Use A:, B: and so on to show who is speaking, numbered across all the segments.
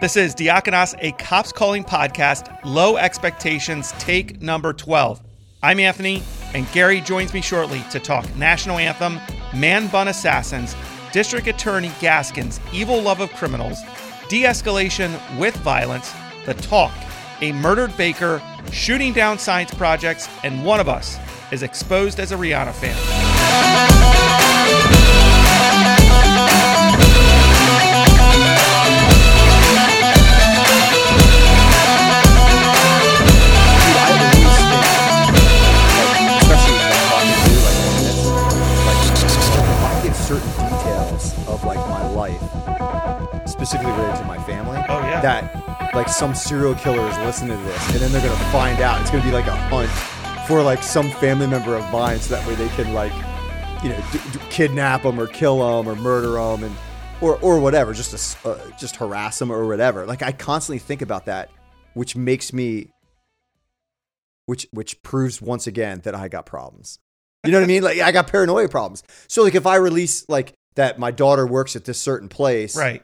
A: This is Diakonos, a cops calling podcast, Low Expectations, take number 12. I'm Anthony, and Gary joins me shortly to talk National Anthem, Man Bun Assassins, District Attorney Gaskins, Evil Love of Criminals, De Escalation with Violence, The Talk, A Murdered Baker, Shooting Down Science Projects, and One of Us is exposed as a Rihanna fan.
B: Dude, I always think, like, especially when I'm talking to you, like, and it's, like, if I give certain details of, like, my life, specifically related to my family,
A: Oh, yeah.
B: that, like, some serial killer is listening to this, and then they're gonna find out. It's gonna be like a hunt for, like, some family member of mine, so that way they can, like, you know, d- d- kidnap them or kill them or murder them and or or whatever, just to, s- uh, just harass them or whatever. Like, I constantly think about that, which makes me which which proves once again that I got problems. You know what I mean? Like I got paranoia problems. So like if I release like that my daughter works at this certain place
A: Right.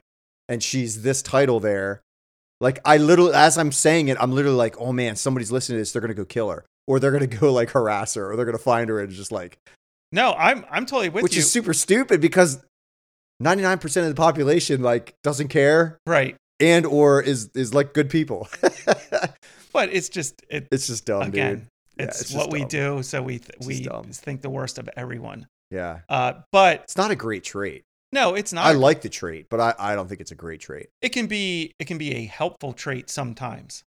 B: and she's this title there, like I literally as I'm saying it, I'm literally like, oh man, somebody's listening to this, they're gonna go kill her. Or they're gonna go like harass her, or they're gonna find her and just like
A: No, I'm, I'm totally with
B: which
A: you.
B: is super stupid because 99% of the population like doesn't care
A: right.
B: and or is is like good people.
A: But it's just, it,
B: it's just dumb, dude.
A: again,
B: Yeah,
A: it's,
B: it's just
A: what we
B: dumb.
A: do. So we, th-
B: It's just
A: we
B: dumb.
A: think the worst of everyone.
B: Yeah.
A: Uh, but
B: It's not a great trait.
A: no, it's not.
B: I like the trait, but I, I don't think it's a great trait.
A: it can be it can be a helpful trait sometimes,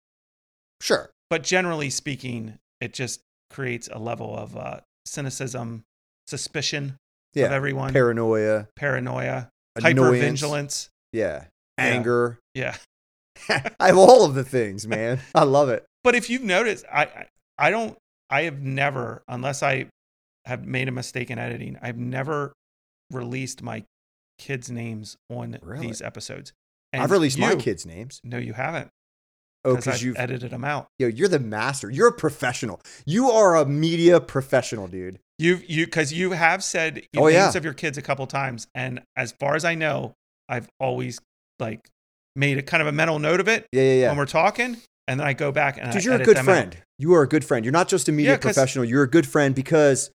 B: Sure.
A: but generally speaking, it just creates a level of uh, cynicism, suspicion of
B: Yeah.
A: everyone,
B: Paranoia,
A: paranoia,
B: annoyance.
A: hypervigilance.
B: Yeah. Anger.
A: Yeah,
B: I have all of the things, man. I love it.
A: but if you've noticed, I I- I don't I have never unless I have made a mistake in editing, I've never released my kids' names on
B: Really?
A: these episodes.
B: I've released my
A: you-
B: kids' names.
A: No, you haven't.
B: Oh,
A: because
B: because
A: I've
B: you've
A: edited them out.
B: yo, you're the master. You're a professional. You are a media professional, dude.
A: You've you because you have said
B: Oh,
A: names
B: yeah.
A: of your kids a couple times, and as far as I know, I've always like made a kind of a mental note of it
B: Yeah, yeah, yeah.
A: when we're talking, and then I go back and I
B: Dude, you're a
A: uh, edit
B: good
A: them
B: friend.
A: out.
B: You are a good friend. You're not just a media
A: Yeah, 'cause-
B: professional. You're a good friend because,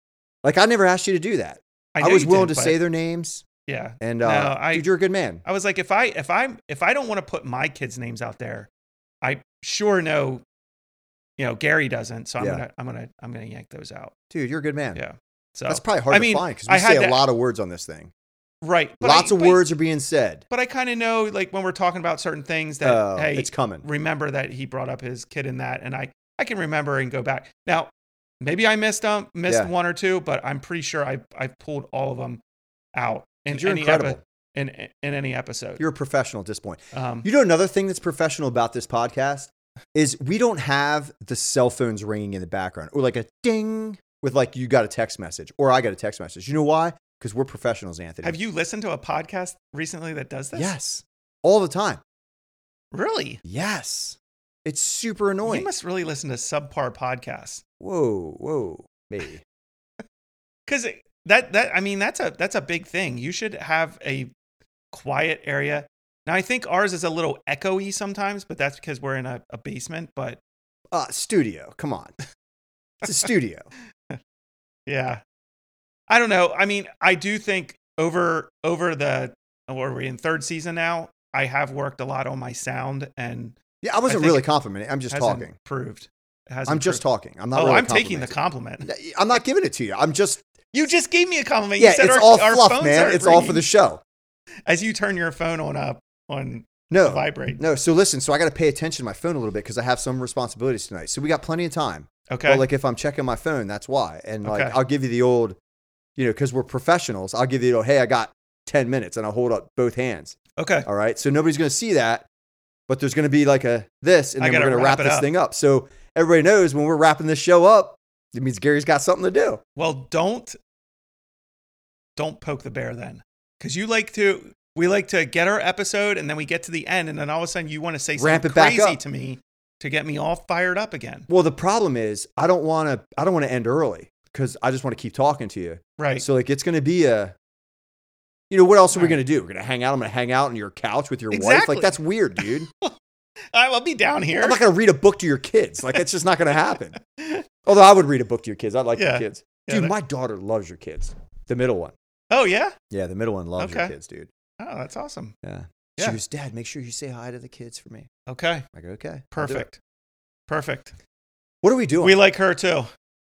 B: like, I never asked you to do that. I,
A: know
B: was
A: you
B: willing
A: did,
B: to
A: but
B: say their names,
A: yeah.
B: and
A: No,
B: uh,
A: I-
B: dude, you're a good man.
A: I was like, if I if I if I don't want to put my kids' names out there, I sure know, you know, Gary doesn't, so I'm
B: Yeah.
A: gonna I'm gonna I'm gonna yank those out.
B: Dude, you're a good man.
A: Yeah. So
B: That's probably hard
A: I
B: to
A: mean,
B: find because
A: I
B: we
A: had
B: say
A: that-
B: a lot of words on this thing.
A: right, but I-
B: Lots of
A: but-
B: words are being said.
A: but I kind of know like when we're talking about certain things that
B: Oh,
A: hey,
B: it's coming.
A: remember that he brought up his kid in that and I I can remember and go back. Now, maybe I missed um missed
B: Yeah.
A: one or two, but I'm pretty sure I I pulled all of them out in
B: Dude, you're
A: any
B: incredible.
A: epi- in in any episode.
B: you're a professional at this point.
A: um
B: You know another thing that's professional about this podcast is we don't have the cell phones ringing in the background or like a ding with like you got a text message or I got a text message. You know why? Because we're professionals, Anthony.
A: have you listened to a podcast recently that does this?
B: Yes, all the time.
A: Really?
B: Yes, it's super annoying.
A: You must really listen to subpar podcasts.
B: whoa, whoa, maybe.
A: Cuz that that I mean that's a that's a big thing. You should have a quiet area. Now I think ours is a little echoey sometimes, but that's because we're in a, a basement, but
B: Uh, studio. Come on, it's a studio.
A: Yeah. I don't know. I mean, I do think over over the what are we in third season now? I have worked a lot on my sound and
B: Yeah, I wasn't
A: think
B: really
A: it
B: complimenting. I'm just
A: hasn't
B: talking.
A: Improved. It has
B: I'm just
A: improved.
B: talking. I'm not.
A: oh,
B: really
A: I'm taking the
B: complimenting.
A: compliment.
B: I'm not giving it to you. I'm just.
A: You just gave me a compliment.
B: Yeah,
A: you said
B: it's
A: our,
B: all
A: our
B: fluff,
A: phones
B: man.
A: aren't
B: It's all for the
A: ringing.
B: show.
A: As you turn your phone on up on
B: No,
A: vibrate.
B: No, so listen, so I got to pay attention to my phone a little bit because I have some responsibilities tonight. So we got plenty of time.
A: Okay.
B: But like if I'm checking my phone, that's why. And like
A: Okay.
B: I'll give you the old, you know, because we're professionals, I'll give you the old, hey, I got 10 minutes and I'll hold up both hands.
A: okay.
B: All right. So nobody's going to see that, but there's going to be like a this and
A: I
B: then we're
A: gotta
B: going to
A: wrap
B: wrap
A: it
B: this
A: up.
B: thing up. So everybody knows when we're wrapping this show up, it means Gary's got something to do.
A: Well, don't don't poke the bear then. Cuz you like to we like to get our episode and then we get to the end and then all of a sudden you want to say
B: Ramp
A: something
B: it back
A: crazy
B: up.
A: to me to get me all fired up again.
B: Well, the problem is I don't want to, I don't want to end early because I just want to keep talking to you.
A: Right.
B: So like it's going to be a You know, what else are we going to do? We're going to hang out. I'm going to hang out on your couch with your wife.
A: Exactly.
B: Like, that's weird, dude.
A: I will be down here.
B: I'm not going to read a book to your kids. Like, that's just not going to happen. Although I would read a book to your kids. I like
A: Yeah.
B: your kids.
A: Yeah,
B: Dude,
A: that-
B: my daughter loves your kids. The middle one.
A: oh yeah.
B: Yeah, the middle one loves your
A: Okay.
B: kids, dude.
A: Oh, that's awesome.
B: Yeah.
A: Yeah.
B: She goes, Dad, make sure you say hi to the kids for me.
A: Okay.
B: I go, okay. I'll do it."
A: Perfect. Perfect.
B: What are we doing?
A: We like her too.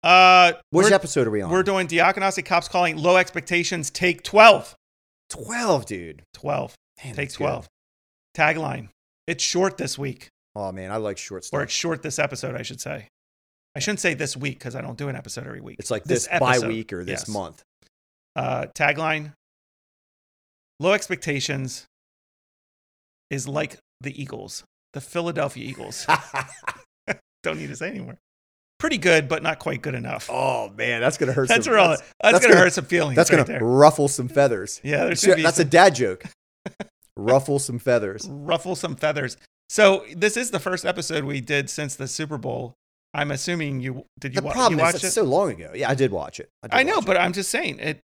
A: Uh,
B: Which
A: we're,
B: episode are we on?
A: we're doing Diakonasi Cops Calling Low Expectations Take 12.
B: 12, dude.
A: 12.
B: Man,
A: Take
B: that's good.
A: 12. Tagline. It's short this week,
B: Oh, man. I like short
A: or
B: stuff.
A: it's short this episode, I should say. I shouldn't say this week because I don't do an episode every week.
B: It's like this,
A: episode.
B: bi week or this
A: Yes.
B: month.
A: Uh, tagline Low Expectations is like the Eagles, the Philadelphia Eagles. don't need to say anymore. Pretty good, but not quite good enough.
B: oh, man. That's going to hurt
A: that's
B: some
A: real, that's,
B: that's
A: gonna,
B: gonna-
A: hurt some feelings.
B: That's
A: right
B: going to
A: there.
B: ruffle some feathers.
A: Yeah, there's
B: See,
A: gonna be
B: that's a dad joke. ruffle some feathers.
A: ruffle some feathers. So this is the first episode we did since the Super Bowl. I'm assuming you did you,
B: the
A: wa-
B: problem
A: you
B: is,
A: watch
B: that's
A: it?
B: so long ago. Yeah, I did watch it. did
A: I know,
B: watch
A: but I'm just saying it.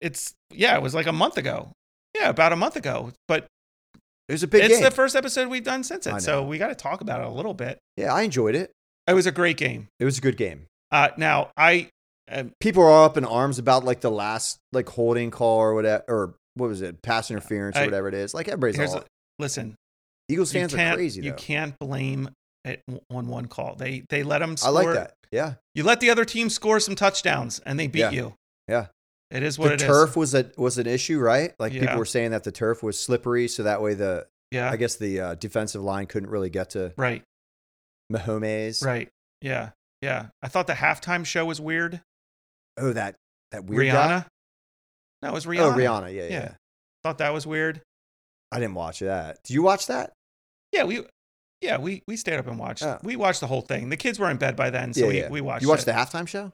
A: It's yeah, it was like a month ago. Yeah, about a month ago. But
B: it. it was a big
A: it's
B: game.
A: the first episode we've done since
B: I
A: it, so
B: know.
A: we got to talk about it a little bit.
B: yeah, I enjoyed it.
A: It was a great game.
B: It was a good game.
A: Uh, now I uh,
B: People are up in arms about like the last like holding call or whatever, or what was it, pass interference
A: I-
B: or whatever it is. Like everybody's
A: here's
B: all
A: listen.
B: Eagles
A: You
B: fans are
A: can't
B: crazy
A: you
B: though.
A: can't blame it on one call. They they let them.
B: I
A: Score.
B: like that. Yeah,
A: You let the other team score some touchdowns and they beat
B: Yeah.
A: you.
B: Yeah.
A: It is what
B: the
A: it is.
B: turf was a was an issue, right? Like
A: Yeah.
B: people were saying that the turf was slippery, so that way the
A: Yeah.
B: I guess the uh, defensive line couldn't really get to
A: right.
B: Mahomes.
A: Right. Yeah. Yeah. I thought the halftime show was weird.
B: Oh, that that weird
A: Rihanna.
B: guy.
A: No, it was Rihanna.
B: Oh, Rihanna. Yeah, yeah,
A: Yeah.
B: yeah.
A: Thought that was weird.
B: I didn't watch that. Did you watch that?
A: Yeah, we yeah, we we stayed up and watched.
B: Oh.
A: We watched the whole thing. The kids were in bed by then, so
B: Yeah,
A: we,
B: yeah.
A: we watched
B: you watched
A: it.
B: the halftime show?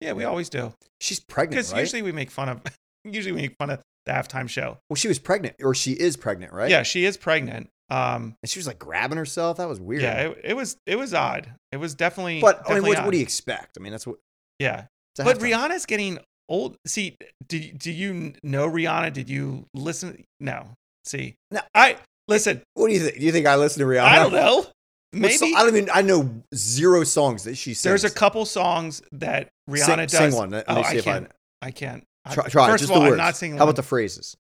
A: Yeah, we
B: Yeah.
A: always do.
B: She's pregnant,
A: Because
B: right?
A: usually we make fun of usually we make fun of the halftime show.
B: well, she was pregnant, or she is pregnant, right?
A: Yeah, she is pregnant. Um
B: And she was like grabbing herself. That was weird.
A: yeah, it, it was it was odd. It was definitely
B: but I mean,
A: definitely
B: what, what
A: odd.
B: do you expect? I mean, that's what.
A: Yeah.
B: it's a
A: But
B: halftime.
A: Rihanna's getting old. See, do do you kn- know Rihanna? Did you listen? No. See,
B: No.
A: I listen.
B: What do you think? Do you think I listen to Rihanna?
A: I don't know.
B: What
A: Maybe
B: song- I don't even. I know zero songs that she sings.
A: there's a couple songs that Rihanna
B: sing,
A: does.
B: Sing one. Let me
A: Oh,
B: see
A: I
B: if
A: can't. I can't.
B: I
A: I-
B: try. try
A: First
B: just
A: of all,
B: the words.
A: I'm not singing.
B: How
A: one.
B: about the phrases?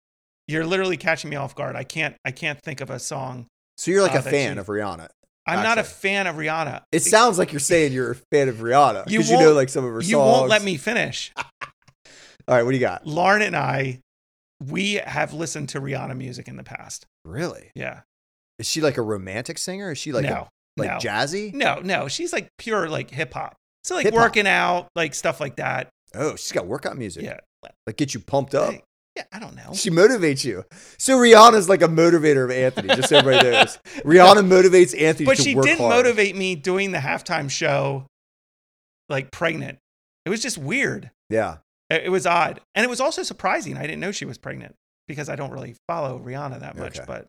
A: You're literally catching me off guard. I can't. I can't think of a song.
B: So you're like
A: Uh,
B: a
A: that
B: fan
A: she-
B: of Rihanna.
A: I'm not a
B: Gotcha.
A: fan of Rihanna.
B: It sounds like you're saying you're a fan of Rihanna
A: You
B: because you, know
A: won't-
B: like some of her songs.
A: You won't let me finish.
B: All right, what do you got?
A: Lauren and I, we have listened to Rihanna music in the past.
B: Really?
A: Yeah.
B: Is she like a romantic singer? Is she like a-
A: no.
B: like
A: no. Mm.
B: jazzy?
A: No, no, she's like pure like hip hop. So like
B: Hip hop.
A: working out, like stuff like that.
B: Oh, she's got workout music.
A: Yeah.
B: Like get you pumped up.
A: Hey, yeah, I don't know.
B: She motivates you. So Rihanna's like a motivator of Anthony, just so everybody knows. Rihanna motivates Anthony
A: but
B: to
A: she
B: work
A: didn't
B: hard.
A: motivate me doing the halftime show like pregnant. It was just weird.
B: Yeah.
A: It it was odd. And it was also surprising. I didn't know she was pregnant because I don't really follow Rihanna that much.
B: Okay.
A: But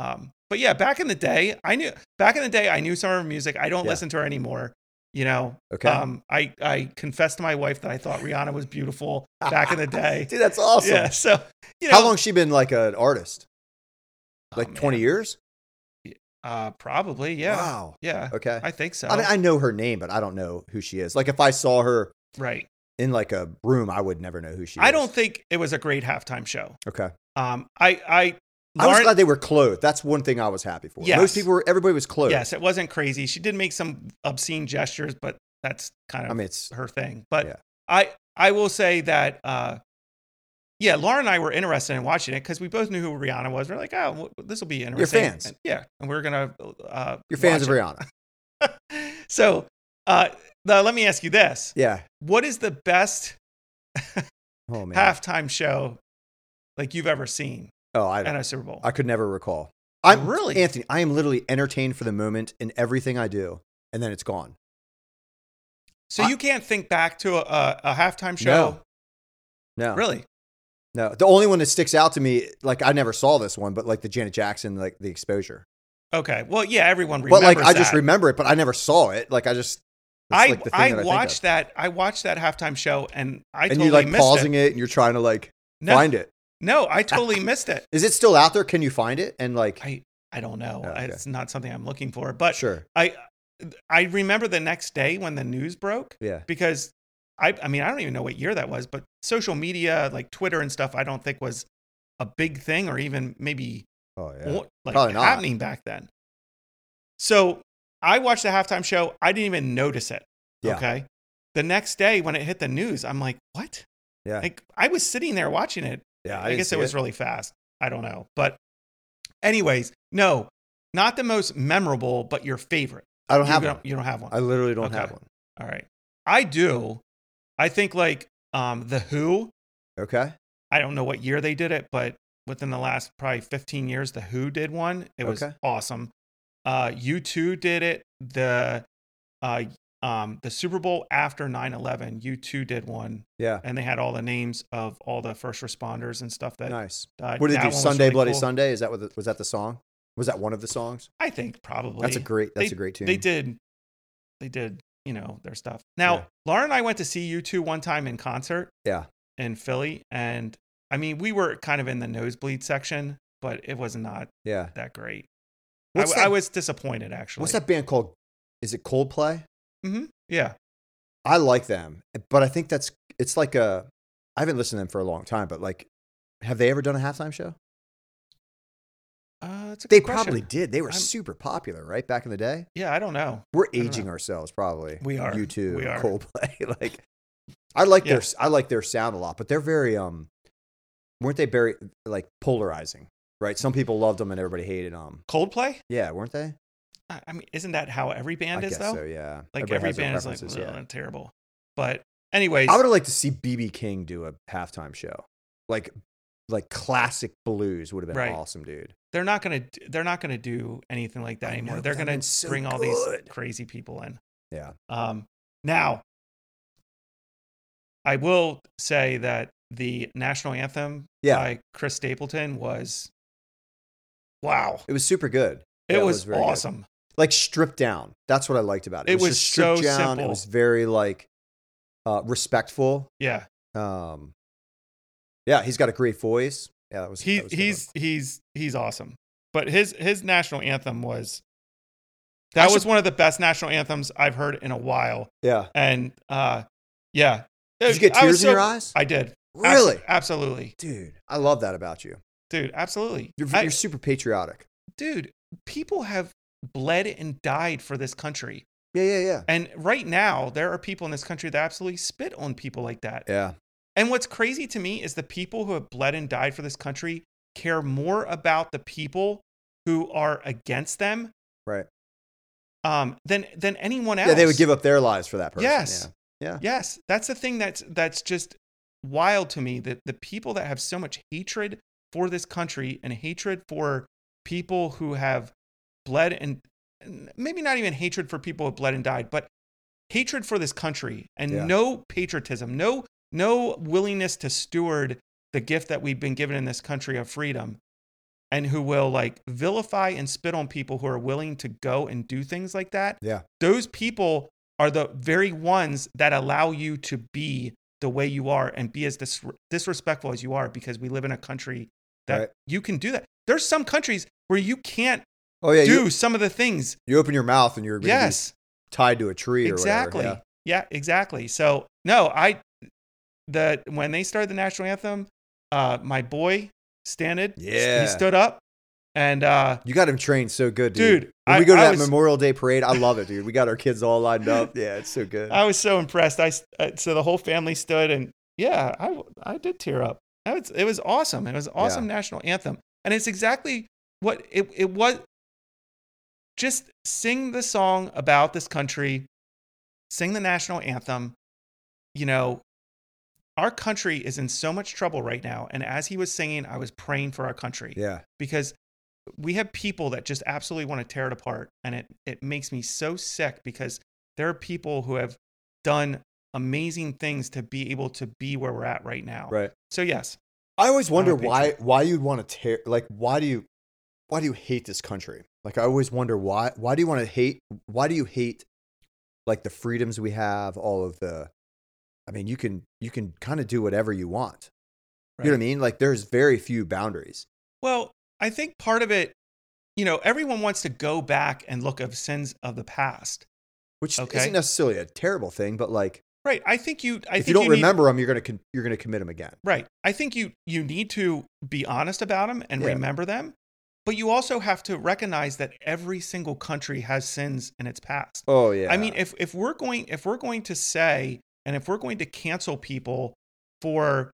A: um but yeah, back in the day, I knew back in the day I knew some of her music. I don't
B: Yeah.
A: listen to her anymore. You know,
B: Okay.
A: um, I, I confessed to my wife that I thought Rihanna was beautiful back in the day.
B: Dude, that's awesome.
A: Yeah. So, you know,
B: How long's she been like an artist?
A: Oh,
B: Like
A: man.
B: 20 years?
A: Uh, probably, yeah,
B: Wow.
A: yeah.
B: Okay.
A: I think so.
B: I mean, I know her name, but I don't know who she is. Like if I saw her
A: right.
B: in like a room, I would never know who she is.
A: I don't think it was a great halftime show.
B: Okay.
A: Um, I, I,
B: I was
A: Lauren-
B: glad they were clothed. That's one thing I was happy for.
A: Yes.
B: Most people were, everybody was clothed.
A: yes, it wasn't crazy. She did make some obscene gestures, but that's kind of
B: I mean, it's,
A: her thing. But
B: Yeah.
A: I, I will say that, uh, yeah, Laura and I were interested in watching it because we both knew who Rihanna was. We're like, oh, w- this will be interesting.
B: fans.
A: And- yeah, and we're gonna. Uh,
B: you're fans of
A: watch
B: Rihanna.
A: it. So, uh, the, let me ask you this:
B: Yeah.
A: What is the best
B: Oh, man.
A: halftime show like you've ever seen
B: oh, I don't.
A: at a Super Bowl.
B: I could never recall. I'm
A: Oh, Really?
B: Anthony. I am literally entertained for the moment in everything I do, and then it's gone.
A: so
B: I-
A: you can't think back to a, a, a halftime show,
B: No,
A: really?
B: no. The only one that sticks out to me, like I never saw this one, but like the Janet Jackson, like the exposure.
A: Okay. Well, yeah, everyone remembers.
B: But like I just
A: that.
B: remember it, but I never saw it. Like I just, that's,
A: I,
B: like, the thing
A: I
B: that think
A: watched
B: of.
A: that. I watched that halftime show, and I
B: and
A: totally
B: you like
A: missed
B: pausing
A: it.
B: it. and you're trying to like
A: No,
B: find it.
A: No, I totally missed it.
B: Is it still out there? Can you find it? And like,
A: I I don't know.
B: Oh, okay.
A: It's not something I'm looking for, but
B: sure,
A: I I remember the next day when the news broke
B: yeah,
A: because I I mean I don't even know what year that was, but social media like Twitter and stuff I don't think was a big thing or even maybe
B: oh yeah,
A: wa- like
B: Probably not.
A: happening back then. So I watched the halftime show. I didn't even notice it.
B: Yeah.
A: Okay. The next day when it hit the news, I'm like, what?
B: yeah,
A: Like I was sitting there watching it.
B: yeah.
A: I,
B: didn't
A: guess it
B: see
A: was really fast. I don't know. But anyways, no, not the most memorable, but your favorite.
B: I don't
A: you,
B: have
A: don't,
B: one.
A: you don't have one.
B: I literally don't
A: Okay.
B: have one.
A: All right. I do. I think like um the Who,
B: Okay,
A: I don't know what year they did it, but within the last probably 15 years, the Who did one. It was
B: Okay.
A: awesome. Uh U2 did it. The uh um the Super Bowl after 9/11, U2 did one
B: yeah,
A: and they had all the names of all the first responders and stuff that
B: nice.
A: died.
B: What
A: That
B: did they do?
A: one was
B: Sunday
A: really
B: Bloody
A: cool.
B: Sunday? Is that what the, was that the song? Was that one of the songs?
A: I think probably.
B: That's a great. That's a great tune.
A: They did, they did, you know, their stuff. Now,
B: Yeah.
A: Laura and I went to see you two one time in concert.
B: Yeah.
A: In Philly, and I mean, we were kind of in the nosebleed section, but it was not
B: Yeah.
A: that great. I,
B: What's
A: w-
B: that,
A: I was disappointed actually.
B: What's that band called? Is it Coldplay?
A: hmm Yeah.
B: I like them, eh, but I think that's it's like a. I haven't listened to them for a long time, but like, have they ever done a halftime show?
A: Uh, that's a
B: They
A: good question.
B: probably did. They were
A: I'm-
B: super popular, right back in the day.
A: Yeah, I don't know.
B: We're
A: don't know.
B: aging ourselves, probably.
A: We are.
B: You too.
A: We are.
B: Coldplay. like, I like
A: Yeah.
B: their I like their sound a lot, but they're very um, weren't they very like polarizing? Right. Some people loved them and everybody hated them.
A: Coldplay?
B: Yeah, weren't they?
A: I I mean, isn't that how every band
B: I
A: is
B: guess
A: though?
B: so. Yeah.
A: Like
B: Everybody
A: every
B: has their
A: band is like uh,
B: preferences, yeah.
A: "Ugh, terrible. But anyways,
B: I would have liked to see BB King do a halftime show, like like classic blues would have been
A: Right.
B: awesome, dude.
A: they're not gonna they're not gonna do anything like that
B: I
A: anymore.
B: know,
A: they're
B: but that
A: gonna
B: one's so
A: bring all these
B: good.
A: crazy people in.
B: Yeah.
A: Um, now, I will say that the national anthem
B: Yeah,
A: by Chris Stapleton was wow.
B: it was super good.
A: It
B: Yeah, it was
A: was,
B: very good.
A: awesome.
B: Like stripped down. That's what I liked about it.
A: It was
B: just stripped
A: so
B: down. It
A: simple.
B: was very like uh, respectful.
A: Yeah,
B: Um, yeah, he's got a great voice. Yeah, that was
A: he
B: that was a good
A: he's he's he's awesome. But his his national anthem was
B: I
A: that
B: should-
A: was one of the best national anthems I've heard in a while.
B: one. Yeah,
A: And uh, yeah,
B: did you get
A: I was
B: tears in
A: so-
B: your eyes?
A: I did. Abso-
B: really,
A: absolutely.
B: dude, I love that about you.
A: dude absolutely
B: You're,
A: I-
B: you're super patriotic.
A: dude people have bled and died for this country
B: Yeah, yeah, yeah,
A: and right now there are people in this country that absolutely spit on people like that
B: yeah.
A: and what's crazy to me is the people who have bled and died for this country care more about the people who are against them
B: Right.
A: um than than anyone else
B: Yeah, they would give up their lives for that person.
A: Yes.
B: Yeah.
A: Yes, that's the thing that's that's just wild to me that the people that have so much hatred for this country and hatred for people who have bled and and maybe not even hatred for people who have bled and died, but hatred for this country and
B: Yeah.
A: no patriotism, no no willingness to steward the gift that we've been given in this country of freedom and who will like vilify and spit on people who are willing to go and do things like that.
B: Yeah.
A: Those people are the very ones that allow you to be the way you are and be as dis- disrespectful as you are because we live in a country that
B: Right.
A: you can do that. There's some countries where you can't
B: Oh yeah,
A: do
B: you,
A: some of the things.
B: you open your mouth and you're gonna be
A: Yes,
B: tied to a tree or
A: exactly.
B: whatever.
A: yeah. exactly. So, no, I the when they started the national anthem, uh my boy Stanid,
B: Yeah.
A: he stood up and uh
B: You got him trained so good, dude.
A: dude,
B: When
A: I,
B: we go to
A: I
B: that
A: was,
B: Memorial Day parade, I love it, dude. We got our kids all lined up. Yeah, it's so good.
A: I was so impressed. I s- uh, so the whole family stood and yeah, I w- I did tear up. That was, it was awesome. It was an awesome national anthem, and it's exactly what it it was. Just sing the song about this country, sing the national anthem. You know, our country is in so much trouble right now, and as he was singing, I was praying for our country
B: Yeah,
A: because we have people that just absolutely want to tear it apart and it it makes me so sick because there are people who have done amazing things to be able to be where we're at right now
B: right.
A: so yes
B: I always wonder
A: a patriot.
B: why why you'd want to tear like why do you why do you hate this country? Like I always wonder why why do you want to hate why do you hate like the freedoms we have, all of the I mean, you can you can kind of do whatever you want. You know what I mean? Like there's very few boundaries.
A: Well, I think part of it, you know, everyone wants to go back and look of sins of the past.
B: Which
A: Okay.
B: isn't necessarily a terrible thing, but like
A: Right. I think you I
B: if
A: think
B: you don't
A: need-
B: remember them, you're gonna con- you're gonna commit them again.
A: Right. I think you you need to be honest about them and
B: Yeah.
A: remember them, but you also have to recognize that every single country has sins in its past.
B: Oh yeah.
A: I mean, if if we're going if we're going to say and if we're going to cancel people for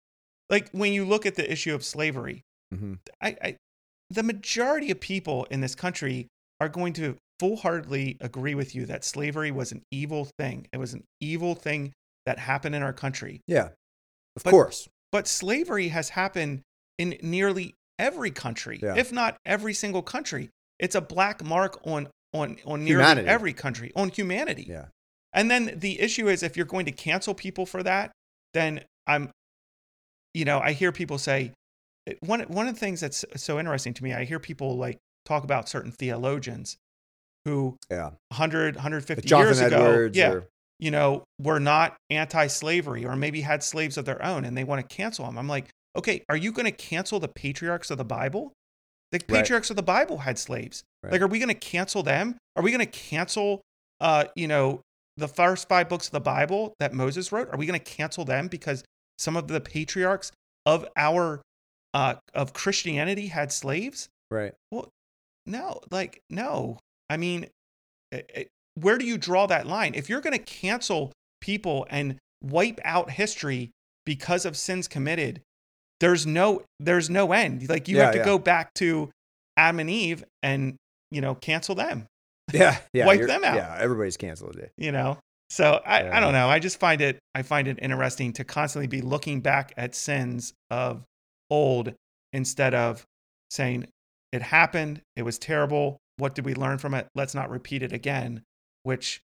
A: like when you look at the issue of slavery,
B: Mhm.
A: I, I the majority of people in this country are going to full-heartedly agree with you that slavery was an evil thing. It was an evil thing that happened in our country.
B: yeah, of
A: But-
B: course.
A: But slavery has happened in nearly every country,
B: Yeah.
A: if not every single country. It's a black mark on on on nearly
B: Humanity.
A: every country, on humanity.
B: Yeah.
A: And then the issue is if you're going to cancel people for that, then I'm you know, I hear people say eh, one one of the things that's so interesting to me, I hear people like talk about certain theologians who
B: Yeah.
A: 100 150
B: Like Jonathan
A: years ago
B: Edwards
A: yeah,
B: or
A: you know, were not anti slavery or maybe had slaves of their own and they want to cancel them. I'm like, okay, are you going to cancel the patriarchs of the Bible? The
B: Right.
A: patriarchs of the Bible had slaves.
B: Right.
A: Like, are we going to cancel them? Are we going to cancel, uh, you know, the first five books of the Bible that Moses wrote? Are we going to cancel them because some of the patriarchs of our uh, of Christianity had slaves?
B: right.
A: no like no i mean it, it- where do you draw that line if you're going to cancel people and wipe out history because of sins committed there's no there's no end like you
B: Yeah,
A: have to
B: yeah.
A: go back to adam and eve and you know cancel them
B: Yeah. Yeah.
A: Wipe
B: you're-
A: them out.
B: Yeah. Everybody's canceled it.
A: you know so i, I
B: Yeah.
A: don't know i just find it i find it interesting to constantly be looking back at sins of old instead of saying it happened it was terrible what did we learn from it let's not repeat it again which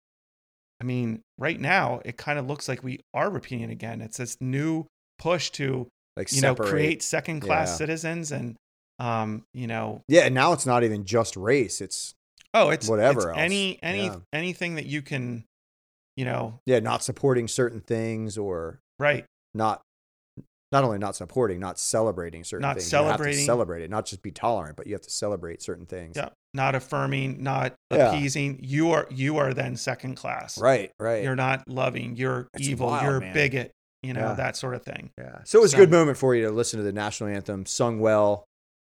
A: i mean right now it kind of looks like we are repeating it again it's this new push to
B: Like
A: you
B: separate.
A: know create second class
B: Yeah.
A: citizens and um you know
B: Yeah. And now it's not even just race. It's
A: oh it's
B: Whatever
A: it's
B: else.
A: any any
B: Yeah.
A: anything that you can you know
B: yeah, not supporting certain things or
A: right
B: not not only not supporting, not celebrating certain
A: Not
B: things. You have to
A: celebrating.
B: celebrate it, not just be tolerant, but you have to celebrate certain things.
A: Yeah. Not affirming, not
B: Yeah.
A: appeasing. You are you are then second class.
B: Right, right.
A: You're not loving. You're
B: It's
A: evil.
B: wild,
A: you're a
B: man.
A: bigot. You know
B: Yeah.
A: that sort of thing.
B: yeah. So it was a good
A: So-
B: moment for you to listen to the national anthem, sung well,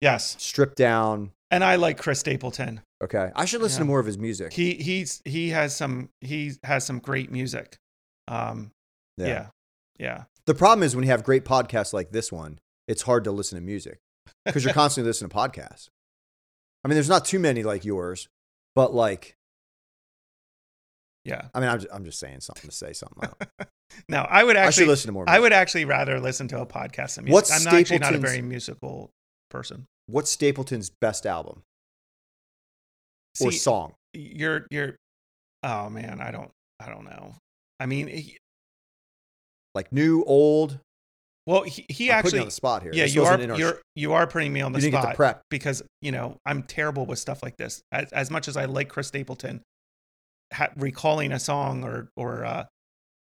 A: Yes.
B: stripped down.
A: And I like Chris Stapleton.
B: Okay. I should listen
A: Yeah.
B: to more of his music.
A: He he's he has some he has some great music. Um. Yeah. Yeah.
B: The problem is when you have great podcasts like this one, it's hard to listen to music because you're constantly listening to podcasts. I mean, there's not too many like yours, but like,
A: Yeah.
B: I mean, I'm just, I'm just saying something to say something. out.
A: No, I would
B: I should
A: actually.
B: listen to more.
A: I,
B: Music.
A: would actually rather listen to a podcast than music.
B: What's
A: I'm not actually not a
B: Stapleton's-
A: very musical person.
B: What's Stapleton's best album or
A: See,
B: song?
A: you're you're. Oh man, I don't I don't know. I mean, he,
B: Like new, old.
A: well, he, he
B: I'm putting you
A: actually
B: on the spot here.
A: Yeah,
B: This
A: you
B: wasn't
A: are
B: in our-
A: you're you are putting me on the
B: you didn't
A: spot
B: get the prep.
A: because you know I'm terrible with stuff like this. As, as much as I like Chris Stapleton, ha- recalling a song or or uh,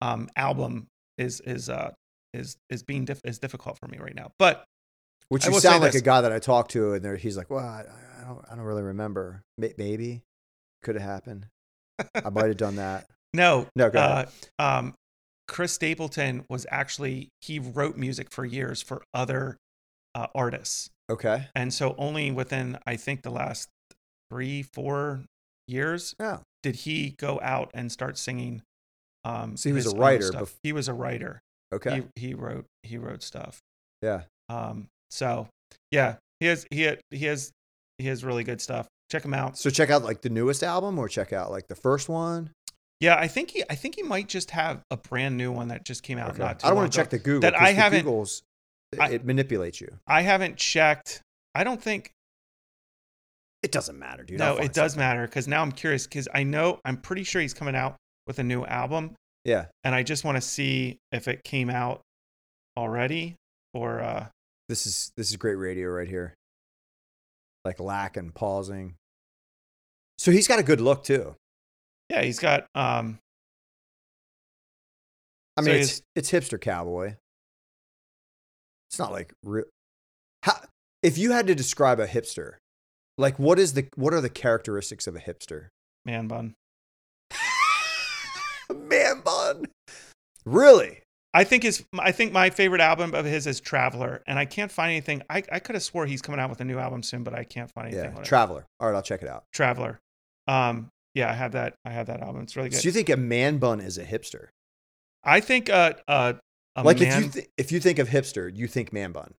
A: um, album is is uh, is is being diff- is difficult for me right now. But
B: Which
A: I
B: you
A: will say
B: sound like
A: this.
B: a guy that I talked to, and there- he's like, "Well, I, I don't, I don't really remember. May- Maybe could have happened. I might have done that.
A: no,
B: No, go ahead.
A: uh, um, Chris Stapleton was actually he wrote music for years for other uh, artists,
B: Okay.
A: and so only within I think the last three four years
B: Yeah.
A: did he go out and start singing um
B: So he was
A: his
B: a
A: own
B: writer
A: stuff.
B: bef-
A: he was a writer
B: Okay.
A: he, he wrote he wrote stuff
B: yeah.
A: um so yeah he has he has he has he has really good stuff check him out
B: So check out like the newest album, or check out like the first one.
A: yeah i think he i think he might just have a brand new one that just came out
B: Okay.
A: not too
B: I don't
A: want to
B: check the Google
A: That
B: 'cause
A: I
B: the
A: haven't-
B: Google's
A: I-
B: it manipulates you.
A: i haven't checked i don't think
B: It doesn't matter, dude. I'll
A: no
B: find
A: it does
B: something.
A: matter because now i'm curious because i know i'm pretty sure he's coming out with a new album
B: Yeah.
A: and i just want to see if it came out already or uh
B: This is this is great radio right here. Like lack and pausing. So he's got a good look too.
A: Yeah, he's got um
B: I
A: So
B: mean,
A: he's-
B: it's, it's hipster cowboy. it's not like re- how, if you had to describe a hipster, like what is the what are the characteristics of a hipster?
A: Man bun.
B: Man bun. Really?
A: I think his I think my favorite album of his is Traveler, and I can't find anything. I, I could have swore he's coming out with a new album soon, but I can't find anything.
B: Yeah.
A: on it.
B: Traveler. All right, I'll check it out.
A: Traveler. Um, yeah, I have that. I have that album. It's really good.
B: So you think a man bun is a hipster?
A: I think uh, uh, a
B: like
A: man.
B: if you th- if you think of hipster, you think man bun.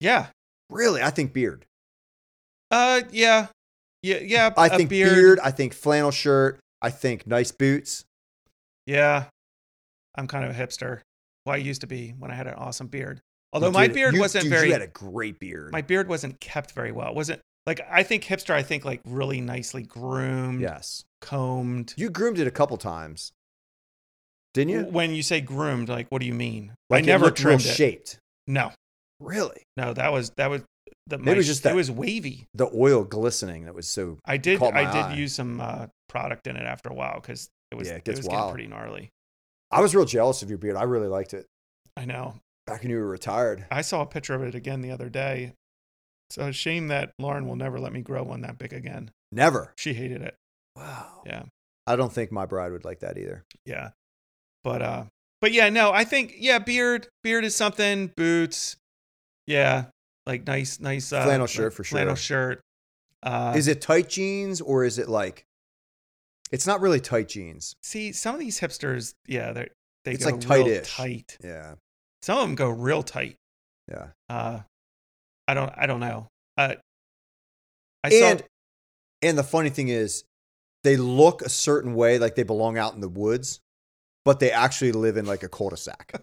A: yeah.
B: Really? I think beard.
A: Uh, yeah. Yeah. Yeah.
B: I
A: a
B: think beard. I think flannel shirt. I think nice boots.
A: Yeah. I'm kind of a hipster. Well, I used to be when I had an awesome beard. Although my
B: Dude,
A: beard
B: you-
A: wasn't
B: dude,
A: very
B: You had a great beard.
A: my beard wasn't kept very well. It wasn't like I think hipster. I think like really nicely groomed,
B: yes.
A: combed.
B: You groomed it a couple times, didn't you?
A: When you say groomed, like what do you mean? I
B: Like it
A: never
B: looked real
A: trimmed it.
B: shaped.
A: No,
B: Really?
A: no, that was that was the.
B: Maybe it was just
A: It
B: that-
A: was wavy.
B: The oil glistening that was so.
A: I did
B: caught
A: I
B: my
A: did
B: eye.
A: use some uh, product in it after a while because it was
B: Yeah, it
A: it,
B: gets
A: was getting
B: wild.
A: pretty gnarly.
B: I was real jealous of your beard. I really liked it
A: I know.
B: back when you were retired.
A: I saw a picture of it again the other day. It's a shame that Lauren will never let me grow one that big again.
B: Never.
A: She hated it.
B: Wow.
A: Yeah.
B: I don't think my bride would like that either.
A: Yeah. But uh but yeah, no, I think yeah, beard beard is something, boots. Yeah. Like nice nice uh
B: Flannel
A: like
B: shirt for
A: Flannel shirt. Uh
B: is it tight jeans or is it like? It's not really tight jeans.
A: see some of these hipsters, yeah, they're they
B: It's
A: go
B: like
A: real
B: tight-ish.
A: tight.
B: Yeah.
A: Some of them go real tight.
B: Yeah.
A: Uh I don't I don't know. Uh I
B: and
A: saw
B: and the funny thing is they look a certain way like they belong out in the woods but they actually live in like a cul-de-sac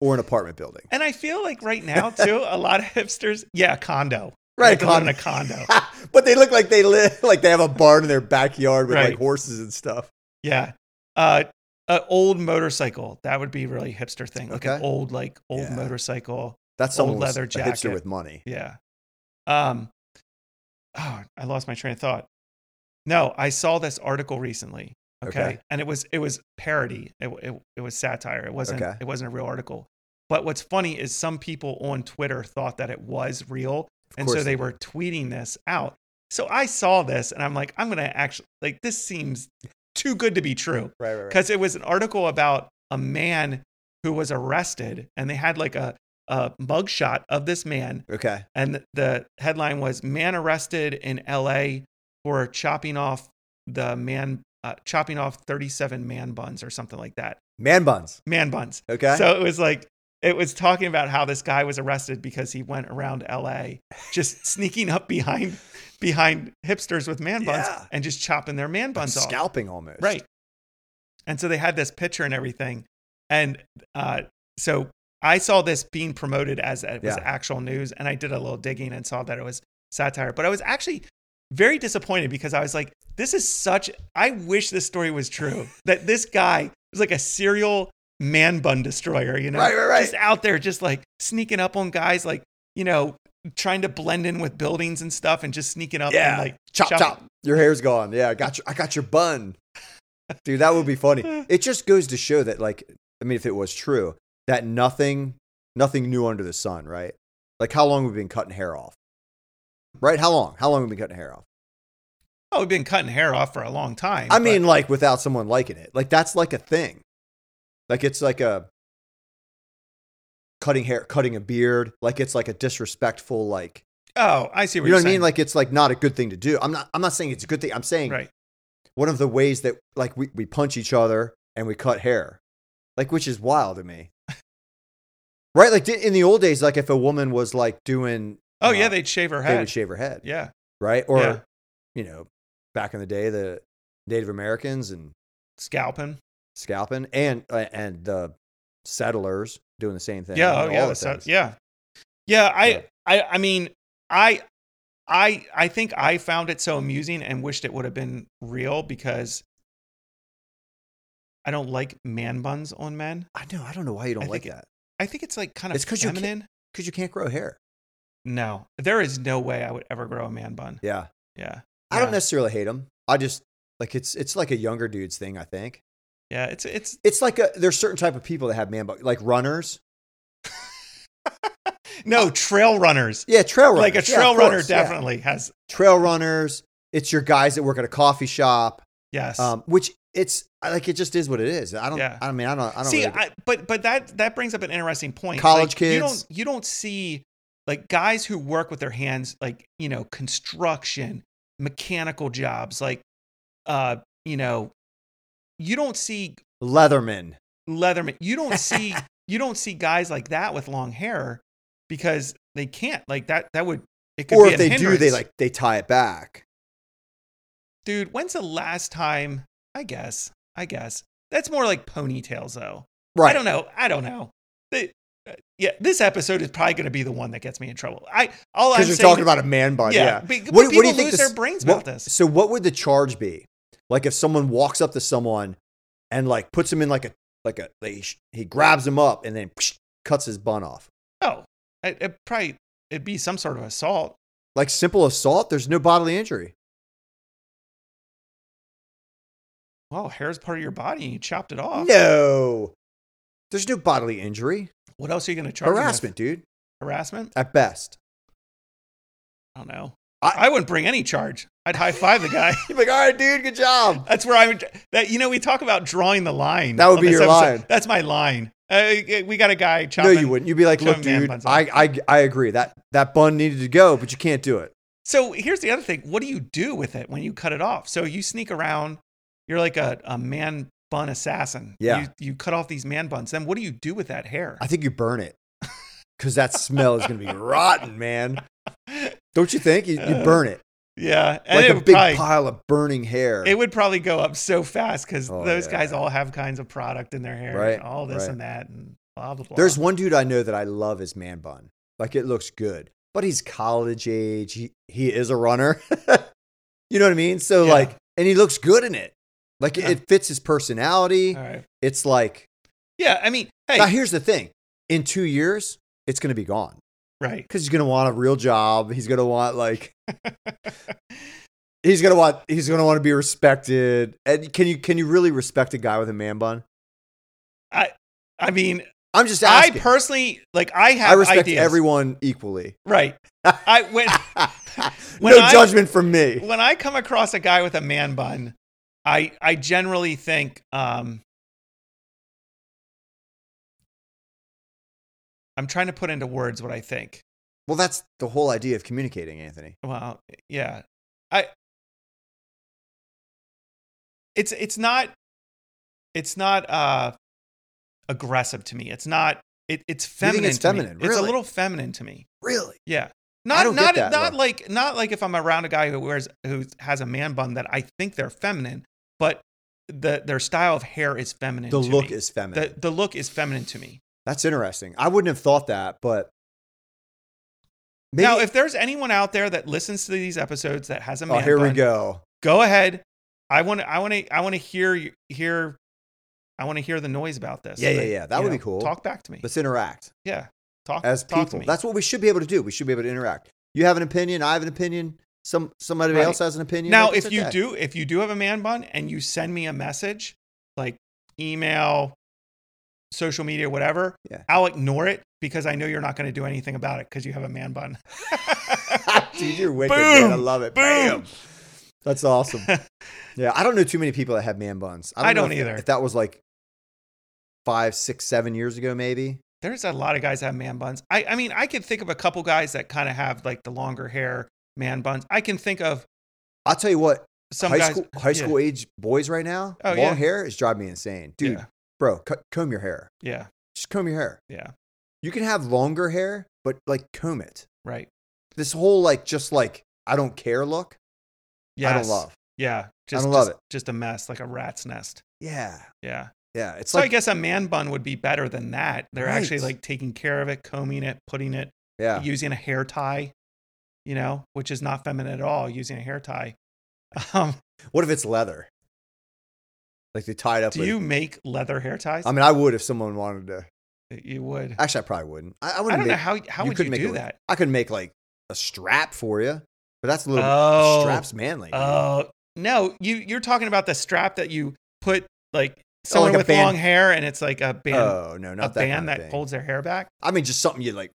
B: or an apartment building
A: and I feel like right now too, a lot of hipsters, yeah, condo.
B: right
A: Like they live in a condo.
B: but they look like they live like they have a barn in their backyard with
A: Right.
B: like horses and stuff
A: Yeah. Uh, an old motorcycle. That would be really hipster thing. Like an
B: Okay.
A: old, like old
B: Yeah.
A: motorcycle.
B: that's
A: Old
B: someone with
A: leather
B: a
A: jacket.
B: hipster with money
A: Yeah. Um, oh, I lost my train of thought. No, I saw this article recently. Okay.
B: Okay.
A: And it was, it was parody. It, it, it was satire. It wasn't,
B: Okay.
A: it wasn't a real article. But what's funny is some people on Twitter thought that it was real. And so
B: course
A: they
B: they
A: were tweeting this out. So I saw this and I'm like, I'm going to actually, like, this seems too good to be true
B: right right,
A: because it was an article about a man who was arrested and they had like a, a mugshot of this man
B: okay
A: and the headline was man arrested in la for chopping off the man uh, chopping off 37 man buns or something like that
B: man buns
A: man buns
B: okay
A: so it was like it was talking about how this guy was arrested because he went around la just sneaking up behind behind hipsters with man buns
B: Yeah.
A: and just chopping their man buns off
B: scalping almost
A: Right. And so they had this picture and everything. And uh, so I saw this being promoted as it was
B: Yeah.
A: actual news. And I did a little digging and saw that it was satire. But I was actually very disappointed because I was like, this is such, I wish this story was true that this guy was like a serial man bun destroyer, you know?
B: Right, right, right.
A: Just out there, just like sneaking up on guys, like, you know, trying to blend in with buildings and stuff and just sneaking up
B: yeah
A: and like,
B: chop
A: chop-
B: chop your hair's gone yeah i got your i got your bun dude that would be funny it just goes to show that like i mean if it was true that nothing nothing new under the sun right like how long we've been cutting hair off right how long how long have we been cutting hair off
A: oh, we've been cutting hair off for a long time.
B: i
A: but-
B: mean like without someone liking it like that's like a thing like it's like a cutting hair cutting a beard like it's like a disrespectful like
A: oh, I see
B: you
A: what
B: know
A: you're
B: what i
A: saying.
B: mean like it's like not a good thing to do i'm not i'm not saying it's a good thing i'm saying
A: right.
B: one of the ways that like we, we punch each other and we cut hair like which is wild to me right like di- in the old days like if a woman was like doing
A: Oh
B: uh,
A: yeah, they'd shave her
B: they
A: head.
B: would shave her head
A: yeah,
B: right or
A: Yeah.
B: you know back in the day the native americans and
A: scalping.
B: scalping and uh, and the settlers doing the same thing
A: Yeah,
B: you
A: oh
B: know,
A: yeah,
B: all the
A: that's not-
B: things.
A: yeah, yeah. I,
B: Yeah.
A: I, I mean, I, I, I think I found it so amusing and wished it would have been real because I don't like man buns on men.
B: i know i don't know why you don't
A: I
B: like
A: think it-
B: that
A: I think it's like kind of
B: It's 'cause you can't-
A: feminine.
B: because you can't grow hair
A: No, there is no way I would ever grow a man bun.
B: yeah
A: Yeah,
B: i
A: Yeah.
B: don't necessarily hate them i just like it's it's like a younger dude's thing i think
A: yeah. It's it's
B: it's like a, there's certain type of people that have man bun, like runners.
A: No, trail runners.
B: Yeah, Uh, trail runners.
A: Like a
B: Yeah,
A: trail
B: of
A: runner
B: course, yeah.
A: definitely has
B: Trail runners. It's your guys that work at a coffee shop,
A: yes.
B: um, which it's I- like it just is what it is. I don't.
A: Yeah.
B: I mean, I don't. I don't.
A: see,
B: really-
A: I, but but that that brings up an interesting point.
B: College
A: Like, you
B: kids.
A: don't you don't see like guys who work with their hands, like you know, construction, mechanical jobs, like uh, you know, you don't see
B: Leatherman.
A: Leatherman. You don't see you don't see guys like that with long hair because they can't like that. That would it could
B: Or
A: be
B: if
A: a
B: they do, they
A: hindrance.
B: like they tie it back.
A: dude. When's the last time? I guess. I guess that's more like ponytails though.
B: Right.
A: I don't know. I don't know. The- uh, yeah, this episode is probably going to be the one that gets me in trouble. I all I'm
B: Because you're
A: saying,
B: talking about a man bun.
A: yeah,
B: Yeah.
A: be- but
B: What- what do
A: people
B: you think
A: lose
B: this-
A: their brains
B: What-
A: about this.
B: So what would the charge be? Like if someone walks up to someone and like puts him in like a like a like he, sh- he grabs him up and then cuts his bun off.
A: Oh, it, it probably it'd be some sort of assault.
B: Like simple assault, there's no bodily injury.
A: Well, hair's part of your body, and you chopped it off.
B: No. There's no bodily injury.
A: What else are you going to charge? them with?
B: Harassment, dude.
A: Harassment?
B: At best.
A: I don't know. I,
B: I-
A: wouldn't bring any charge. I'd high five the guy.
B: You're like, all right, dude, good job.
A: That's where I would. That you know, we talk about drawing the line.
B: That would
A: on
B: be
A: this
B: your
A: episode.
B: line.
A: That's my line. Uh, we got a guy
B: No,
A: chopping.
B: you wouldn't. You'd be like,
A: shove
B: look,
A: man
B: dude,
A: buns
B: I, I I agree. That that bun needed to go, but you can't do it.
A: So here's the other thing. What do you do with it when you cut it off? So you sneak around. You're like a, a man bun assassin.
B: Yeah.
A: You, you cut off these man buns. Then what do you do with that hair?
B: I think you burn it. Cause that smell is gonna be rotten, man. Don't you think? You, you burn it.
A: yeah. And
B: like
A: it,
B: a
A: would
B: big
A: probably,
B: pile of burning hair.
A: it would probably go up so fast because
B: Oh,
A: those guys
B: yeah.
A: all have kinds of product in their hair
B: Right,
A: and all this
B: right.
A: and that and blah, blah, blah.
B: There's one dude I know that I love his man bun. Like it looks good, but he's college age. He he is a runner. you know what I mean? So
A: Yeah.
B: like, and he looks good in it. Like
A: Yeah.
B: it fits his personality.
A: All right.
B: It's like
A: Yeah. I mean,
B: now.
A: hey,
B: Here's the thing: in two years, it's gonna be gone
A: right.
B: because he's gonna want a real job. He's gonna want like. He's gonna want. He's gonna want to be respected. And can you can you really respect a guy with a man bun?
A: I mean,
B: I'm just
A: I
B: asking.
A: personally, like, I have
B: I respect
A: ideas.
B: everyone equally.
A: Right. I went. When
B: no
A: I-
B: judgment from me.
A: when I come across a guy with a man bun, I I generally think um I'm trying to put into words what I think.
B: Well, that's the whole idea of communicating, Anthony.
A: Well, yeah. I It's it's not it's not uh aggressive to me. It's not it, it's
B: You
A: feminine.
B: think it's
A: to me.
B: feminine,
A: It's a
B: really?
A: little feminine to me.
B: Really?
A: Yeah. Not
B: don't get
A: not
B: that,
A: not
B: though.
A: like not like if I'm around a guy who wears who has a man bun that I think they're feminine, but the their style of hair is feminine.
B: The
A: to
B: look
A: me.
B: is feminine.
A: the the look is feminine to me.
B: that's interesting. I wouldn't have thought that, but maybe.
A: Now, if there's anyone out there that listens to these episodes that has a man
B: oh, here
A: bun,
B: we go.
A: go ahead. I want I want to I want to hear you- hear I want to hear the noise about this.
B: Yeah, yeah,
A: Like,
B: yeah. That
A: you
B: would be cool.
A: Talk back to me.
B: Let's interact
A: yeah. Talk
B: as
A: talk to
B: people.
A: me.
B: That's what we should be able to do. We should be able to interact. You have an opinion. I have an opinion. Some somebody
A: Right.
B: else has an opinion.
A: now
B: Like, it's
A: if you
B: okay.
A: do if you do have a man bun and you send me a message like email social media whatever
B: Yeah.
A: i'll ignore it because i know you're not going to do anything about it because you have a man bun
B: dude, you're wicked. Man. I
A: Boom.
B: love it.
A: Boom.
B: Bam. That's awesome. yeah, I don't know too many people that have man buns.
A: I
B: know
A: don't
B: if-
A: either.
B: If that was like five, six, seven years ago, maybe.
A: there's a lot of guys that have man buns i, I mean i can think of a couple guys that kind of have like the longer hair man buns i can think of
B: I'll tell you what.
A: some
B: high
A: guys
B: school, high
A: yeah.
B: school age boys right now,
A: Oh,
B: long
A: yeah.
B: hair is driving me insane, dude.
A: Yeah.
B: Bro, cut, comb your hair.
A: yeah
B: Just comb your hair.
A: yeah
B: You can have longer hair, but like comb it.
A: right
B: This whole like just like I don't care look.
A: yeah
B: I don't love.
A: yeah just
B: don't love
A: just, just a mess like a rat's nest
B: Yeah,
A: yeah
B: yeah. It's
A: So I
B: like
A: guess a man bun would be better than that. They're actually
B: Right.
A: like taking care of it, combing it, putting it,
B: yeah.
A: using a hair tie, you know, which is not feminine at all, using a hair tie. Um,
B: What if it's leather? Like they tie it up.
A: do
B: with,
A: you make leather hair ties?
B: I mean, I would if someone wanted to.
A: you would. I,
B: Actually, I probably wouldn't. I, I wouldn't.
A: don't
B: make,
A: know how how
B: you
A: would
B: could
A: you
B: make it
A: do
B: with-
A: that?
B: I could make like a strap for you, but that's a little
A: Oh.
B: straps manly.
A: Oh no, you you're talking about the strap that you put like
B: Oh,
A: someone
B: like a
A: with
B: band.
A: long hair and it's like a band
B: oh no,
A: a
B: not that
A: band
B: kind of
A: that
B: thing.
A: holds their hair back.
B: I mean, just something you like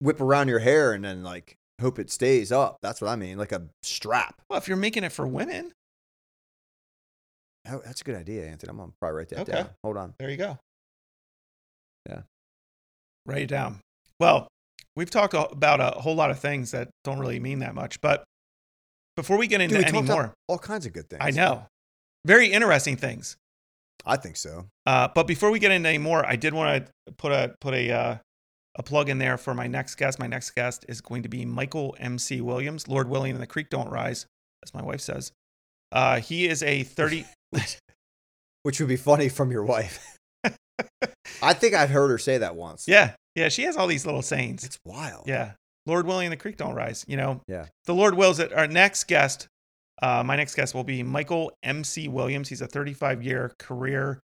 B: whip around your hair and then like hope it stays up. That's what I mean, like a strap.
A: Well, if you're making it for women,
B: Oh, that's a good idea, Anthony. I'm gonna probably write that
A: Okay.
B: down. Hold on.
A: there you go.
B: Yeah.
A: Write it down. Well, we've talked a- about a whole lot of things that don't really mean that much, but before we get into
B: Dude, we
A: any
B: talked about
A: more,
B: all kinds of good things.
A: I know very interesting things.
B: I think so.
A: Uh, but before we get into any more, I did want to put a put a uh, a plug in there for my next guest. My next guest is going to be Michael M. C. Williams, Lord Willing and the Creek Don't Rise, as my wife says. Uh, he is a thirty.
B: Which would be funny from your wife. I think I've heard her say that once.
A: yeah, yeah. She has all these little sayings.
B: It's wild.
A: Yeah, Lord Willing and the Creek Don't Rise. You know.
B: Yeah.
A: The Lord wills it. Our next guest, uh, my next guest will be Michael M. C. Williams. He's a thirty-five year career.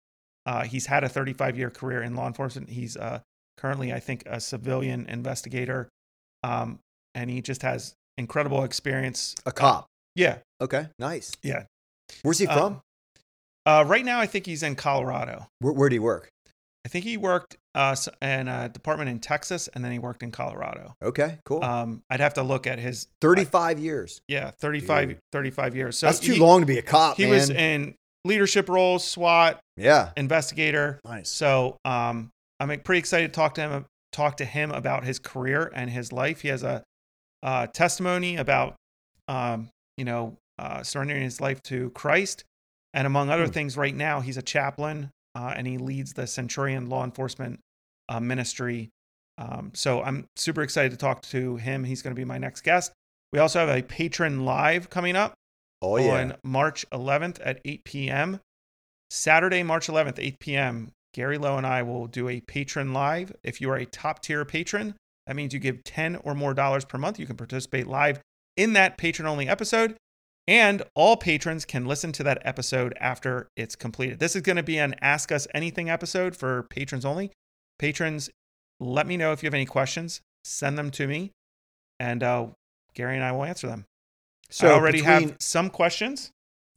A: Uh, he's had a 35 year career in law enforcement. He's uh, currently, I think, a civilian investigator. Um, and he just has incredible experience.
B: A cop.
A: Yeah.
B: Okay. Nice.
A: Yeah.
B: Where's he
A: Uh,
B: from?
A: Uh, right now, I think he's in Colorado.
B: where, where do you work?
A: I think he worked uh, s- in a department in Texas and then he worked in Colorado.
B: Okay. Cool.
A: Um, I'd have to look at his,
B: 35 years.
A: yeah, 35,
B: Dude.
A: 35 years. So
B: That's too
A: he-
B: long to be a cop,
A: He
B: man.
A: was in leadership roles, SWAT,
B: yeah.
A: investigator.
B: Nice.
A: So um, I'm pretty excited to talk to him talk to him about his career and his life. He has a uh, testimony about um, you know uh, surrendering his life to Christ, and among other
B: Hmm.
A: things, right now he's a chaplain uh, and he leads the Centurion Law Enforcement uh, Ministry. Um, so I'm super excited to talk to him. He's going to be my next guest. We also have a patron live coming up
B: Oh, yeah.
A: on March 11th at 8 p.m. Saturday, March 11th, 8 p.m. Gary Lowe and I will do a patron live. If you are a top tier patron, that means you give 10 or more dollars per month. You can participate live in that patron only episode. And all patrons can listen to that episode after it's completed. This is going to be an Ask Us Anything episode for patrons only. Patrons, let me know if you have any questions. Send them to me, and uh, Gary and I will answer them. I already have
B: between-
A: some questions.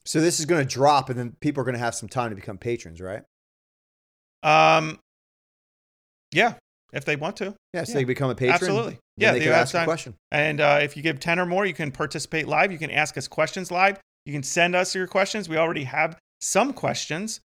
B: So this is going to drop, and then people are going to have some time to become patrons, right?
A: Um, yeah, if they want to,
B: Yeah. So
A: Yeah.
B: they become a patron.
A: absolutely.
B: then
A: Yeah,
B: They
A: they
B: can
A: have
B: ask a
A: time.
B: question.
A: And uh, if you give ten or more, you can participate live. You can ask us questions live. You can send us your questions. We already have some questions,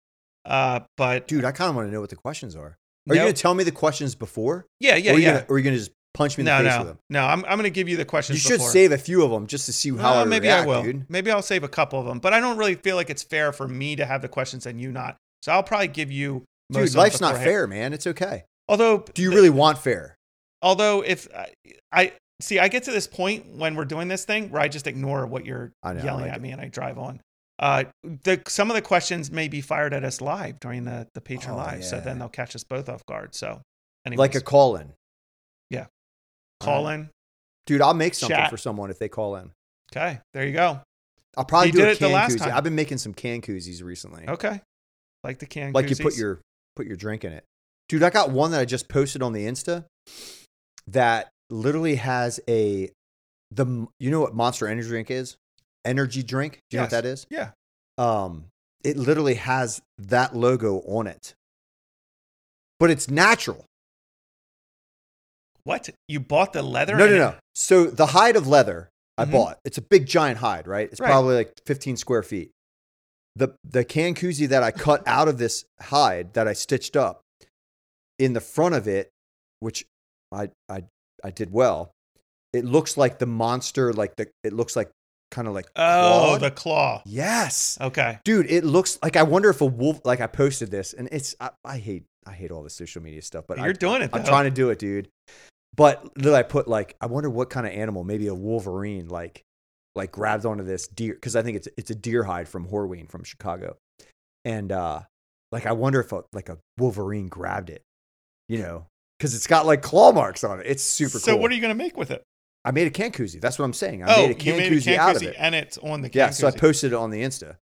A: uh, but
B: Dude, I kind of want to know what the questions are. Are you
A: No.
B: going to tell me the questions before?
A: yeah, yeah,
B: or are you
A: yeah.
B: Gonna, or are you going to just punch me in
A: no,
B: the face
A: no,
B: with them?
A: no. I'm I'm gonna give you the
B: You
A: questions.
B: should
A: before.
B: save a few of them just to see how
A: Uh,
B: I
A: maybe
B: react,
A: I will.
B: dude.
A: Maybe I'll save a couple of them, but I don't really feel like it's fair for me to have the questions and you not. So I'll probably give you. Most of
B: Dude,
A: them
B: life's not
A: beforehand.
B: fair, man. It's okay.
A: Although,
B: Do you really want fair?
A: although if I, I see i get to this point when we're doing this thing where i just ignore what you're
B: I know, I
A: yelling
B: like
A: at
B: it.
A: me and i drive on uh the some of the questions may be fired at us live during the the patron
B: Oh,
A: live so
B: yeah.
A: then they'll catch us both off guard so anyways,
B: Like a call in.
A: Yeah. call in
B: Dude, I'll make something
A: Chat.
B: for someone if they call in.
A: okay there you go
B: I'll probably
A: You
B: do
A: did
B: a
A: it the
B: can
A: last
B: koozie.
A: time.
B: I've been making some can koozies recently.
A: okay like the can
B: Like you put
A: koozies.
B: your put your drink in it. Dude, I got one that I just posted on the Insta that literally has a the you know what Monster Energy drink is? Energy drink? Do you know
A: Yes.
B: what that is?
A: Yeah.
B: Um it literally has that logo on it. But it's natural.
A: what you bought the leather
B: No,
A: and
B: no,
A: it-
B: no. So the hide of leather I
A: Mhm.
B: bought. It's a big giant hide, right? It's
A: Right.
B: probably like 15 square feet. The the can koozie that I cut out of this hide that I stitched up in the front of it, which I I I did well. It looks like the monster, like the it looks like kind of like
A: oh
B: clawed.
A: the claw
B: yes,
A: okay
B: dude. It looks like I wonder if a wolf. Like I posted this, and it's I, I hate I hate all the social media stuff, but I,
A: you're doing it though.
B: I'm trying to do it, dude. But then I put like, I wonder what kind of animal, maybe a wolverine, like, like grabbed onto this deer because I think it's it's a deer hide from Horween from Chicago, and uh, like I wonder if a, like a wolverine grabbed it, you know, because it's got like claw marks on it. It's super
A: so
B: cool.
A: what are you gonna make with it
B: I made a can koozie. That's what I'm saying. I
A: oh
B: made a
A: you
B: can
A: made a
B: koozie
A: can
B: out of
A: koozie
B: it.
A: and it's on the can
B: Yeah, so I
A: koozie.
B: posted it on the Insta.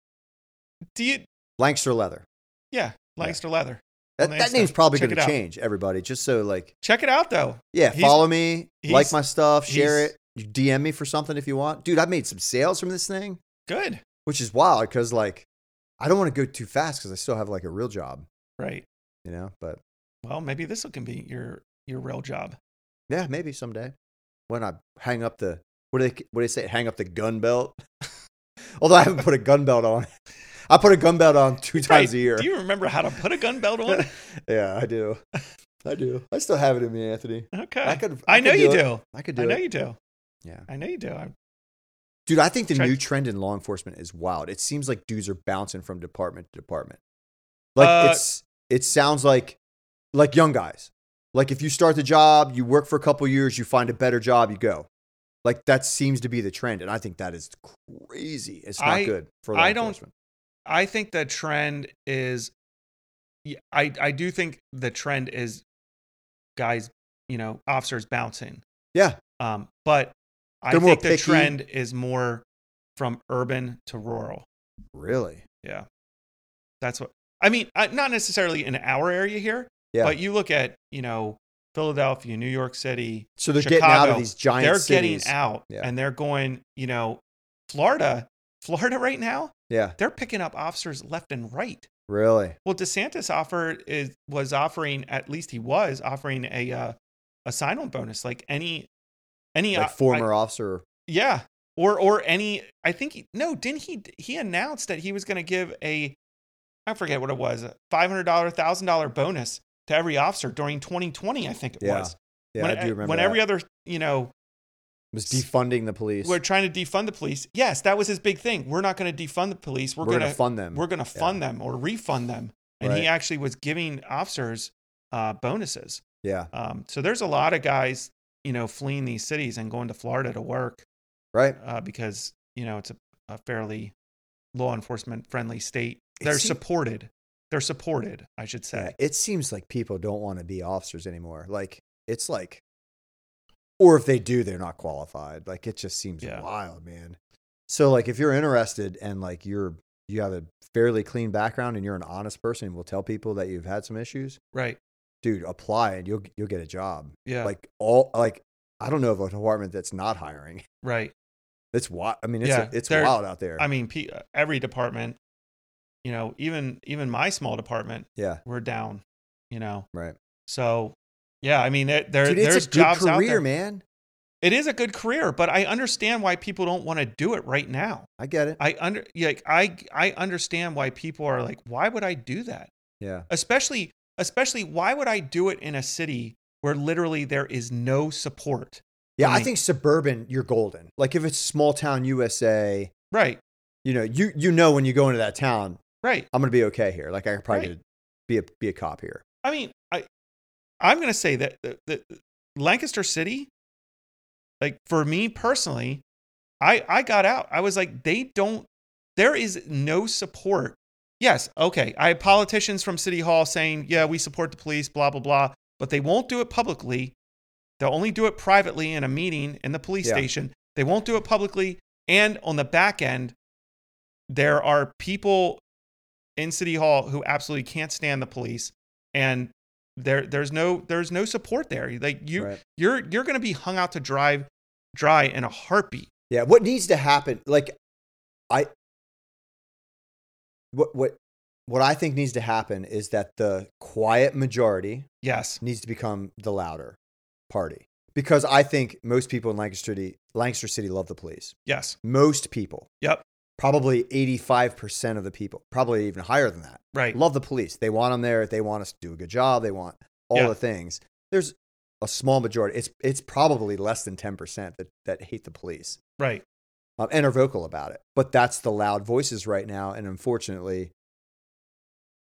A: do you
B: Lancaster leather.
A: yeah Lancaster leather
B: That,
A: the
B: that
A: Insta.
B: name's probably
A: Check
B: going
A: it
B: to
A: out.
B: change, everybody. Just so like
A: Check it out though.
B: Yeah,
A: He's-
B: follow me,
A: he's-
B: like my stuff, share
A: he's-
B: it. You DM me for something if you want. Dude, I made some sales from this thing,
A: Good.
B: which is wild because like I don't want to go too fast because I still have like a real job,
A: Right.
B: you know. But
A: Well, maybe this will can be your your real job.
B: Yeah, maybe someday when I hang up the what do they what do they say? Hang up the gun belt. Although I haven't put a gun belt on. I put a gun belt on two times
A: Right.
B: a year.
A: Do you remember how to put a gun belt on?
B: yeah, I do. I do. I still have it in me, Anthony.
A: Okay.
B: I could.
A: I
B: could
A: know you
B: it.
A: do.
B: I could do
A: I know
B: it.
A: you do.
B: Yeah.
A: I know you do. I'm-
B: Dude, I think the
A: Try-
B: new trend in law enforcement is wild. It seems like dudes are bouncing from department to department. Like
A: Uh,
B: it's it sounds like like young guys. Like if you start the job, you work for a couple years, you find a better job, you go. Like that seems to be the trend, and I think that is crazy. It's not
A: I-
B: good for law
A: I don't-
B: enforcement.
A: I think the trend is, yeah, I I do think the trend is, guys, you know, officers bouncing.
B: Yeah,
A: Um, but I
B: They're more
A: think the
B: picky.
A: trend is more from urban to rural.
B: really.
A: Yeah, that's what I mean. I, not necessarily in our area here,
B: Yeah.
A: but you look at you know Philadelphia, New York City,
B: So they're getting out of
A: Chicago,
B: these giant
A: they're
B: cities.
A: getting out
B: Yeah.
A: and they're going, you know, Florida, Florida right now,
B: Yeah,
A: they're picking up officers left and right.
B: really.
A: Well, DeSantis offered is was offering at least he was offering a uh, a sign on bonus like any any
B: Like
A: I-
B: former officer.
A: yeah or or any I think he, no didn't he he announced that he was going to give a I forget what it was a five hundred dollar thousand dollar bonus to every officer during twenty twenty I think it
B: Yeah,
A: was
B: Yeah,
A: when, e,
B: I do remember.
A: when
B: that.
A: every other you know
B: was defunding the police.
A: we're trying to defund the police. Yes, that was his big thing. We're not going to defund the police. We're,
B: We're
A: going to
B: fund them.
A: we're going to fund them or refund them. And
B: Right.
A: he actually was giving officers uh, bonuses.
B: yeah,
A: Um, so there's a lot of guys, you know, fleeing these cities and going to Florida to work
B: right.
A: uh, because you know it's a, a fairly law enforcement friendly state.
B: It
A: They're
B: seem-
A: supported. They're supported, I should
B: Yeah,
A: say.
B: it seems like people don't want to be officers anymore. Like it's like, or if they do, they're not qualified. Like it just seems
A: Yeah.
B: wild, man. So like, if you're interested and like you're you have a fairly clean background and you're an honest person and will tell people that you've had some issues,
A: Right.
B: dude, apply and you'll you'll get a job.
A: Yeah.
B: Like all like I don't know of a department that's not hiring.
A: right.
B: It's wild. I mean, it's
A: Yeah,
B: it's
A: they're-
B: wild out there.
A: I mean, pe- every department, you know, even even my small department,
B: yeah,
A: we're down, you know.
B: right.
A: So, yeah, I mean, there, there
B: Dude,
A: there's
B: it's a good
A: jobs out
B: career,
A: there.
B: man.
A: It is a good career, but I understand why people don't want to do it right now.
B: I get it.
A: I under yeah, like I I understand why people are like, why would I do that?
B: Yeah,
A: Especially especially why would I do it in a city where literally there is no support?
B: yeah. I
A: Right.
B: think suburban, you're golden. Like if it's small town USA,
A: Right.
B: you know, you you know when you go into that town,
A: Right.
B: I'm gonna be okay here. Like I could probably
A: Right.
B: be a be a cop here.
A: I mean, I I'm gonna say that the, the Lancaster City, like for me personally, I I got out. I was like, they don't. There is no support. Yes, okay. I have politicians from City Hall saying, yeah, we support the police, blah blah blah, but they won't do it publicly. They'll only do it privately in a meeting in the police
B: Yeah.
A: station. They won't do it publicly. And on the back end, there are people in City Hall who absolutely can't stand the police, and there there's no there's no support there. Like you
B: right?
A: you're you're going to be hung out to drive dry in a heartbeat.
B: Yeah. What needs to happen? Like I what what what I think needs to happen is that the quiet majority
A: Yes,
B: needs to become the louder party. Because I think most people in Lancaster City, Lancaster City love the police.
A: yes,
B: Most people.
A: Yep.
B: Probably 85% of the people, probably even higher than that.
A: right,
B: love the police. They want them there. They want us to do a good job. They want all
A: Yeah.
B: the things. There's a small majority. It's it's probably less than ten percent that that hate the police
A: right,
B: um, and are vocal about it. But that's the loud voices right now, and unfortunately,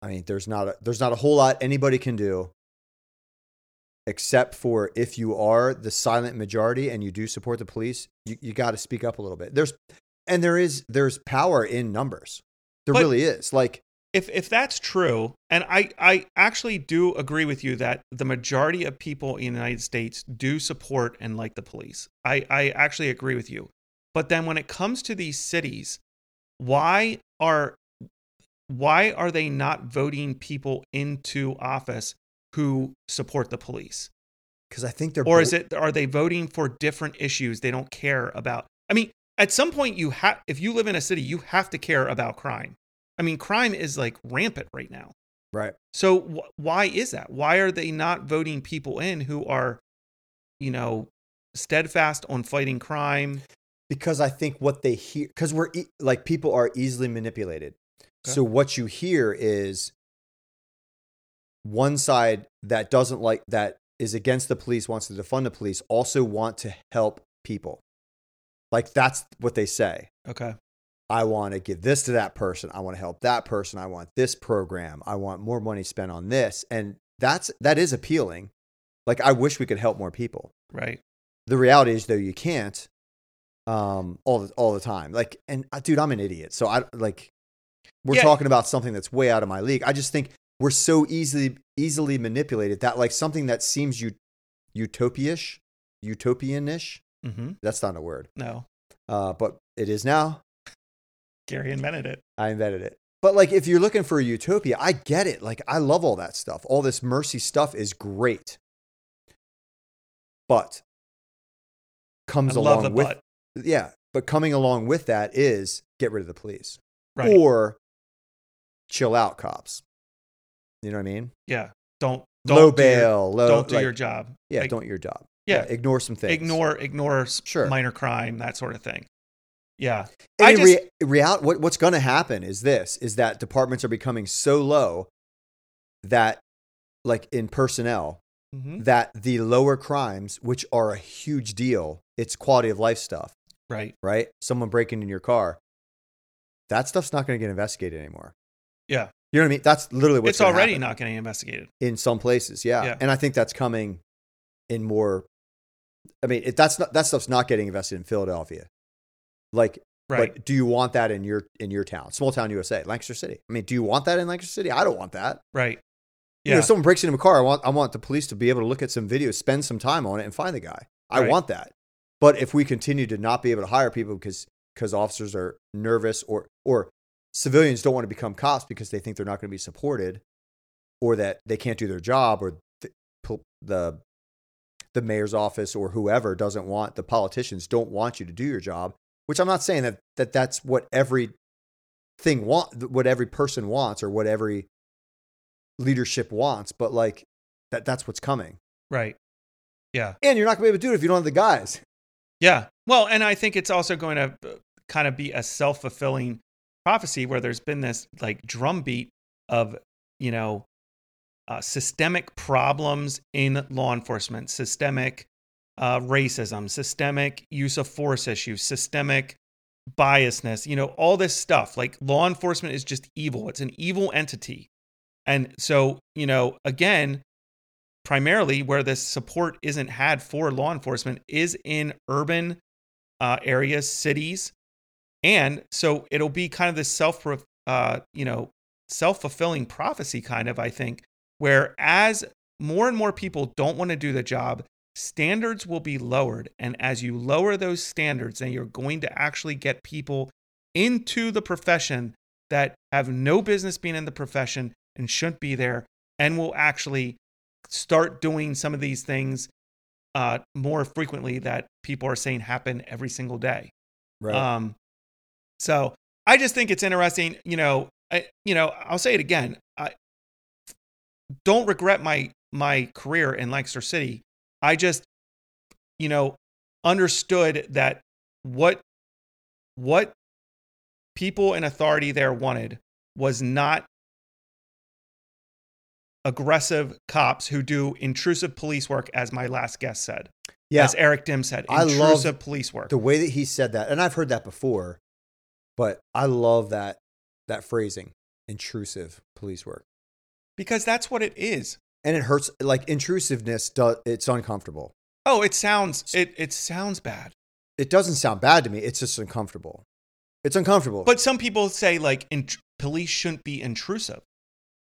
B: I mean, there's not a, there's not a whole lot anybody can do. Except for if you are the silent majority and you do support the police, you, you got to speak up a little bit. There's, and there is there's power in numbers. There
A: But-
B: really is. Like
A: if if that's true, and I I actually do agree with you that the majority of people in the United States do support and like the police. I I actually agree with you. But then when it comes to these cities, why are why are they not voting people into office who support the police?
B: because I think they're
A: or is
B: bo-
A: it are they voting for different issues they don't care about i mean at some point you have if you live in a city you have to care about crime i mean crime is like rampant right now
B: right.
A: so wh- why is that why are they not voting people in who are you know, steadfast on fighting crime?
B: because I think what they hear, because we're e- like people are easily manipulated. So what you hear is one side that doesn't like that is against the police wants to defund the police also want to help people. Like that's what they say.
A: Okay.
B: I want to give this to that person. I want to help that person. I want this program. I want more money spent on this. And that's that is appealing. Like I wish we could help more people
A: Right.
B: the reality is though you can't um all the, all the time like and uh, dude i'm an idiot so i like we're
A: Yeah.
B: talking about something that's way out of my league i just think we're so easily easily manipulated that like something that seems ut- utopiaish utopianish
A: Mm-hmm.
B: that's not a word
A: No.
B: uh but it is now
A: Gary invented it.
B: i invented it but like if you're looking for a utopia i get it like i love all that stuff all this mercy stuff is great but
A: I
B: comes
A: love
B: along
A: the
B: with
A: butt.
B: yeah, but coming along with that is get rid of the police
A: Right.
B: or chill out, cops. You know what I mean?
A: yeah. Don't don't
B: low
A: do Your,
B: bail, low.
A: don't do
B: like,
A: your job.
B: Yeah,
A: like-
B: don't your job.
A: Yeah.
B: ignore some things.
A: Ignore ignore s-
B: Sure.
A: minor crime that sort of thing. Yeah.
B: And
A: I
B: in rea- real, what, what's going to happen is this: is that departments are becoming so low that, like in personnel,
A: Mm-hmm.
B: that the lower crimes, which are a huge deal, it's quality of life stuff,
A: Right.
B: right? Someone breaking in your car, that stuff's not going to get investigated anymore.
A: Yeah.
B: You know what I mean? That's literally what's
A: It's already
B: not.
A: not getting investigated.
B: in some places yeah.
A: Yeah.
B: and i think that's coming in more i mean it, that's not that stuff's not getting invested in philadelphia like
A: Right.
B: but do you want that in your in your town small town usa lancaster city i mean do you want that in lancaster city i don't want that
A: right.
B: you
A: Yeah.
B: know if someone breaks into a car i want i want the police to be able to look at some video spend some time on it and find the guy i
A: Right.
B: want that but if we continue to not be able to hire people because because officers are nervous or or civilians don't want to become cops because they think they're not going to be supported or that they can't do their job or the pol- the, the mayor's office or whoever doesn't want the politicians don't want you to do your job which i'm not saying that, that that's what every thing want what every person wants or what every leadership wants but like that that's what's coming
A: right. Yeah.
B: and you're not going to be able to do it if you don't have the guys
A: Yeah. Well, and I think it's also going to uh, kind of be a self fulfilling prophecy where there's been this like drumbeat of, you know, uh, systemic problems in law enforcement, systemic uh, racism, systemic use of force issues, systemic biasness, you know, all this stuff. Like law enforcement is just evil, it's an evil entity. And so, you know, again, primarily where this support isn't had for law enforcement is in urban uh, areas, cities, and so it'll be kind of this self, uh, you know, self fulfilling prophecy kind of I think, where as more and more people don't want to do the job, standards will be lowered, and as you lower those standards, then you're going to actually get people into the profession that have no business being in the profession and shouldn't be there, and will actually start doing some of these things uh, more frequently that people are saying happen every single day. Um, so I just think it's interesting. You know, I, you know, I'll say it again. I don't regret my my career in Lancaster City. I just, you know, understood that what what people in authority there wanted was not aggressive cops who do intrusive police work, as my last guest said,
B: yeah
A: as Eric Dim said,
B: I
A: intrusive
B: love
A: police work.
B: the way that he said that and i've heard that before but i love that that phrasing intrusive police work
A: because that's what it is.
B: and it hurts like intrusiveness does it's uncomfortable
A: Oh, it sounds it it sounds bad.
B: it doesn't sound bad to me it's just uncomfortable it's uncomfortable
A: But some people say like in, police shouldn't be intrusive,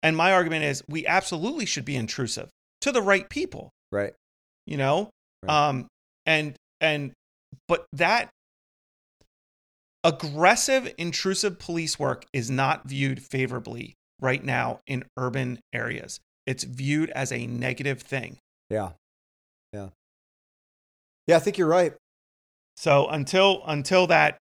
A: and my argument is we absolutely should be intrusive to the right people,
B: right
A: you know.
B: Right.
A: Um, and and but that aggressive intrusive police work is not viewed favorably right now in urban areas. It's viewed as a negative thing.
B: yeah yeah yeah i think you're right
A: So until until that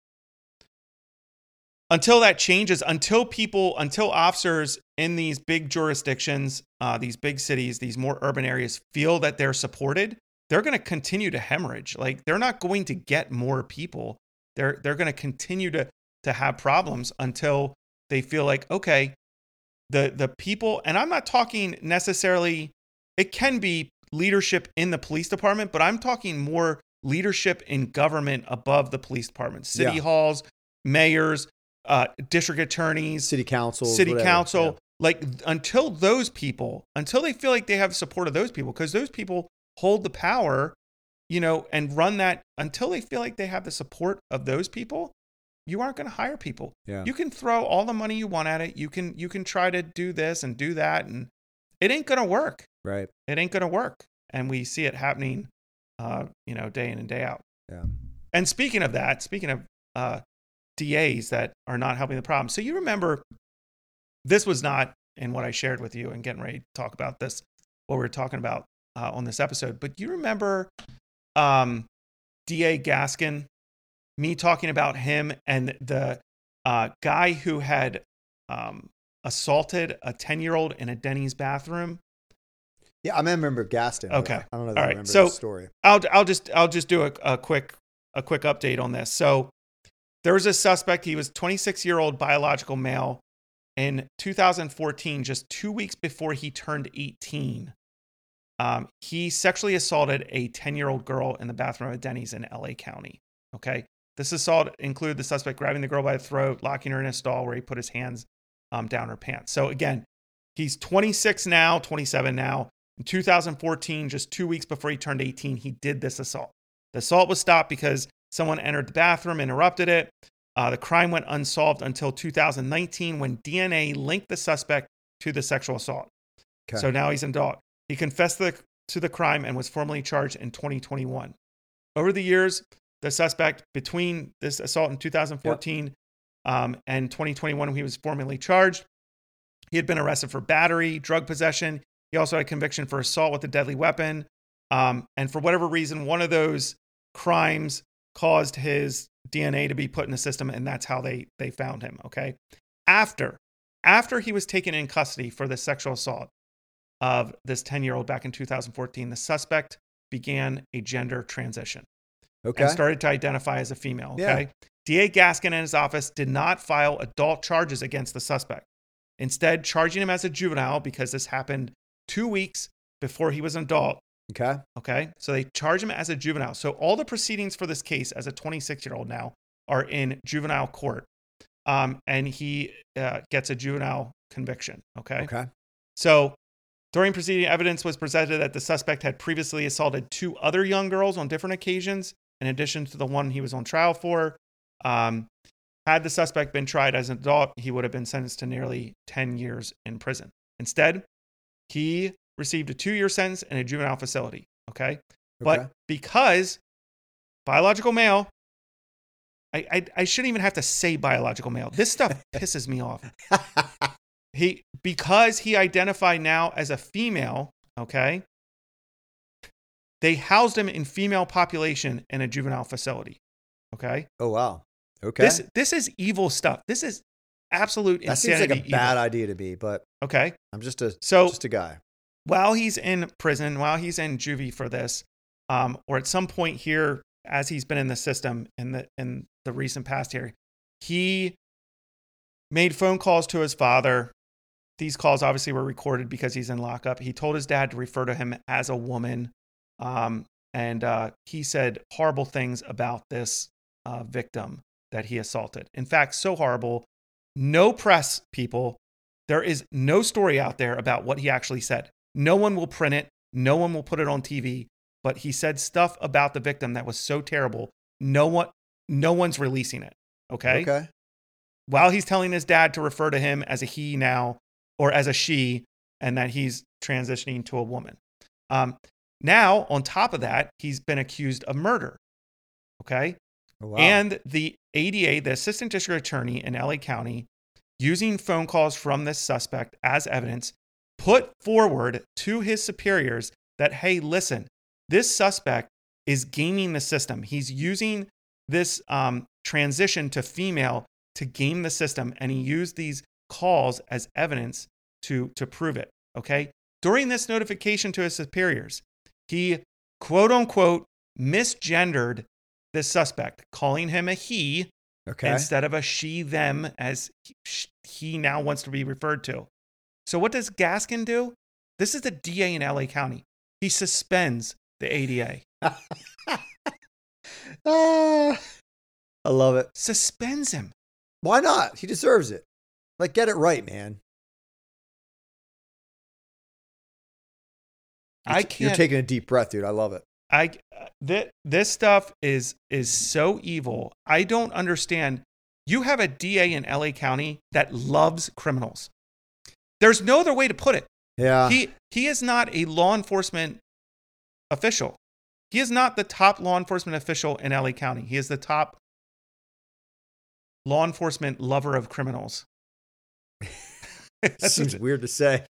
A: until that changes, until people, until officers in these big jurisdictions, uh, these big cities, these more urban areas feel that they're supported, they're going to continue to hemorrhage. Like they're not going to get more people. They're they're going to continue to to have problems until they feel like okay, the the people and I'm not talking necessarily it can be leadership in the police department, but I'm talking more leadership in government above the police department, city
B: Yeah.
A: halls, mayors, uh, district attorneys,
B: City council.
A: city council like until those people until they feel like they have support of those people because those people hold the power you know and run that until they feel like they have the support of those people you aren't going to hire people
B: Yeah.
A: you can throw all the money you want at it you can you can try to do this and do that and it ain't going to work
B: Right.
A: it ain't going to work and we see it happening uh you know day in and day out
B: Yeah.
A: and speaking of that, speaking of uh, DAs that are not helping the problem, so you remember this was not in what I shared with you and getting ready to talk about this, what we were talking about uh, on this episode, but you remember um, DA Gaskin, me talking about him and the uh, guy who had um, assaulted a 10 year old in a Denny's bathroom.
B: Yeah, I remember Gaston. but
A: Okay.
B: I don't know if
A: All
B: I
A: right,
B: remember
A: so-
B: the story.
A: I'll I'll just I'll just do a, a quick a quick update on this. So there was a suspect. He was 26 year old biological male in 2014, just two weeks before he turned 18. Um, he sexually assaulted a 10 year old girl in the bathroom at Denny's in LA County. Okay. This assault included the suspect grabbing the girl by the throat, locking her in a stall where he put his hands um, down her pants. So again, he's 26 now, 27 now. In 2014, just two weeks before he turned 18, he did this assault. The assault was stopped because someone entered the bathroom, interrupted it. Uh, the crime went unsolved until 2019 when DNA linked the suspect to the sexual assault.
B: Okay.
A: So now he's an adult. He confessed the, to the crime and was formally charged in 2021. Over the years, the suspect between this assault in 2014 um, and 2021, when he was formally charged, he had been arrested for battery, drug possession. He also had a conviction for assault with a deadly weapon. Um, and for whatever reason, one of those crimes caused his DNA to be put in the system, and that's how they they found him. Okay, after after he was taken in custody for the sexual assault of this 10 year old back in 2014, the suspect began a gender transition
B: Okay.
A: and started to identify as a female.
B: Yeah.
A: Okay. DA Gaskin and his office did not file adult charges against the suspect, instead, charging him as a juvenile because this happened two weeks before he was an adult.
B: okay.
A: Okay. So they charge him as a juvenile. So all the proceedings for this case as a 26 year old now are in juvenile court. Um, and he uh, gets a juvenile conviction. Okay.
B: Okay.
A: So, during proceeding, evidence was presented that the suspect had previously assaulted two other young girls on different occasions, in addition to the one he was on trial for. Um, had the suspect been tried as an adult, he would have been sentenced to nearly 10 years in prison. Instead, he received a two year sentence in a juvenile facility. Okay.
B: okay.
A: But because biological male, I, I, I shouldn't even have to say biological male. This stuff pisses me off. He because he identified now as a female, okay? They housed him in female population in a juvenile facility. Okay?
B: oh wow. Okay.
A: This this is evil stuff. This is absolute
B: that seems
A: insanity.
B: like a
A: evil.
B: bad idea to me, but
A: Okay.
B: I'm just a
A: So
B: just a guy.
A: while he's in prison, while he's in juvie for this, um, or at some point here, as he's been in the system in the in the recent past here, he made phone calls to his father. These calls obviously were recorded because he's in lockup. He told his dad to refer to him as a woman, um, and uh, he said horrible things about this uh, victim that he assaulted. In fact, so horrible, no press people. There is no story out there about what he actually said. No one will print it. No one will put it on TV. But he said stuff about the victim that was so terrible. No one, no one's releasing it. Okay.
B: Okay.
A: While he's telling his dad to refer to him as a he now or as a she, and that he's transitioning to a woman. Um, now, on top of that, he's been accused of murder. Okay.
B: Oh, wow.
A: And the ADA, the assistant district attorney in LA County, using phone calls from this suspect as evidence, put forward to his superiors that, hey, listen, this suspect is gaming the system. He's using this um, transition to female to game the system, and he used these calls as evidence to, to prove it. Okay. During this notification to his superiors, he quote unquote misgendered the suspect, calling him a he
B: Okay.
A: instead of a she them as he- sh- he now wants to be referred to. So what does Gaskin do? This is the DA in LA County. He suspends the ADA.
B: Ah, I love it.
A: Suspends him.
B: Why not? He deserves it. Like, get it right, man. You're
A: I
B: t- You're
A: can't-
B: taking a deep breath, dude. I love it.
A: I th- this stuff is is so evil. I don't understand. You have a DA in LA County that loves criminals. There's no other way to put it.
B: Yeah.
A: he he is not a law enforcement official. He is not the top law enforcement official in LA County. He is the top law enforcement lover of criminals. That's
B: Seems
A: what-
B: weird to say.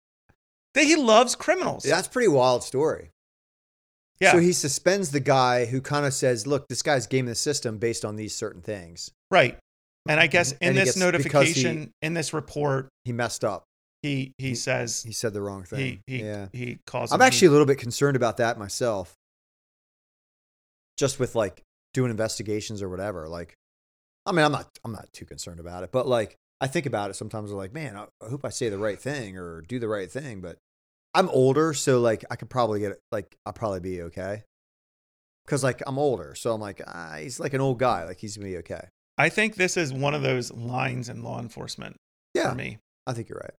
A: that he loves criminals.
B: Yeah, that's a pretty wild story.
A: Yeah,
B: So he suspends the guy who kind of says, "Look, this guy's gaming the system based on these certain things.
A: right. And I guess in
B: And he
A: this
B: gets- because he-
A: notification, in this report,
B: He messed up.
A: he he says
B: He said the wrong
A: he
B: thing.
A: he
B: yeah.
A: he calls.
B: I'm
A: him-
B: actually a little bit concerned about that myself. Just with like doing investigations or whatever. Like, I mean, I'm not, I'm not too concerned about it, but like, I think about it sometimes. I'm like, man, I, I hope I say the right thing or do the right thing. But I'm older, so like, I could probably get like, I'll probably be okay. Because like, I'm older, so I'm like, ah, he's like an old guy. Like, he's gonna be okay.
A: I think this is one of those lines in law enforcement
B: Yeah,
A: for me.
B: I think you're right.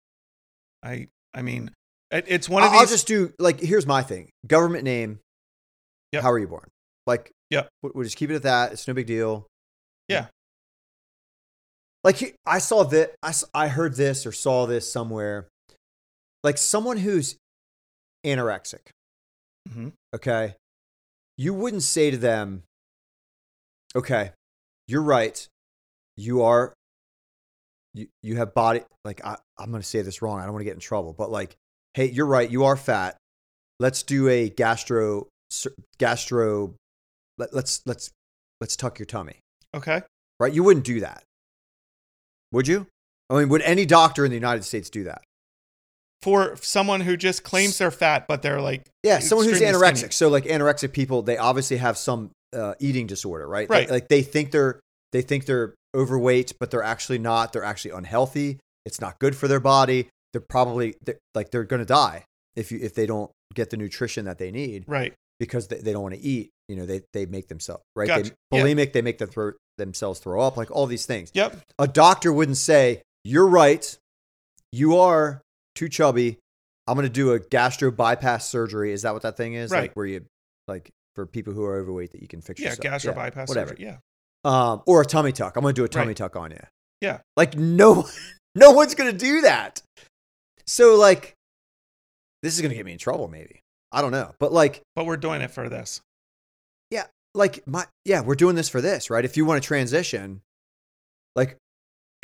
A: I I mean, it, it's one of
B: I'll, I'll
A: these.
B: just do like here's my thing: government name.
A: Yep.
B: How are you born? Like,
A: Yep.
B: we- We'll just keep it at that. It's no big deal.
A: Yeah.
B: Like he- I saw that. I s- I heard this or saw this somewhere. Like someone who's anorexic.
A: Mhm.
B: Okay. You wouldn't say to them, "Okay, you're right. You are. You you have body. Like I I'm gonna say this wrong. I don't want to get in trouble, but like." hey, you're right, you are fat. Let's do a gastro sur- gastro. Let, let's let's let's tuck your tummy,
A: okay.
B: right? You wouldn't do that, would you? I mean, would any doctor in the United States do that?
A: for someone who just claims they're fat, but they're like,
B: Yeah, someone who's
A: Extremely
B: anorexic.
A: skinny.
B: So like anorexic people, they obviously have some uh, eating disorder, right? They-
A: Right.
B: like they think they're they think they're overweight, but they're actually not. They're actually unhealthy. It's not good for their body. They're probably they're, like they're going to die if you if they don't get the nutrition that they need.
A: right,
B: because they, they don't want to eat. You know, they, they make themselves right.
A: Gotcha.
B: They
A: Yeah.
B: bulimic. They make them throw, themselves throw up. Like all these things.
A: yep,
B: A doctor wouldn't say, "You're right. You are too chubby. I'm going to do a gastro bypass surgery." Is that what that thing is?
A: Right.
B: Like where you like for people who are overweight that you can fix.
A: yeah,
B: yourself.
A: gastro bypass
B: whatever.
A: surgery, yeah,
B: Um, or a tummy tuck. I'm going to do a tummy
A: Right.
B: tuck on you.
A: Yeah.
B: Like no, no one's going to do that. So like, this is going to get me in trouble. Maybe I don't know, but like.
A: but we're doing it for this,
B: like my yeah we're doing this for this right if you want to transition like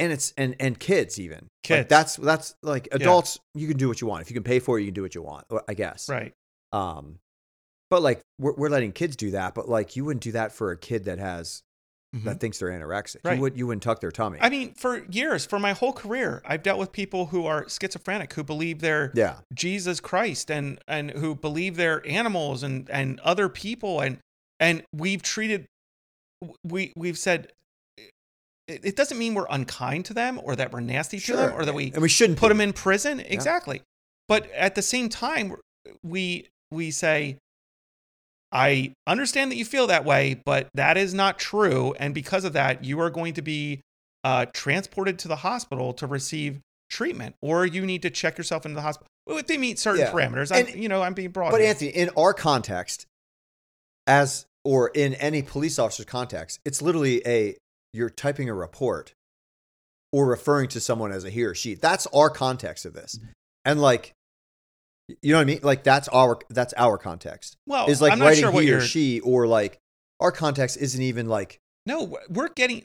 B: and it's and and kids even Like,
A: Kids.
B: that's that's like adults you can do what you want if you can pay for it you can do what you want or- i guess
A: right?
B: um but like we're, we're letting kids do that but like you wouldn't do that for a kid that has
A: Mhm.
B: that thinks they're anorexic
A: Right.
B: you would you wouldn't tuck their tummy
A: I mean, for years, for my whole career, I've dealt with people who are schizophrenic, who believe they're
B: yeah
A: Jesus Christ, and and who believe they're animals and and other people, and and we've treated, we we've said. It it doesn't mean we're unkind to them or that we're nasty to them or that we
B: and we shouldn't
A: put
B: be.
A: them in prison exactly but at the same time we we say i understand that you feel that way but that is not true and because of that you are going to be uh, transported to the hospital to receive treatment or you need to check yourself into the hospital Well, if they meet certain
B: Yeah.
A: parameters i'm
B: And-
A: you know i'm being broad
B: But
A: here.
B: Anthony, in our context, as or in any police officer's context, it's literally a you're typing a report or referring to someone as a he or she. That's our context of this,
A: Mm-hmm.
B: and like, you know what I mean? Like that's our that's our context
A: well
B: is like
A: Oh, i'm not
B: writing
A: sure what
B: he or
A: you're
B: she or like our context isn't even like
A: no we're getting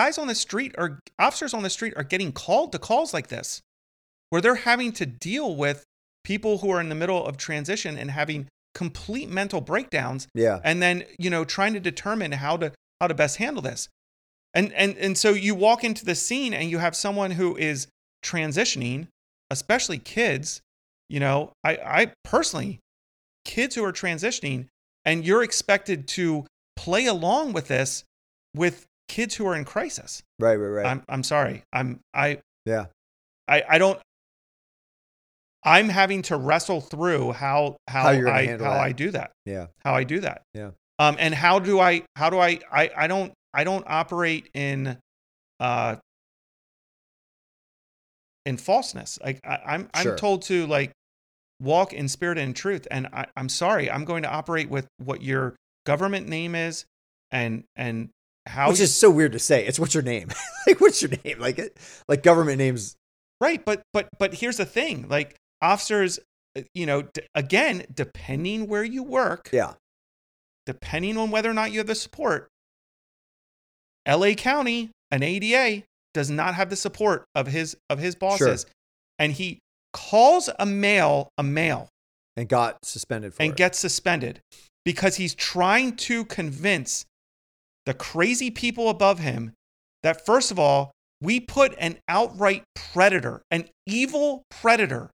A: guys on the street or officers on the street are getting called to calls like this where they're having to deal with people who are in the middle of transition and having complete mental breakdowns
B: yeah
A: and then you know trying to determine how to how to best handle this and and and so you walk into the scene and you have someone who is transitioning especially kids you know i i personally kids who are transitioning and you're expected to play along with this with kids who are in crisis.
B: Right, right, right.
A: I'm I'm sorry. I'm I
B: yeah.
A: I I don't I'm having to wrestle through how how,
B: How you're gonna
A: I how
B: handle that.
A: I do that.
B: Yeah.
A: How I do that.
B: Yeah.
A: Um and how do I how do I I I don't I don't operate in uh in falseness. Like I, I'm
B: Sure.
A: I'm told to like walk in spirit and in truth. And I, I'm sorry, I'm going to operate with what your government name is and and how
B: Which is so weird to say. It's what's your name? like what's your name? Like it, like government names.
A: Right, but but but here's the thing: like officers, uh, you know, d- again, depending where you work,
B: Yeah.
A: depending on whether or not you have the support, L.A. County, an ADA, does not have the support of his of his bosses, and he calls a male a male
B: And got suspended for
A: and
B: it.
A: gets suspended because he's trying to convince the crazy people above him that first of all we put an outright predator an evil predator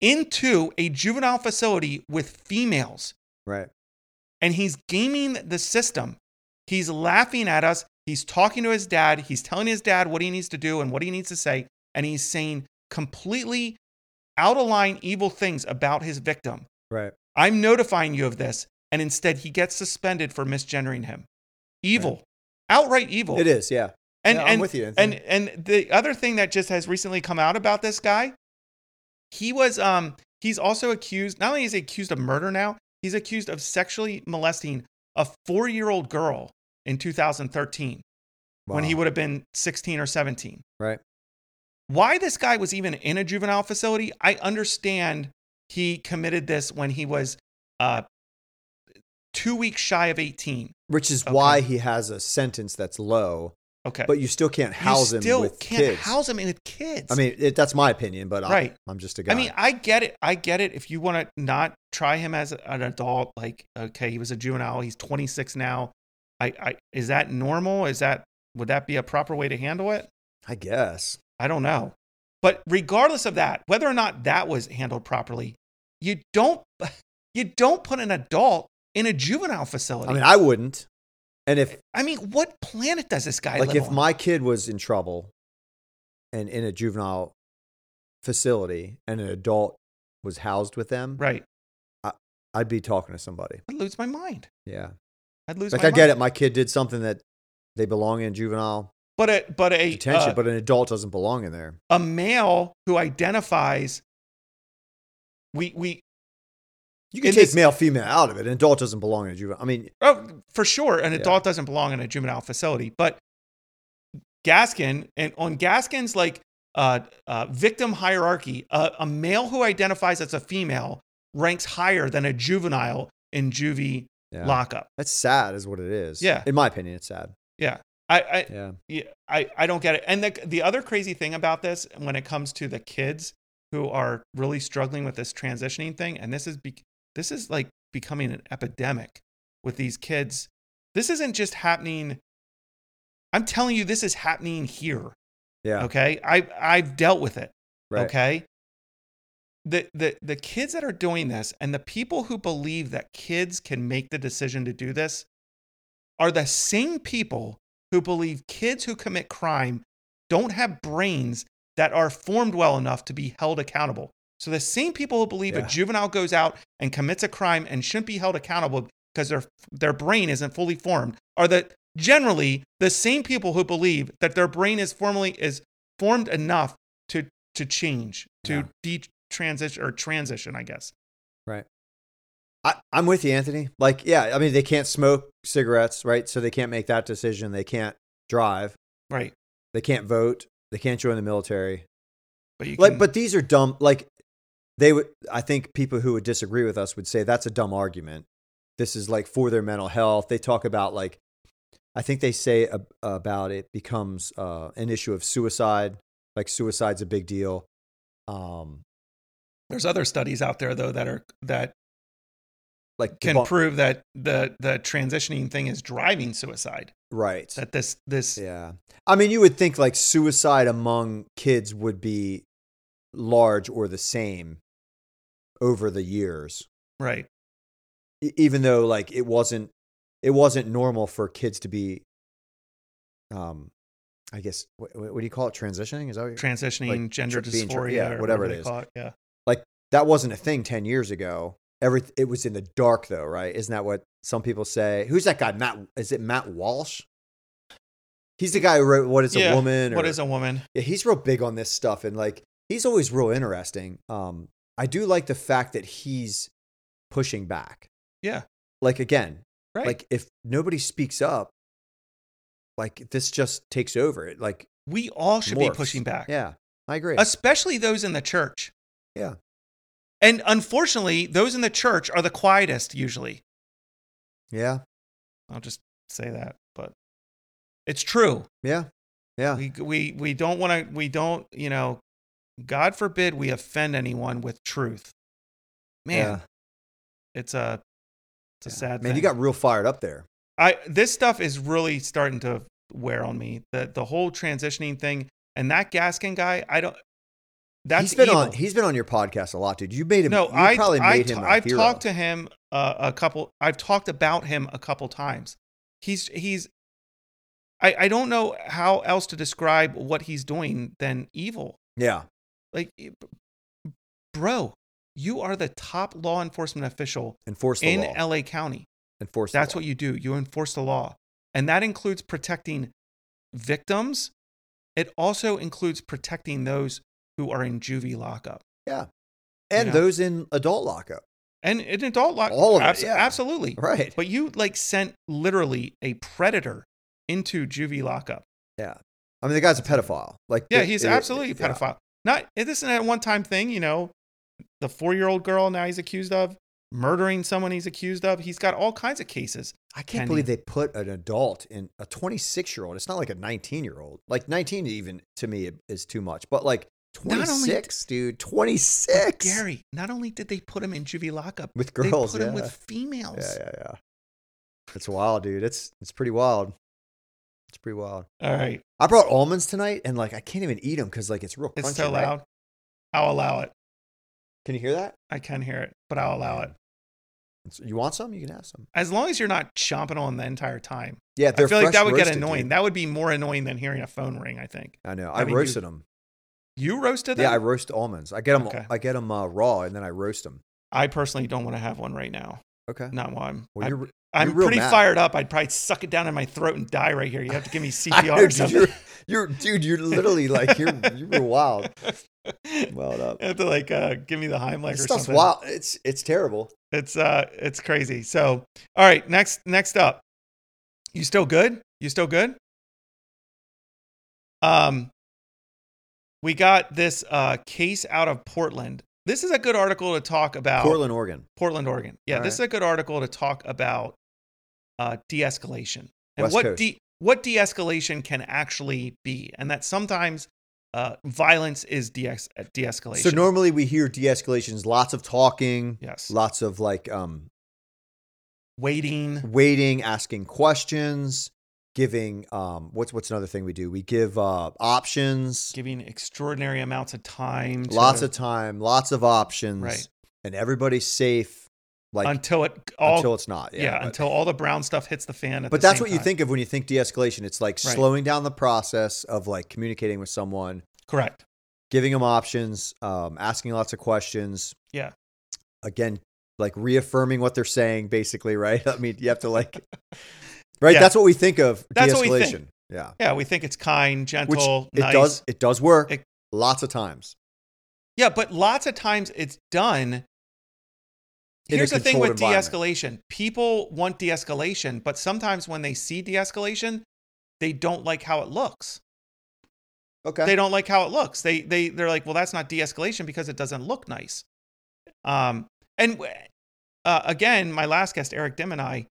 A: into a juvenile facility with females
B: right.
A: and he's gaming the system he's laughing at us he's talking to his dad he's telling his dad what he needs to do and what he needs to say and he's saying completely out of line evil things about his victim
B: Right.
A: I'm notifying you of this. And instead, he gets suspended for misgendering him. Evil, outright evil.
B: It is, yeah.
A: And,
B: Yeah,
A: and,
B: I'm with you.
A: and, and the other thing that just has recently come out about this guy, he was, um, he's also accused, not only is he accused of murder now, he's accused of sexually molesting a four year old girl in 2013 when he
B: Wow.
A: would have been 16 or 17.
B: Right.
A: Why this guy was even in a juvenile facility, I understand he committed this when he was uh, two weeks shy of 18.
B: Which is
A: Okay.
B: why he has a sentence that's low,
A: Okay.
B: but you still can't
A: You
B: house him
A: still
B: with
A: can't
B: kids.
A: house him in with kids.
B: I mean, it, that's my opinion, but
A: Right.
B: I, I'm just a guy.
A: I mean, I get it. I get it. If you want to not try him as an adult, like, okay, he was a juvenile. He's 26 now. I, I, is that normal? Is that, would that be a proper way to handle it?
B: I guess.
A: I don't know. But regardless of that, whether or not that was handled properly, you don't you don't put an adult in a juvenile facility.
B: I mean, I wouldn't. And if
A: I mean, what planet does this guy
B: like
A: live
B: if
A: on?
B: my kid was in trouble and in a juvenile facility and an adult was housed with them,
A: right?
B: I'd be talking to somebody.
A: I'd lose my mind.
B: Yeah.
A: I'd lose.
B: Like
A: my
B: I get
A: mind.
B: it. My kid did something that they belong in juvenile
A: But a but a
B: detention,
A: uh,
B: but an adult doesn't belong in there.
A: a male who identifies we we
B: You can
A: in
B: take
A: this-
B: male female out of it. An adult doesn't belong in a juvenile. I mean,
A: Oh, for sure, an
B: Yeah.
A: adult doesn't belong in a juvenile facility. But Gaskin and on Gaskin's like uh, uh, victim hierarchy, uh, a male who identifies as a female ranks higher than a juvenile in juvie
B: yeah.
A: lockup.
B: that's sad, is what it is.
A: Yeah.
B: In my opinion, it's sad.
A: I, I
B: Yeah.
A: yeah, I, I don't get it. And the, the other crazy thing about this, when it comes to the kids who are really struggling with this transitioning thing, and this is be, this is like becoming an epidemic with these kids. This isn't just happening. I'm telling you, this is happening here.
B: Yeah.
A: Okay, I I've dealt with it.
B: Right.
A: Okay. The, the the kids that are doing this and the people who believe that kids can make the decision to do this are the same people who believe kids who commit crime don't have brains that are formed well enough to be held accountable. So the same people who believe
B: Yeah.
A: a juvenile goes out and commits a crime and shouldn't be held accountable because their their brain isn't fully formed are the generally the same people who believe that their brain is formally is formed enough to to change to
B: Yeah.
A: detransition or transition, I guess.
B: I, I'm with you, Anthony. Like, yeah, I mean, they can't smoke cigarettes, right? So they can't make that decision. They can't drive.
A: Right.
B: They can't vote. They can't join the military.
A: But you
B: Like,
A: can-
B: but these are dumb. Like, they would. I think people who would disagree with us would say that's a dumb argument. This is like for their mental health. They talk about like, I think they say ab- about it becomes uh, an issue of suicide. Like, suicide's a big deal. Um,
A: there's other studies out there though that are that
B: like
A: can
B: debunk-
A: prove that the the transitioning thing is driving suicide.
B: right?
A: That this this
B: Yeah. I mean, you would think like suicide among kids would be large or the same over the years.
A: right
B: e- even though like it wasn't it wasn't normal for kids to be um i guess what, what do you call it transitioning is that what you
A: transitioning
B: Like,
A: gender
B: tr- being
A: dysphoria,
B: tr-
A: or
B: yeah, whatever it
A: they
B: is.
A: call Yeah,
B: that wasn't a thing 10 years ago every it was in the dark though right isn't that what some people say who's that guy matt is it matt walsh he's the guy who wrote what is
A: Yeah,
B: a woman or,
A: what is a woman?
B: yeah, he's real big on this stuff and like he's always real interesting. Um, I do like the fact that he's pushing back.
A: Yeah.
B: Like again,
A: Right.
B: like if nobody speaks up, like this just takes over. It like
A: we all should be
B: morphs.
A: pushing back.
B: Yeah, I agree.
A: especially those in the church.
B: Yeah.
A: And unfortunately, those in the church are the quietest usually.
B: yeah,
A: I'll just say that, but it's true.
B: yeah, yeah.
A: We we we don't want to we don't, you know, God forbid we offend anyone with truth. Man,
B: yeah,
A: it's a it's a
B: yeah.
A: sad
B: man.
A: thing.
B: You got real fired up there.
A: I this stuff is really starting to wear on me. The the whole transitioning thing and that Gaskin guy, I don't that's
B: he's been
A: evil.
B: on. He's been on your podcast a lot, dude. You made him.
A: No,
B: you
A: I
B: probably
A: I,
B: made him. a
A: I've
B: hero.
A: talked to him uh, a couple. I've talked about him a couple times. He's he's. I I don't know how else to describe what he's doing than evil.
B: Yeah,
A: Like, e, b- bro, you are the top law enforcement official
B: enforce the
A: in
B: law.
A: L.A. County.
B: enforce. the
A: That's
B: law.
A: what you do. You enforce the law, and that includes protecting victims. It also includes protecting those who are in juvie lockup.
B: and
A: yeah.
B: those in adult lockup,
A: and an adult lock.
B: All of it,
A: abso-
B: yeah.
A: absolutely.
B: right?
A: But you like sent literally a predator into juvie lockup.
B: I mean, the guy's a pedophile. Like,
A: Yeah,
B: it-
A: he's
B: it-
A: absolutely a
B: yeah.
A: pedophile. Not it isn't a one time thing, you know. The four year old girl now he's accused of murdering someone he's accused of. He's got all kinds of cases.
B: I
A: Can
B: can't believe they put an adult in a 26 year old. It's not like a 19 year old. Like 19 even to me is too much, but like
A: Not only-
B: 26, dude,
A: But
B: 26
A: Gary, not only did they put him in juvie lockup,
B: with
A: they
B: girls.
A: put
B: yeah.
A: him with
B: yeah,
A: females.
B: yeah, yeah. It's wild, dude. It's it's pretty wild. It's pretty wild.
A: All right.
B: I brought almonds tonight, and like I can't even eat them because like it's real. Crunchy,
A: It's so
B: right?
A: loud. I'll allow it.
B: Can you hear that?
A: I can hear it, but I'll allow it.
B: It's- you want some? You can have some.
A: As long as you're not chomping on the entire time.
B: Yeah,
A: I
B: they're
A: feel like
B: fresh
A: that would get
B: roasted,
A: annoying.
B: dude.
A: That would be more annoying than hearing a phone ring, I think.
B: I know.
A: I
B: I,
A: mean, you-
B: roasted them.
A: You roasted them?
B: Yeah, I roast almonds. I get them.
A: Okay.
B: I get them uh, raw, and then I roast them.
A: I, personally don't want to have one right now.
B: Okay.
A: Not while I'm.
B: Well,
A: I,
B: you're,
A: I'm
B: you're real
A: pretty
B: mad.
A: fired up. I'd probably suck it down in my throat and die right here. You have to give me
B: I
A: CPR
B: know,
A: or
B: dude,
A: something.
B: you're, you're, dude, you're literally like you're you were wild, wild up.
A: You have to like uh, give me the Heimlich or
B: This stuff's
A: something.
B: wild. It's it's terrible.
A: It's uh, it's crazy. So, all right, next next up. You still good? You still good? Um, we got this uh case out of Portland. This is a good article to talk about.
B: Portland, Oregon,
A: Portland, Oregon. Yeah,
B: All
A: this is a good article to talk about uh, de-escalation and
B: West
A: what
B: Coast.
A: de- what de-escalation can actually be, and that sometimes uh, violence is de- de-escalation.
B: So normally we hear de-escalations, lots of talking,
A: yes,
B: lots of like um
A: waiting.
B: waiting, asking questions, giving um what's what's another thing we do? We give uh options,
A: Giving extraordinary amounts of time. to-
B: lots of time, lots of options,
A: Right.
B: and everybody's safe. Like
A: until it all.
B: until it's not,
A: yeah,
B: yeah. but-
A: until all the brown stuff hits the fan. At
B: but
A: the
B: that's
A: same
B: what you
A: time.
B: think of when you think de-escalation. It's like
A: Right.
B: slowing down the process of like communicating with someone,
A: Correct.
B: giving them options, um, asking lots of questions.
A: Yeah.
B: Again, like reaffirming what they're saying, basically, right? I mean, you have to like, right?
A: Yeah.
B: That's what we think of
A: That's what we
B: de-escalation.
A: think.
B: Yeah,
A: Yeah, we think it's kind,
B: which
A: gentle,
B: it
A: nice.
B: does. It does work
A: It-
B: lots of times.
A: Yeah, but lots of times it's done.
B: In a
A: Here's the thing with de
B: controlled
A: escalation people want de escalation, but sometimes when they see de escalation, they don't like how it looks.
B: Okay.
A: They don't like how it looks. They, they, they're like, well, that's not de escalation because it doesn't look nice. Um, and w- uh, again, my last guest, Eric Dim, and I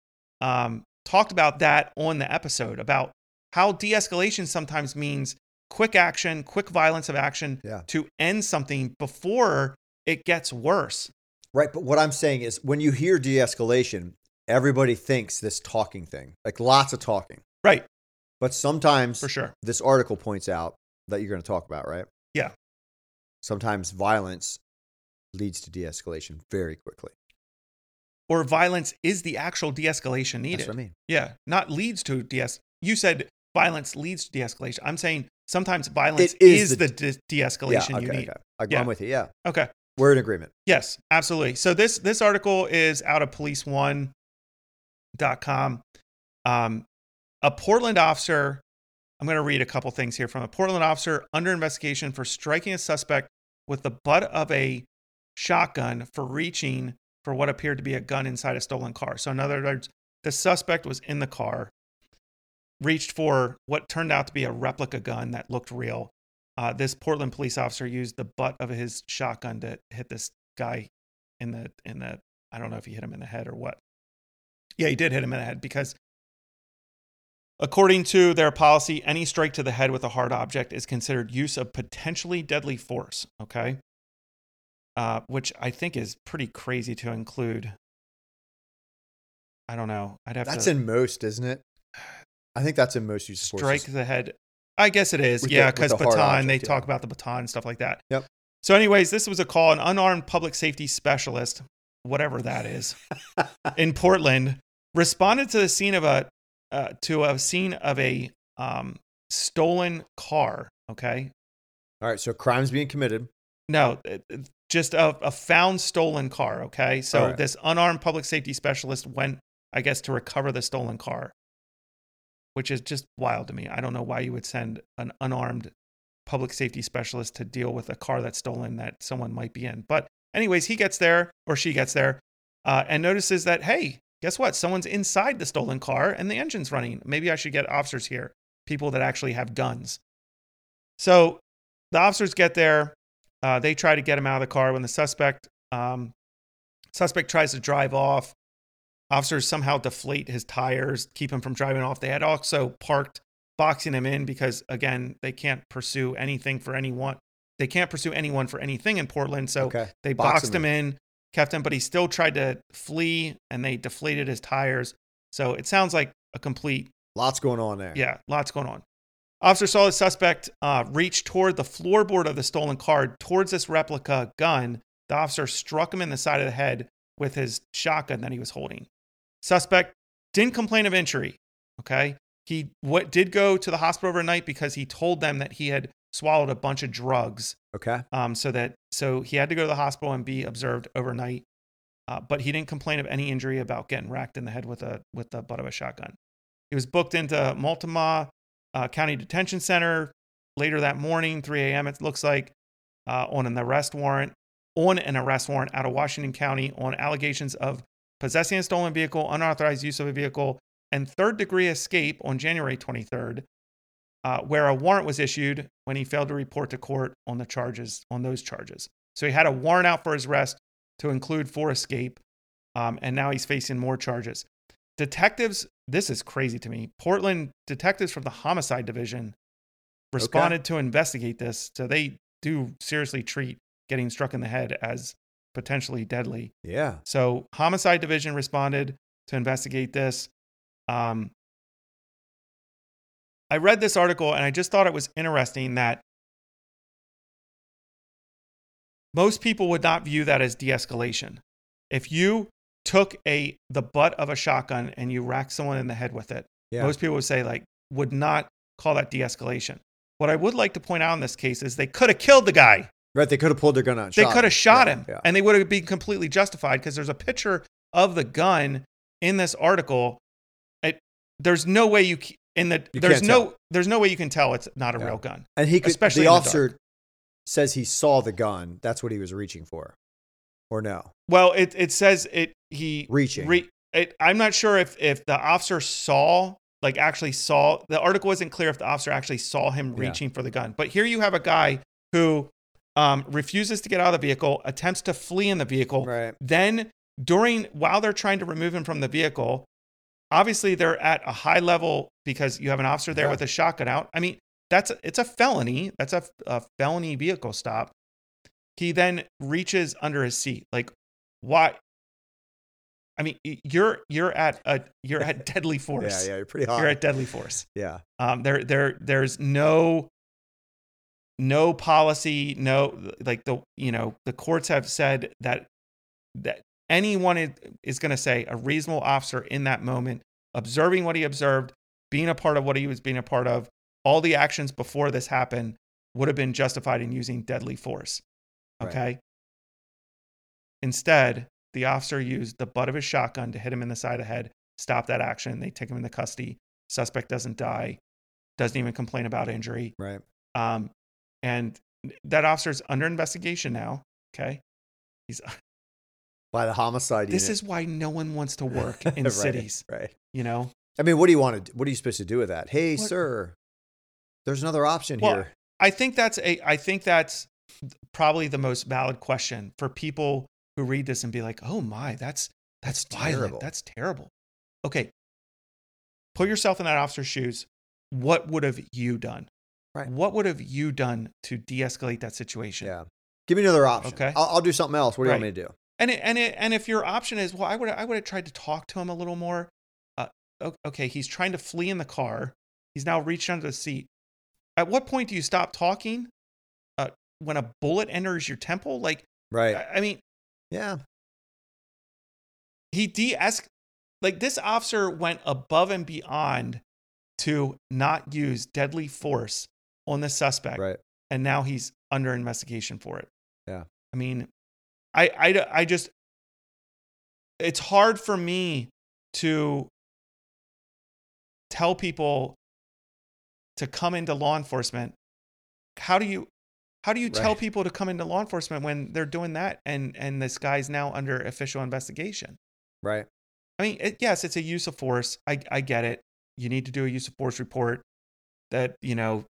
A: um, talked about that on the episode about how de escalation sometimes means quick action, quick violence of action
B: Yeah.
A: to end something before it gets worse.
B: Right. But what I'm saying is when you hear de-escalation, everybody thinks this talking thing, like lots of talking.
A: Right,
B: But sometimes
A: for sure.
B: this article points out that you're going to talk about, right?
A: Yeah.
B: Sometimes violence leads to de escalation very quickly.
A: or violence is the actual de-escalation needed.
B: That's what I mean.
A: Yeah, not leads to de-escalation. You said violence leads to de-escalation. I'm saying sometimes violence
B: It
A: is,
B: is
A: the,
B: the-
A: de-
B: Yeah,
A: de-escalation
B: okay,
A: you need.
B: okay. I'm
A: Yeah.
B: with you. Yeah,
A: Okay.
B: we're in agreement.
A: Yes, absolutely. So this this article is out of police1.com. Um, a Portland officer, I'm going to read a couple things here from a Portland officer under investigation for striking a suspect with the butt of a shotgun for reaching for what appeared to be a gun inside a stolen car. So in other words, the suspect was in the car, reached for what turned out to be a replica gun that looked real. Uh, this Portland police officer used the butt of his shotgun to hit this guy in the in the I don't know if he hit him in the head or what. Yeah, he did hit him in the head because according to their policy, any strike to the head with a hard object is considered use of potentially deadly force. Okay. Uh, which I think is pretty crazy to include. I don't know. I'd have
B: That's
A: to
B: in most, isn't it? I think that's in most use of
A: strike
B: forces.
A: the head. I guess it is.
B: With
A: yeah,
B: the- with
A: because
B: the hard
A: baton, they
B: object, yeah.
A: talk about the baton and stuff like that.
B: Yep.
A: So, anyways, this was a call. An unarmed public safety specialist, whatever that is, in Portland, responded to the scene of a uh, to a scene of a um, stolen car. Okay.
B: All right, so crimes being committed.
A: No, it- it- just a, a found stolen car. Okay. So
B: All right.
A: this unarmed public safety specialist went, I guess, to recover the stolen car, which is just wild to me. I don't know why you would send an unarmed public safety specialist to deal with a car that's stolen that someone might be in. But, anyways, he gets there or she gets there uh, and notices that, hey, guess what? Someone's inside the stolen car and the engine's running. Maybe I should get officers here, people that actually have guns. So the officers get there. Uh, they try to get him out of the car when the suspect um, suspect tries to drive off. Officers somehow deflate his tires, keep him from driving off. They had also parked boxing him in because again, they can't pursue anything for anyone. They can't pursue anyone for anything in Portland, so
B: Okay.
A: they
B: Box
A: boxed him
B: him
A: in. kept him, but he still tried to flee and they deflated his tires. So it sounds like a complete
B: Lots going on there.
A: yeah, lots going on. Officer saw the suspect uh, reach toward the floorboard of the stolen car towards this replica gun. The officer struck him in the side of the head with his shotgun that he was holding. Suspect didn't complain of injury. Okay. He what did go to the hospital overnight because he told them that he had swallowed a bunch of drugs
B: Okay.
A: um, so that so he had to go to the hospital and be observed overnight. Uh, but he didn't complain of any injury about getting racked in the head with a with the butt of a shotgun. He was booked into Multnomah uh, County Detention Center later that morning, 3 a.m. It looks like uh, on an arrest warrant on an arrest warrant out of Washington County on allegations of possessing a stolen vehicle, unauthorized use of a vehicle, and third degree escape on January 23rd uh, where a warrant was issued when he failed to report to court on the charges on those charges. So he had a warrant out for his arrest to include for escape, um, and now he's facing more charges. Detectives, this is crazy to me. Portland detectives from the homicide division responded to investigate this, so they do seriously treat getting struck in the head as potentially deadly.
B: Yeah.
A: So homicide division responded to investigate this. Um, I read this article and I just thought it was interesting that most people would not view that as de-escalation. If you took a the butt of a shotgun and you racked someone in the head with it,
B: Yeah.
A: most people would say like would not call that de-escalation. What I would like to point out in this case is they could have killed the guy
B: right. They could have pulled their gun out. and
A: they
B: shot
A: could
B: him.
A: have shot
B: Yeah,
A: him
B: Yeah.
A: and they would have been completely justified because there's a picture of the gun in this article it, there's no way you c- in the
B: You
A: there's
B: can't
A: no there's no way you can tell it's not a
B: Yeah.
A: real gun
B: And he could.
A: especially in
B: the
A: the
B: officer says he saw the gun. That's what he was reaching for, or no?
A: well it, it says it he
B: Reaching.
A: re, it, i'm not sure if if the officer saw like actually saw the article wasn't clear if the officer actually saw him
B: Yeah.
A: reaching for the gun but here you have a guy who um, refuses to get out of the vehicle attempts to flee in the vehicle
B: right.
A: Then during while they're trying to remove him from the vehicle, obviously they're at a high level because you have an officer there
B: Yeah.
A: with a shotgun out. I mean, that's it's a felony. That's a, a felony vehicle stop. He then reaches under his seat. Like, why? I mean, y- you're you're at a you're at deadly
B: Yeah.
A: force.
B: Yeah. You're pretty
A: You're
B: high.
A: at deadly force.
B: yeah.
A: Um, there, there, there's no, no policy, no like the you know the courts have said that that anyone is- is going to say a reasonable officer in that moment, observing what he observed, being a part of what he was being a part of, all the actions before this happened would have been justified in using deadly force.
B: Right.
A: Okay. Instead, the officer used the butt of his shotgun to hit him in the side of the head, stop that action. They take him into custody. Suspect doesn't die, doesn't even complain about injury.
B: Right.
A: Um, and that officer's under investigation now. Okay. He's
B: By the homicide
A: this
B: unit.
A: is why no one wants to work in
B: Right,
A: cities,
B: Right.
A: you know?
B: I mean, what do you want to? What are you supposed to do with that? Hey,
A: What-
B: sir, there's another option
A: Well,
B: here.
A: I think that's a I think that's probably the most valid question for people who read this and be like, "Oh my, that's that's,
B: That's
A: violent.
B: terrible.
A: That's terrible." Okay. Put yourself in that officer's shoes. What would have you done?
B: Right.
A: What would have you done to de-escalate that situation?
B: Yeah. Give me another option.
A: Okay.
B: I'll, I'll do something else. What do you
A: Right.
B: want me to do?
A: And it, and it, and if your option is, well, I would I would have tried to talk to him a little more. Uh, o- okay, he's trying to flee in the car. He's now reached under the seat. At what point do you stop talking? Uh, when a bullet enters your temple, like
B: Right.
A: I, I mean,
B: yeah.
A: he de-esc like this officer went above and beyond to not use deadly force on the suspect,
B: Right.
A: and now he's under investigation for it.
B: Yeah.
A: I mean, I, I, I just, it's hard for me to tell people to come into law enforcement. How do you, how do you tell
B: Right.
A: people to come into law enforcement when they're doing that and, and this guy's now under official investigation?
B: Right.
A: I mean, it, yes, it's a use of force. I, I get it. You need to do a use of force report that, you know,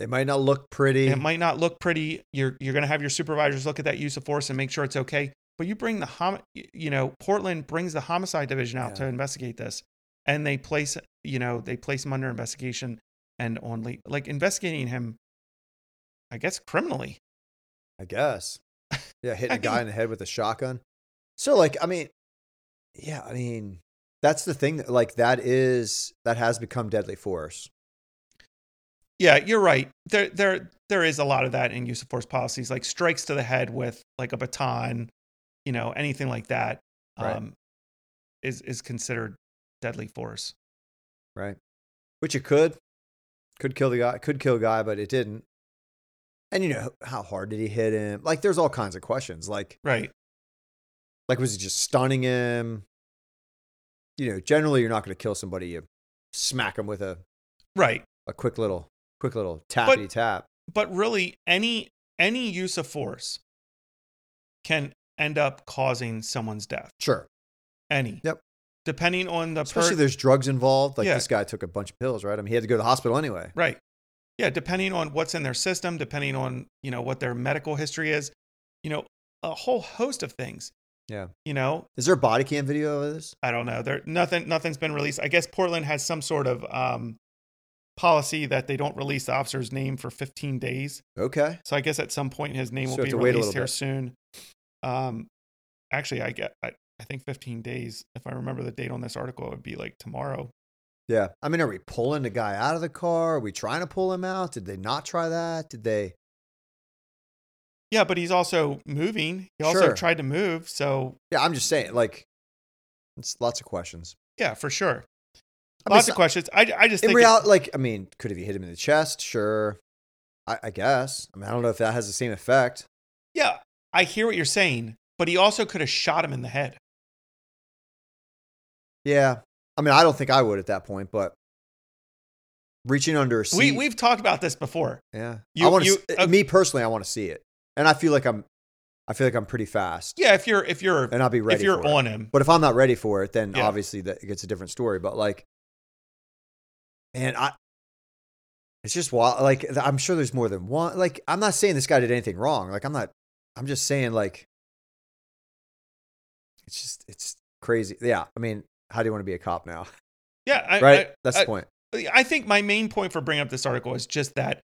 B: It might not look pretty.
A: it might not look pretty. You're you're going to have your supervisors look at that use of force and make sure it's okay. But you bring the hom- you know Portland brings the homicide division out to
B: Yeah.
A: investigate this, and they place you know they place him under investigation and only like investigating him, I guess criminally.
B: I guess. Yeah, hitting
A: I
B: a guy in the head with a shotgun. So, like, I mean, yeah, I mean, that's the thing. That, like, that is that has become deadly force.
A: Yeah, you're right. There there there is a lot of that in use of force policies, like strikes to the head with like a baton, you know, anything like that um,
B: Right.
A: is is considered deadly force.
B: which it could could kill the guy could kill guy but it didn't and you know how hard did he hit him like there's all kinds of questions like
A: Right.
B: like was he just stunning him you know generally you're not going to kill somebody you smack him with a,
A: Right.
B: a quick little quick little tappity tap
A: but really any any use of force can end up causing someone's death
B: sure
A: any
B: Yep.
A: depending on the
B: especially
A: per-
B: if there's drugs involved like
A: Yeah.
B: this guy took a bunch of pills right i mean he had to go to the hospital anyway
A: right yeah depending on what's in their system depending on you know what their medical history is you know a whole host of things
B: Yeah.
A: you know
B: is there a body cam video of this
A: i don't know there nothing nothing's been released i guess portland has some sort of um policy that they don't release the officer's name for 15 days
B: okay
A: So I guess at some point his name will
B: So you
A: be
B: have to wait a
A: released
B: little
A: here
B: bit.
A: soon. Um, actually, I get I, I think 15 days. If I remember the date on this article, it would be like tomorrow.
B: yeah i mean are we pulling the guy out of the car are we trying to pull him out did they not try that did they
A: Yeah, but he's also moving. He also
B: Sure.
A: tried to move. So
B: Yeah, I'm just saying, like, it's lots of questions.
A: yeah, for sure.
B: I mean,
A: Lots of
B: so-
A: questions. I I just
B: In
A: think it-
B: reality, like, I mean, could have he hit him in the chest? Sure, I, I guess. I mean, I don't know if that has the same effect.
A: yeah, I hear what you're saying, but he also could have shot him in the head.
B: Yeah, I mean, I don't think I would at that point, but reaching under a seat.
A: We we've talked about this before.
B: yeah.
A: you-
B: I want
A: you-
B: to.
A: uh,
B: me personally, I want to see it, and I feel like I'm, I feel like I'm pretty fast,
A: Yeah, if you're if you're
B: and I'll be ready.
A: if you're
B: for it.
A: on him,
B: But if I'm not ready for it, then
A: Yeah.
B: obviously that it gets a different story. But like, man, I it's just wild. Like th- I'm sure there's more than one. Like I'm not saying this guy did anything wrong. Like I'm not. I'm just saying like it's just it's crazy. Yeah, I mean, how do you want to be a cop now?
A: yeah, I,
B: Right.
A: I-
B: That's
A: I-
B: the point.
A: I think my main point for bringing up this article is just that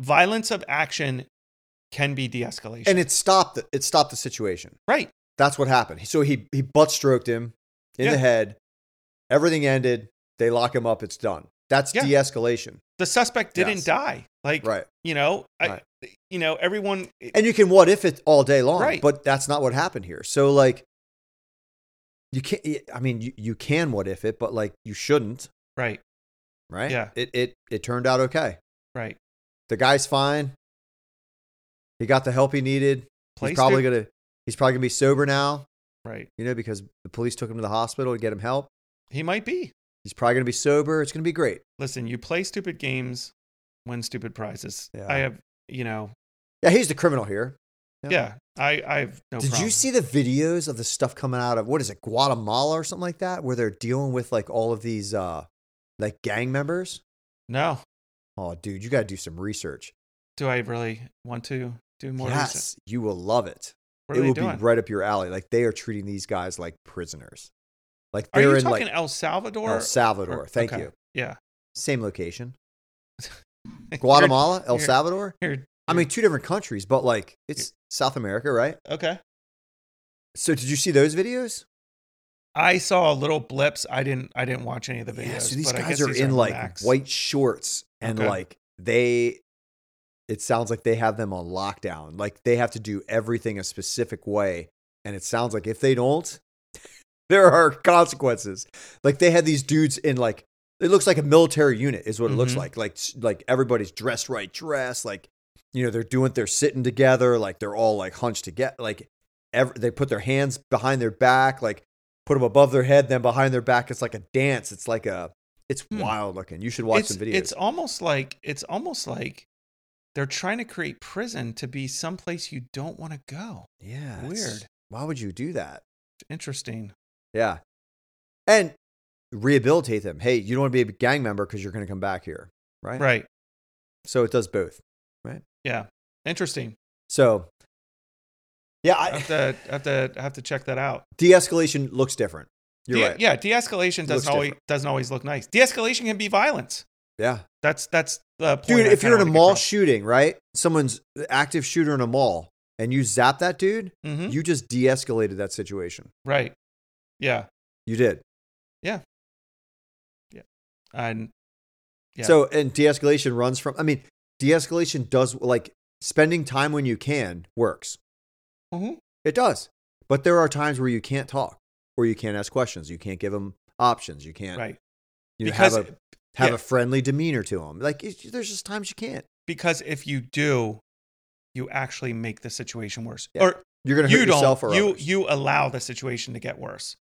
A: violence of action can be de-escalation.
B: And it stopped. The, it stopped the situation.
A: right.
B: That's what happened. He- So he he butt stroked him in
A: Yeah.
B: the head. Everything ended. They lock him up. It's done. That's
A: Yeah.
B: de-escalation,
A: The suspect didn't
B: Yes.
A: die. Like
B: right?
A: you know,
B: Right.
A: I, you know, everyone eh,
B: And you can what if it all day long,
A: Right.
B: but that's not what happened here. So like you can't. I mean, you, you can what if it, but like you shouldn't,
A: Right.
B: right?
A: Yeah.
B: It it it turned out okay.
A: Right.
B: The guy's fine. He got the help he needed.
A: Placed
B: he's probably
A: it.
B: gonna he's probably gonna be sober now,
A: Right.
B: you know, because the police took him to the hospital to get him help.
A: He might be.
B: He's probably gonna be sober. It's gonna be great.
A: Listen, you play stupid games, win stupid prizes.
B: Yeah.
A: I have, you know,
B: Yeah, he's the criminal here. Yeah.
A: yeah. I I have no.
B: Did
A: problem.
B: you see the videos of the stuff coming out of what is it, Guatemala or something like that, where they're dealing with like all of these uh like gang members?
A: No.
B: Oh, dude, you gotta do some research.
A: Do I really want to do more?
B: yes,
A: research?
B: you will love it.
A: What
B: it
A: are they
B: will
A: doing?
B: be right up your alley. Like they are treating these guys like prisoners. Like
A: are
B: they're
A: you
B: in
A: talking
B: like
A: El Salvador?
B: El Salvador.
A: or-
B: Thank
A: okay.
B: you.
A: yeah.
B: Same location. Guatemala, El
A: you're-
B: Salvador.
A: You're- you're-
B: I mean, two different countries, but like it's South America, right?
A: okay.
B: So did you see those videos?
A: I saw little blips. I didn't. I didn't watch any of the videos.
B: yeah. So these
A: but I
B: guys
A: guess
B: are
A: these
B: in like
A: relaxed.
B: white shorts and
A: Okay.
B: like they. It sounds like they have them on lockdown. Like they have to do everything a specific way, and it sounds like if they don't, there are consequences. Like they had these dudes in like it looks like a military unit is what it looks
A: Mhm.
B: like. Like s- like everybody's dressed right, dressed like you know they're doing they're sitting together, like they're all like hunched together, like ev- they put their hands behind their back, like put them above their head, then behind their back. It's like a dance. It's like a it's
A: Hmm.
B: wild looking. You should watch
A: it's,
B: some videos.
A: It's almost like it's almost like they're trying to create prison to be someplace you don't want to go.
B: yeah, it's-
A: Weird.
B: Why would you do that?
A: Interesting.
B: Yeah, and rehabilitate them. Hey, you don't want to be a gang member because you're going to come back here, right?
A: Right.
B: So it does both.
A: Yeah. Interesting.
B: So, yeah,
A: I
B: I,
A: have to I have to I have to check that out.
B: de-escalation looks different. You're
A: De-
B: right.
A: Yeah, de-escalation
B: Looks
A: doesn't always doesn't always look nice. De-escalation can be violence.
B: Yeah,
A: That's that's the point.
B: dude.
A: I
B: If
A: kinda
B: you're in a
A: wanna get
B: mall
A: across.
B: shooting, right? Someone's active shooter in a mall, and you zap that dude,
A: Mhm.
B: you just de-escalated that situation.
A: right. Yeah.
B: You did.
A: And Yeah.
B: So, and de-escalation runs from. I mean, de-escalation does like spending time when you can works.
A: mhm.
B: It does, but there are times where you can't talk, or you can't ask questions, you can't give them options, you can't
A: right.
B: you know,
A: because
B: have a have
A: yeah.
B: a friendly demeanor to them. Like it, there's just times you can't.
A: because if you do, you actually make the situation worse.
B: Yeah.
A: Or
B: You're gonna hurt
A: you
B: yourself
A: don't
B: or
A: you
B: others.
A: you allow the situation to get worse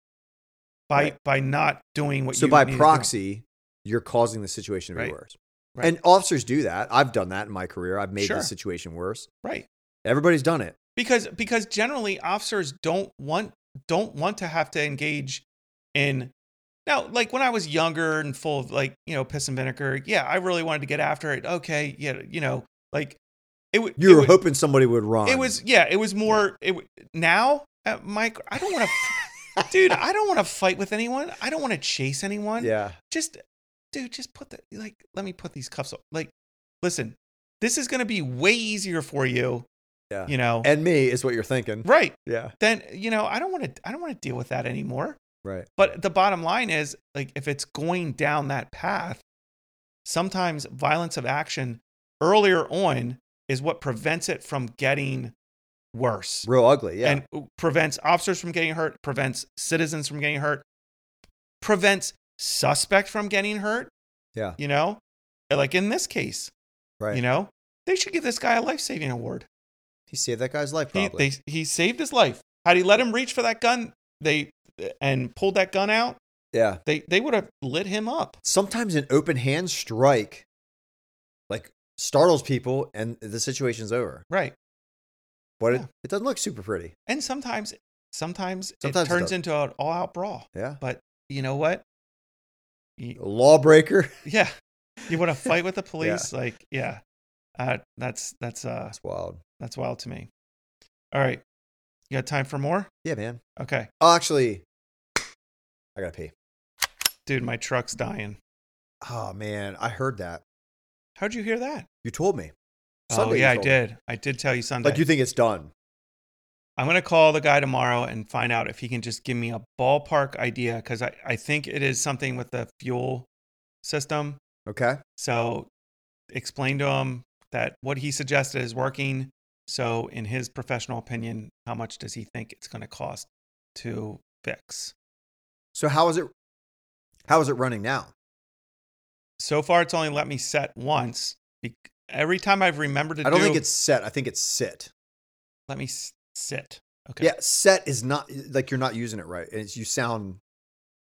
A: by
B: Right.
A: by not doing what
B: so
A: you
B: by
A: need to do.
B: proxy, you're causing the situation to be
A: Right.
B: worse.
A: Right.
B: And officers do that. I've done that in my career. I've made
A: Sure.
B: the situation worse.
A: right
B: Everybody's done it.
A: because because generally officers don't want don't want to have to engage in now like when i was younger and full of like you know piss and vinegar yeah i really wanted to get after it okay yeah you know like it would
B: You
A: it
B: were
A: would-
B: hoping somebody would run.
A: it was yeah it was more it w- now uh, mike i don't want to dude i don't want to fight with anyone i don't want to chase anyone
B: yeah.
A: just dude just put the like let me put these cuffs on like listen this is going to be way easier for you
B: Yeah.
A: you know
B: And me is what you're thinking.
A: right
B: Yeah.
A: then you know i don't want to i don't want to deal with that anymore
B: Right.
A: but the bottom line is like if it's going down that path sometimes violence of action earlier on is what prevents it from getting worse
B: Real ugly. Yeah.
A: and prevents officers from getting hurt, prevents citizens from getting hurt, prevents suspect from getting hurt.
B: Yeah.
A: You know, Uh, like in this case,
B: right.
A: you know, they should give this guy a life saving award.
B: he saved that guy's life
A: He,
B: probably.
A: they, he saved his life. Had he let him reach for that gun, they and pulled that gun out,
B: yeah.
A: they they would have lit him up.
B: Sometimes an open hand strike like startles people and the situation's over.
A: Right.
B: But
A: Yeah.
B: it, it doesn't look super pretty.
A: And sometimes sometimes,
B: Sometimes it
A: it turns
B: does.
A: into an all out brawl.
B: Yeah.
A: You know what? You-
B: A lawbreaker.
A: yeah you want to fight with the police like yeah uh, that's that's uh
B: That's wild.
A: that's wild to me all right you got time for more
B: Yeah, man.
A: okay
B: Oh, actually, I gotta pee.
A: dude my truck's dying
B: Oh man, I heard that.
A: how'd you hear that
B: You told me.
A: oh
B: Sunday you
A: yeah i
B: told me.
A: did i did tell you sunday
B: Like you think it's done?
A: i'm gonna call the guy tomorrow and find out if he can just give me a ballpark idea because I, I think it is something with the fuel system
B: Okay.
A: so explain to him that what he suggested is working so in his professional opinion how much does he think it's going to cost to fix
B: So how is it? How is it running now?
A: So far, it's only let me set once. Be- Every time I've remembered to
B: I don't
A: do,
B: think it's set. I think it's sit.
A: let me s- sit. Okay.
B: Yeah, set is not like you're not using it right. It's you sound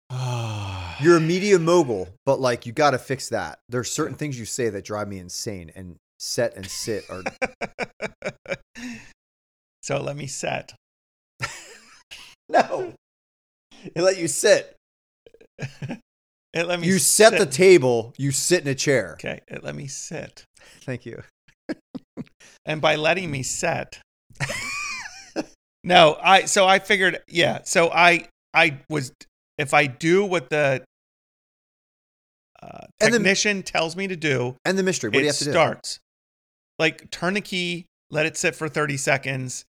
B: you're a media mogul, but like you got to fix that. There's certain things you say that drive me insane, and set and sit are
A: so let me set.
B: no. It let you sit.
A: It let me
B: You set the
A: sit.
B: table. You sit in a chair.
A: okay. It let me sit.
B: Thank you.
A: and by letting me set no i so i figured yeah so i i was if i do what the uh,
B: And the-
A: technician tells me to do
B: And the mystery. What do
A: it
B: you have to
A: starts like turn the key let it sit for 30 seconds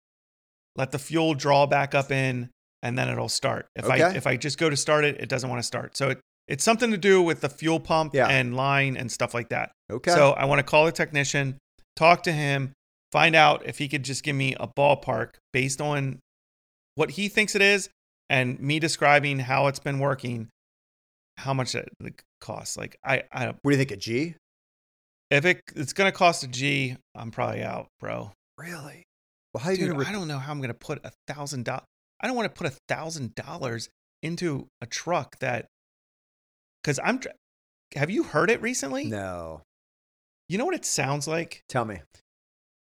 A: let the fuel draw back up in and then it'll start if i
B: Okay.
A: if i just go to start it it doesn't want to start so it it's something to do with the fuel pump
B: Yeah.
A: and line and stuff like that
B: do? Okay.
A: so I want to call the technician, talk to him, find out if he could just give me a ballpark based on what he thinks it is and me describing how it's been working, how much it like, costs. Like I, I
B: what do you think? A G?
A: if it it's gonna cost a G, I'm probably out, bro.
B: Really? Well, how are you
A: Dude,
B: gonna?
A: I
B: Re-
A: don't know how I'm gonna put a thousand dollars. I don't want to put a thousand dollars into a truck that, because I'm. dr- Have you heard it recently?
B: no.
A: You know what it sounds like?
B: Tell me.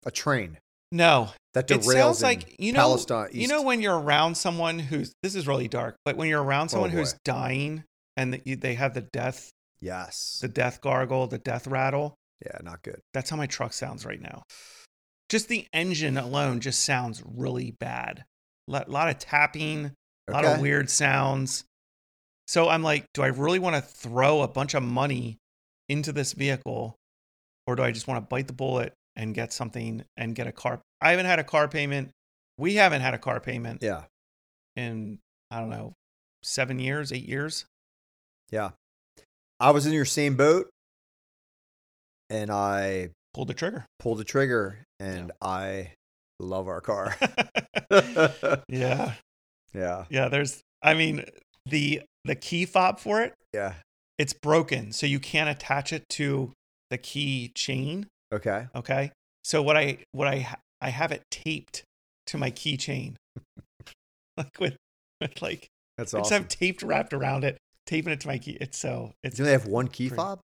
B: A train
A: No,
B: that derails
A: it sounds
B: in
A: like you know
B: Palestine.
A: you know
B: east.
A: when you're around someone who's this is really dark but when you're around someone
B: Oh,
A: who's
B: boy.
A: dying and that you, they have the death
B: Yes.
A: the death gargle the death rattle
B: Yeah, not good.
A: that's how my truck sounds right now just the engine alone just sounds really bad a lot of tapping a lot of
B: Okay.
A: weird sounds so i'm like do i really want to throw a bunch of money into this vehicle or do i just want to bite the bullet and get something and get a car i haven't had a car payment we haven't had a car payment
B: Yeah.
A: in i don't know seven years eight years
B: I was in your same boat and I
A: pulled the trigger
B: pulled the trigger and I love our car.
A: yeah
B: yeah.
A: yeah there's i mean the the key fob for it
B: Yeah.
A: it's broken so you can't attach it to the key chain
B: Okay.
A: okay so what i what i ha- i have it taped to my keychain like with, with like
B: That's
A: I just
B: awesome.
A: have taped wrapped around it taping it to my key it's so it's
B: Do they have one key
A: Pretty-
B: fob?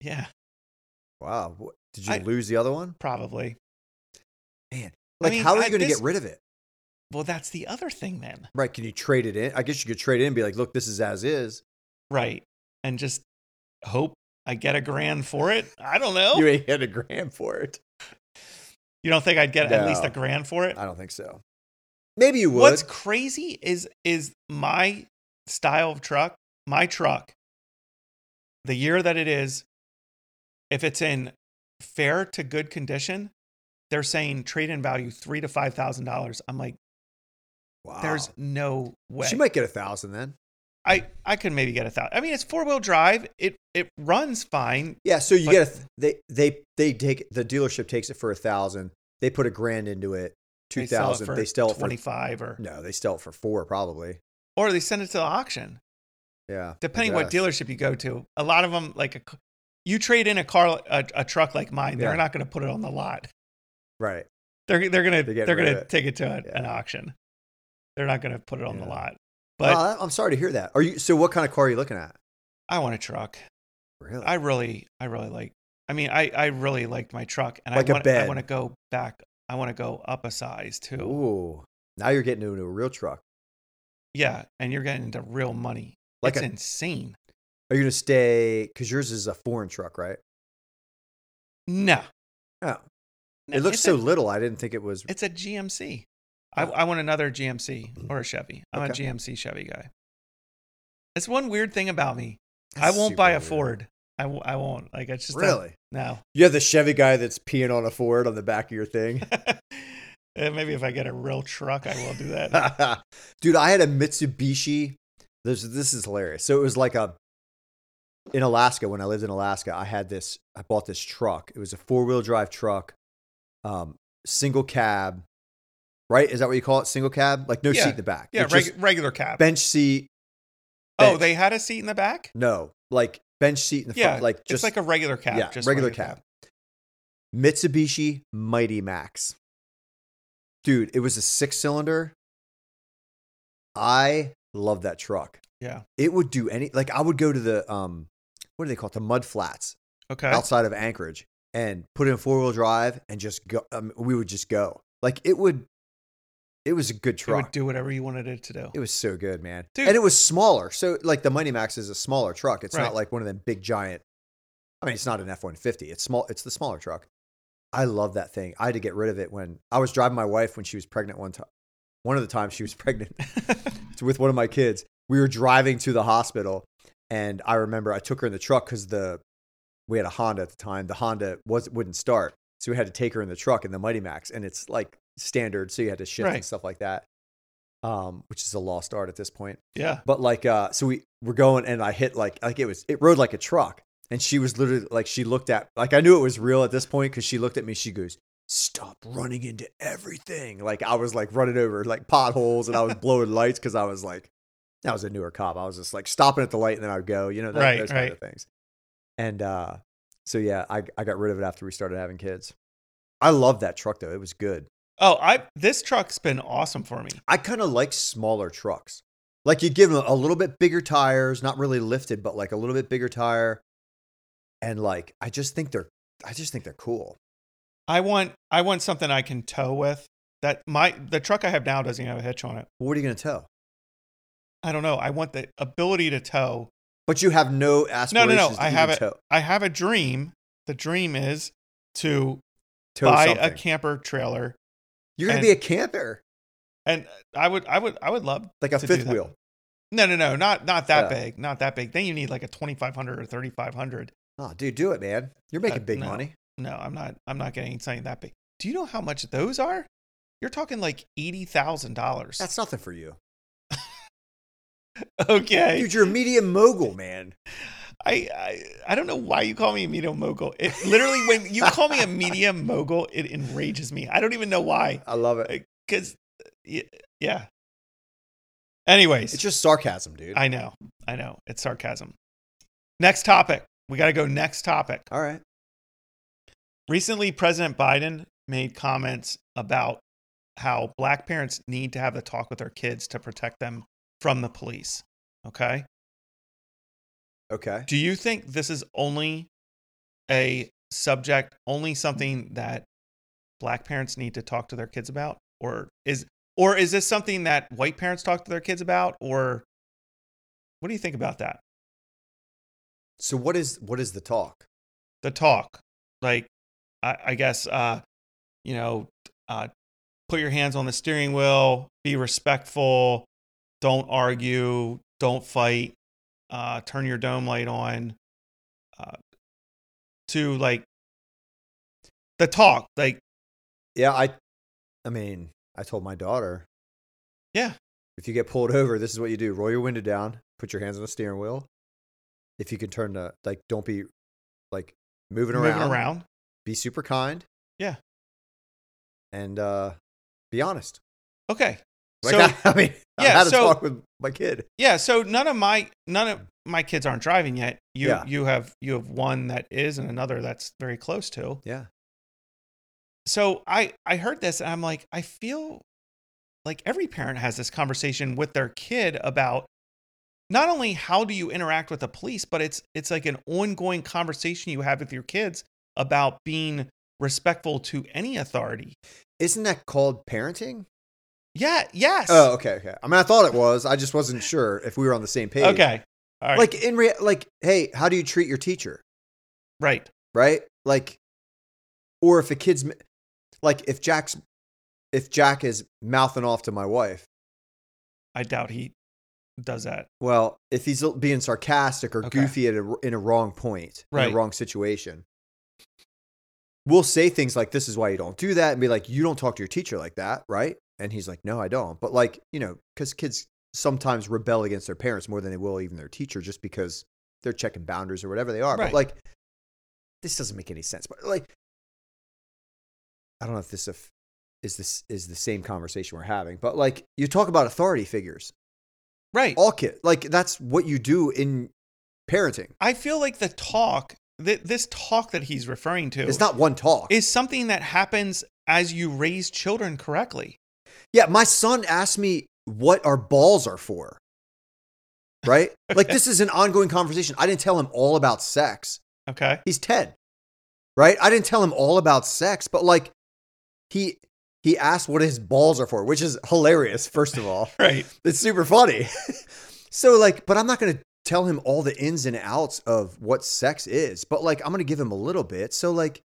A: yeah
B: Wow. Wh- Did you
A: I-
B: lose the other one?
A: probably
B: Man.
A: I
B: Like
A: mean,
B: how are
A: I-
B: you going to
A: this-
B: get rid of it?
A: well that's the other thing then
B: Right, can you trade it in? I guess you could trade it in and be like, "Look, this is as is."
A: right and just hope i get a grand for it i don't know
B: You
A: you,
B: ain't get a gram for it.
A: don't think i'd get at least
B: No.
A: a grand for it
B: I don't think so. Maybe you would.
A: What's crazy is is my style of truck, my truck, the year that it is, if it's in fair to good condition, they're saying trade in value three to five thousand dollars. I'm like,
B: wow.
A: there's no way.
B: She might get a 1000 then.
A: I I could maybe get a thousand. I mean, it's four wheel drive. It it runs fine.
B: Yeah, so you
A: But-
B: get a th- they they they take the dealership takes it for a thousand. They put a grand into it, two
A: They sell it
B: thousand.
A: for
B: They sell it for
A: twenty five or
B: no, they sell it for four probably.
A: or they send it to the auction.
B: Yeah, I
A: Depending what
B: guess.
A: dealership you go to, a lot of them like a, c- you trade in a car a, a truck like mine, they're
B: Yeah.
A: not going to put it on the lot.
B: Right,
A: They're they're gonna they're,
B: They're getting rid of
A: gonna
B: it.
A: take it to a, an
B: Yeah.
A: auction. They're not gonna put it on the
B: Yeah.
A: lot.
B: but
A: But
B: I'm sorry to hear that. Are you so? What kind of car are you looking at?
A: I want a truck.
B: Really?
A: I really I really like. I mean I I really liked my truck, and
B: Like
A: I
B: a
A: want I
B: bed.
A: want to go back. I want to go up a size too.
B: Ooh, now you're getting into a real truck.
A: Yeah, and you're getting into real money.
B: Like
A: it's
B: a-
A: insane.
B: Are you gonna stay? Because yours is a foreign truck, right?
A: No,
B: Oh,
A: No,
B: it looks
A: it's
B: so
A: A,
B: little. I didn't think it was.
A: it's a GMC. I,
B: Oh.
A: I want another GMC or a Chevy. I'm
B: Okay.
A: a GMC Chevy guy. It's one weird thing about me. I won't buy a
B: Super weird.
A: Ford. I w- I won't. Like it's just not-
B: Really?
A: no.
B: You're the Chevy guy that's peeing on a Ford on the back of your thing.
A: Eh, Maybe if I get a real truck, I will do that.
B: Dude, I had a Mitsubishi. This this is hilarious. So it was like a in Alaska when I lived in Alaska, I had this I bought this truck. It was a four-wheel drive truck. Um single cab. Right? Is that what you call it? Single cab? Like no
A: Yeah.
B: seat in the back.
A: yeah,
B: It's
A: reg-
B: just
A: regular cab.
B: bench seat,
A: Oh,
B: bench.
A: they had a seat in the back.
B: No, like bench seat in the
A: Yeah,
B: front, like just
A: it's like a regular cab.
B: yeah,
A: just
B: regular
A: like a
B: cab. Mitsubishi Mighty Max. Dude, it was a six cylinder. I love that truck.
A: Yeah.
B: It would do any like I would go to the um what do they call it? The mud flats
A: Okay.
B: outside of Anchorage and put in four wheel drive and just go um, we would just go. Like it would it was a good
A: It would
B: truck.
A: do whatever you wanted it to do.
B: It was so good, man.
A: Dude.
B: And it was smaller. So like the Mighty Max is a smaller truck. It's
A: Right.
B: not like one of them big giant. I mean, it's not an F one fifty. It's small. It's the smaller truck. I love that thing. I had to get rid of it when I was driving my wife when she was pregnant one time. One of the times she was pregnant with one of my kids. We were driving to the hospital, and I remember I took her in the truck because the we had a Honda at the time. The Honda was wouldn't start, so we had to take her in the truck in the Mighty Max, and it's like standard, so you had to shift
A: Right.
B: and stuff like that. Um, which is a lost art at this point.
A: yeah.
B: But like, uh, so we were going, and I hit like like it was it rode like a truck, and she was literally like she looked at like I knew it was real at this point because she looked at me. She goes, "Stop running into everything!" Like I was like running over like potholes, and I was blowing lights because I was like, I was a newer cop. I was just like stopping at the light, and then I would go, you know, that,
A: Right,
B: those kind of things. And uh, so yeah, I I got rid of it after we started having kids. I love that truck though; it was good.
A: Oh, I this truck's been awesome for me.
B: I kind of like smaller trucks. Like you give them a little bit bigger tires, not really lifted, but like a little bit bigger tire. And like I just think they're I just think they're cool.
A: I want I want something I can tow with. That my the truck I have now doesn't even have a hitch on it.
B: But what are you going to tow?
A: I don't know. I want the ability to tow.
B: But you have no
A: No,
B: aspirations
A: no, no.
B: to
A: I
B: even
A: have it.
B: tow,
A: I have a dream. The dream is to
B: tow
A: buy
B: something.
A: a camper trailer,
B: You're going
A: and-
B: to be a camper,
A: and I would, I would, I would love.
B: like a
A: to do
B: fifth
A: that.
B: wheel.
A: No, no, no. Not not that
B: Yeah.
A: big. Not that big. Then you need like a twenty five hundred or thirty five hundred.
B: Oh, dude, do it, man. You're
A: Uh,
B: making big
A: no.
B: money.
A: No, I'm not. I'm not getting something that big. Do you know how much those are? You're talking like eighty thousand dollars.
B: That's nothing for you.
A: okay.
B: Dude, you're a media mogul, man.
A: I, I I don't know why you call me a media mogul. It literally when you call me a media mogul, it enrages me. I don't even know why.
B: I love it.
A: Cause uh, y- yeah. Anyways,
B: It's just sarcasm, dude.
A: I know, I know, it's sarcasm. Next topic. We got to go. Next topic.
B: All right.
A: Recently, President Biden made comments about how black parents need to have a talk with their kids to protect them from the police. Okay.
B: Okay.
A: Do you think this is only a subject, only something that black parents need to talk to their kids about, or is or is this something that white parents talk to their kids about, or what do you think about that?
B: So what is what is the talk?
A: The talk, like I, I guess, uh, you know, uh, put your hands on the steering wheel, be respectful, don't argue, don't fight, uh, turn your dome light on, uh, to like the talk, like
B: Yeah, I I mean, I told my daughter.
A: Yeah.
B: If you get pulled over, this is what you do. Roll your window down, put your hands on the steering wheel. If you can turn the like don't be like moving around.
A: moving around.
B: Be super kind.
A: Yeah.
B: And uh be honest.
A: Okay,
B: Like
A: so
B: I, I mean, I
A: yeah,
B: had to
A: so-
B: talk with my kid.
A: yeah, so none of my none of my kids aren't driving yet. You
B: Yeah.
A: you have you have one that is and another that's very close to.
B: Yeah.
A: so i i heard this and i'm like i feel like every parent has this conversation with their kid about not only how do you interact with the police but it's it's like an ongoing conversation you have with your kids about being respectful to any authority
B: Isn't that called parenting?
A: yeah yes
B: Oh, okay, okay. I mean, I thought it was. I just wasn't sure if we were on the same page.
A: okay all right
B: Like in rea- like, hey, how do you treat your teacher?
A: right
B: right? Like, or if a kid's m- like, if Jack's, if Jack is mouthing off to my wife,
A: i doubt he does that
B: well, if he's l- being sarcastic or
A: Okay.
B: goofy at a, r- in a wrong point, in
A: Right.
B: a wrong situation, we'll say things like, this is why you don't do that, and be like, you don't talk to your teacher like that, right? And he's like, no, I don't. But like, you know, because kids sometimes rebel against their parents more than they will even their teacher just because they're checking boundaries or whatever they are.
A: Right.
B: But like, this doesn't make any sense. But like, I don't know if this if, is this is the same conversation we're having, but like you talk about authority figures.
A: Right.
B: All kids. Like that's what you do in parenting.
A: I feel like the talk, th- this talk that he's referring to,
B: It's not one talk.
A: is something that happens as you raise children correctly.
B: Yeah, my son asked me what our balls are for. Right? Like this is an ongoing conversation. I didn't tell him all about sex.
A: Okay.
B: He's 10. Right? I didn't tell him all about sex, but like he he asked what his balls are for, which is hilarious first of all.
A: Right.
B: It's super funny. so like, but I'm not going to tell him all the ins and outs of what sex is, but like I'm going to give him a little bit. So like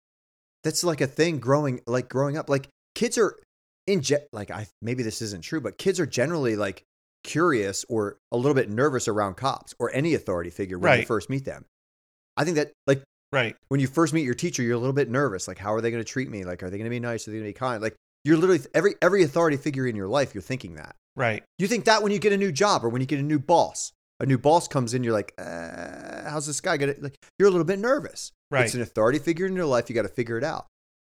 B: that's like a thing growing like growing up like kids are in ge- like I maybe this isn't true, but kids are generally like curious or a little bit nervous around cops or any authority figure when you
A: Right.
B: first meet them. I think that like
A: Right.
B: when you first meet your teacher, you're a little bit nervous. Like, how are they going to treat me? Like, are they going to be nice? Are they going to be kind? Like, you're literally every every authority figure in your life, you're thinking that.
A: Right.
B: You think that when you get a new job or when you get a new boss, a new boss comes in, you're like, uh, how's this guy gonna? Like, you're a little bit nervous.
A: Right.
B: It's an authority figure in your life. You got to figure it out.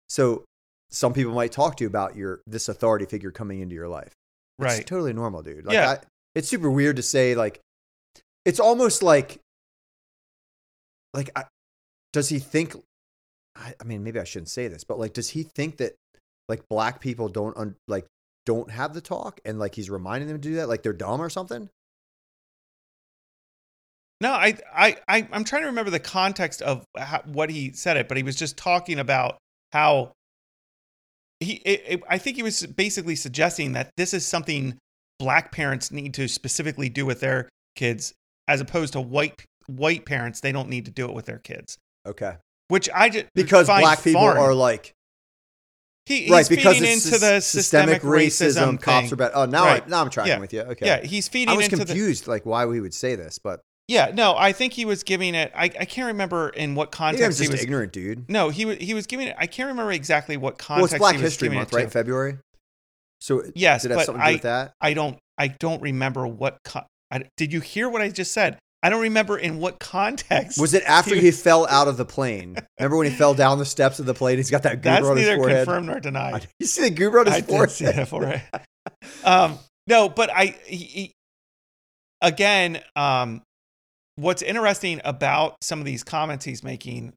B: So some people might talk to you about your this authority figure coming into your life.
A: right.
B: It's totally normal, dude. Like,
A: Yeah.
B: I, it's super weird to say. Like, it's almost like, like, I, does he think? I, I mean, maybe I shouldn't say this, but like, does he think that like black people don't un, like don't have the talk, and like he's reminding them to do that, like they're dumb or something?
A: No, I, I, I, I'm trying to remember the context of how, what he said it, but he was just talking about how he. It, it- I think he was basically suggesting that this is something black parents need to specifically do with their kids, as opposed to white white parents. They don't need to do it with their kids,
B: Okay,
A: which I just
B: because black people are like
A: he, he's
B: right because
A: feeding
B: it's
A: into the systemic, racism.
B: Cops
A: thing.
B: are bad. Oh, now
A: Right.
B: I now I'm tracking
A: Yeah.
B: with you. Okay,
A: Yeah, he's feeding
B: I was
A: into the
B: confused like why we would say this, but
A: Yeah, no, I think he was giving it. I, I can't remember in what
B: I think I'm
A: context
B: just
A: he was.
B: ignorant, dude.
A: No, he was he was giving it. I can't remember exactly what
B: Well,
A: context.
B: it's Black
A: he was
B: History
A: giving
B: Month,
A: it
B: right?
A: to.
B: February. So it-
A: Yes,
B: did it have
A: but
B: something to do
A: I
B: with that?
A: I don't I don't remember what. Con- I, did you hear what I just said? I don't remember in what context.
B: Was it after
A: he-
B: he fell out of the plane? Remember when he fell down the steps of the plane? He's got that
A: That's
B: goober on his
A: neither
B: forehead.
A: confirmed nor denied.
B: You see the goober on his
A: I did
B: forehead?
A: see that for it. Um, no, but I he, he- again, um, what's interesting about some of these comments he's making,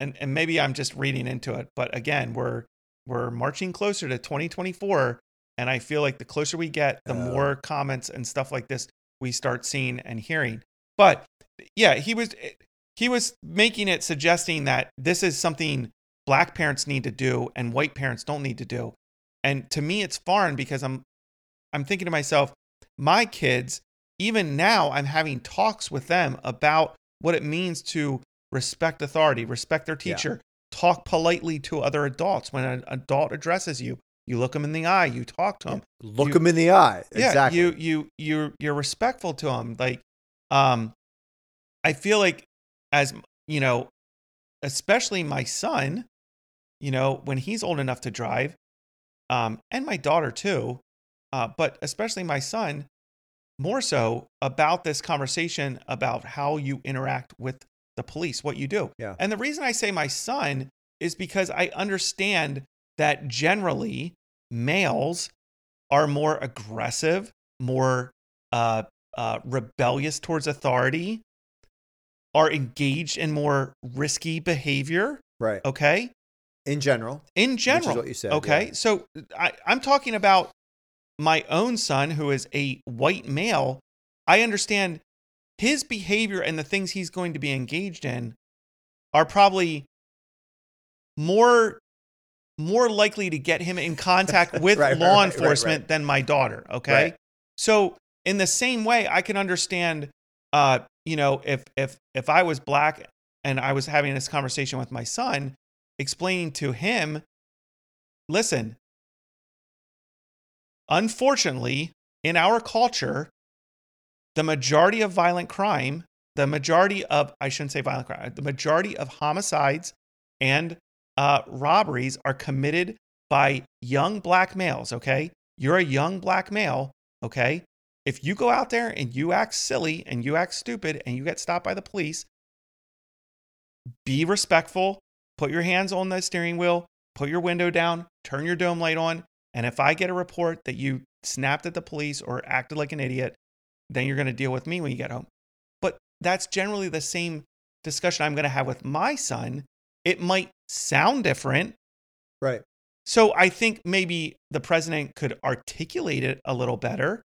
A: and and maybe I'm just reading into it, but again, we're we're marching closer to 2024, and I feel like the closer we get, the
B: Oh.
A: more comments and stuff like this we start seeing and hearing. But yeah, he was eh, he was making it suggesting that this is something black parents need to do and white parents don't need to do and to me it's foreign because i'm i'm thinking to myself my kids even now i'm having talks with them about what it means to respect authority respect their
B: Yeah.
A: teacher talk politely to other adults when an adult addresses you you look them in the eye you talk to them
B: Look
A: You-
B: him in the eye.
A: yeah,
B: exactly.
A: you you you're you're respectful to them. Like, um, I feel like as you know, especially my son, you know, when he's old enough to drive, um, and my daughter too, uh, but especially my son, more so about this conversation about how you interact with the police, what you do.
B: Yeah.
A: And the reason I say my son is because I understand that generally males are more aggressive, more uh, uh, rebellious towards authority, are engaged in more risky behavior.
B: right.
A: Okay.
B: In general,
A: In Oh. general,
B: which is what you said.
A: Okay.
B: yeah.
A: So I, I'm talking about my own son, who is a white male. I understand his behavior and the things he's going to be engaged in are probably more more likely to get him in contact with
B: Right, right,
A: law
B: right, right,
A: enforcement
B: right.
A: than my daughter. Okay.
B: Right.
A: So in the same way, I can understand uh, you know, if if if I was black and I was having this conversation with my son, explaining to him, listen, unfortunately, in our culture, the majority of violent crime, the majority of, I shouldn't say violent crime, the majority of homicides and uh, robberies are committed by young black males, okay? You're a young black male, okay? If you go out there and you act silly and you act stupid and you get stopped by the police, be respectful, put your hands on the steering wheel, put your window down, turn your dome light on. And if I get a report that you snapped at the police or acted like an idiot, Then you're going to deal with me when you get home. But that's generally the same discussion I'm going to have with my son. It might sound different.
B: Right.
A: So I think maybe the president could articulate it a little better,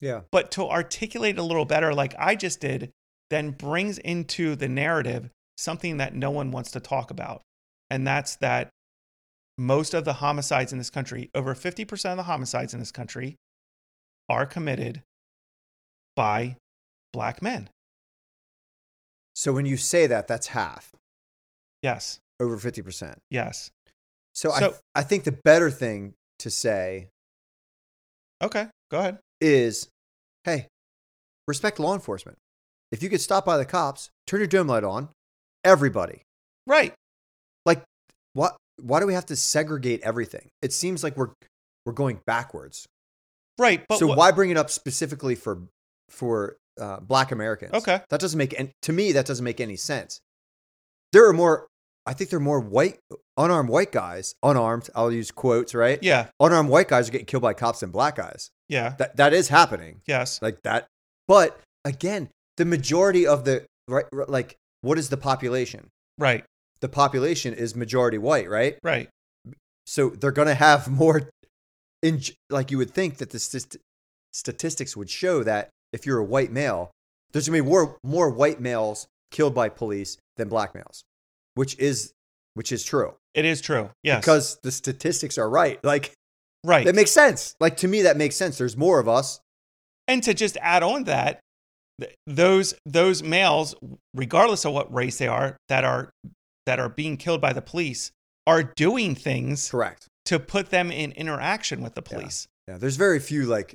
B: Yeah.
A: but to articulate it a little better, like I just did, then brings into the narrative something that no one wants to talk about. And that's that most of the homicides in this country, over 50% of the homicides in this country, are committed by black men.
B: So when you say that, that's half,
A: Yes,
B: over 50%.
A: yes.
B: So, I,
A: So-
B: I think the better thing to say
A: Okay, go ahead.
B: is hey, respect law enforcement. If you get stopped by the cops, turn your dome light on, everybody.
A: Right.
B: What, why do we have to segregate everything? It seems like we're, we're going backwards.
A: Right, but
B: so
A: wh-
B: why bring it up specifically for for uh, Black Americans?
A: Okay.
B: that doesn't make any, to me that doesn't make any sense. There are more. I think there are more white unarmed white guys, unarmed. I'll use quotes, right?
A: Yeah,
B: Unarmed white guys are getting killed by cops than black guys.
A: yeah,
B: That that is happening
A: yes,
B: like that. But again, the majority of the right, right, like what is the population?
A: right,
B: The population is majority white, right?
A: right,
B: So they're going to have more, in, like you would think that the st- statistics would show that if you're a white male, there's going to be more, more white males killed by police than black males, which is, which is true
A: it is true. Yes,
B: because the statistics are right. Like
A: right.
B: that makes sense. Like to me, that makes sense. There's more of us.
A: And to just add on that, th- those those males, regardless of what race they are, that are that are being killed by the police, are doing things
B: Correct.
A: to put them in interaction with the
B: Yeah.
A: police.
B: Yeah. There's very few like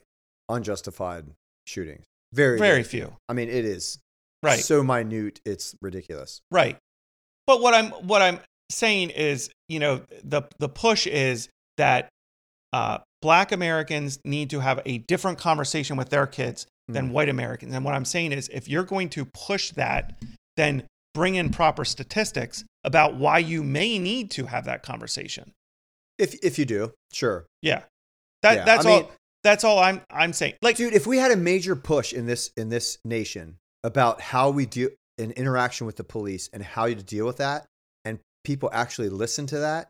B: unjustified shootings. Very,
A: Very
B: few.
A: few.
B: I mean, it is
A: Right.
B: so minute. It's ridiculous.
A: Right. But what I'm what I'm saying is, you know, the the push is that uh, Black Americans need to have a different conversation with their kids
B: Mm.
A: than white Americans. And what I'm saying is, if you're going to push that, then bring in proper statistics about why you may need to have that conversation.
B: If, if you do, sure.
A: Yeah, that
B: Yeah,
A: that's
B: I mean-
A: all. That's all I'm I'm saying. Like,
B: dude if we had a major push in this in this nation about how we do an interaction with the police and how you deal with that and people actually listen to that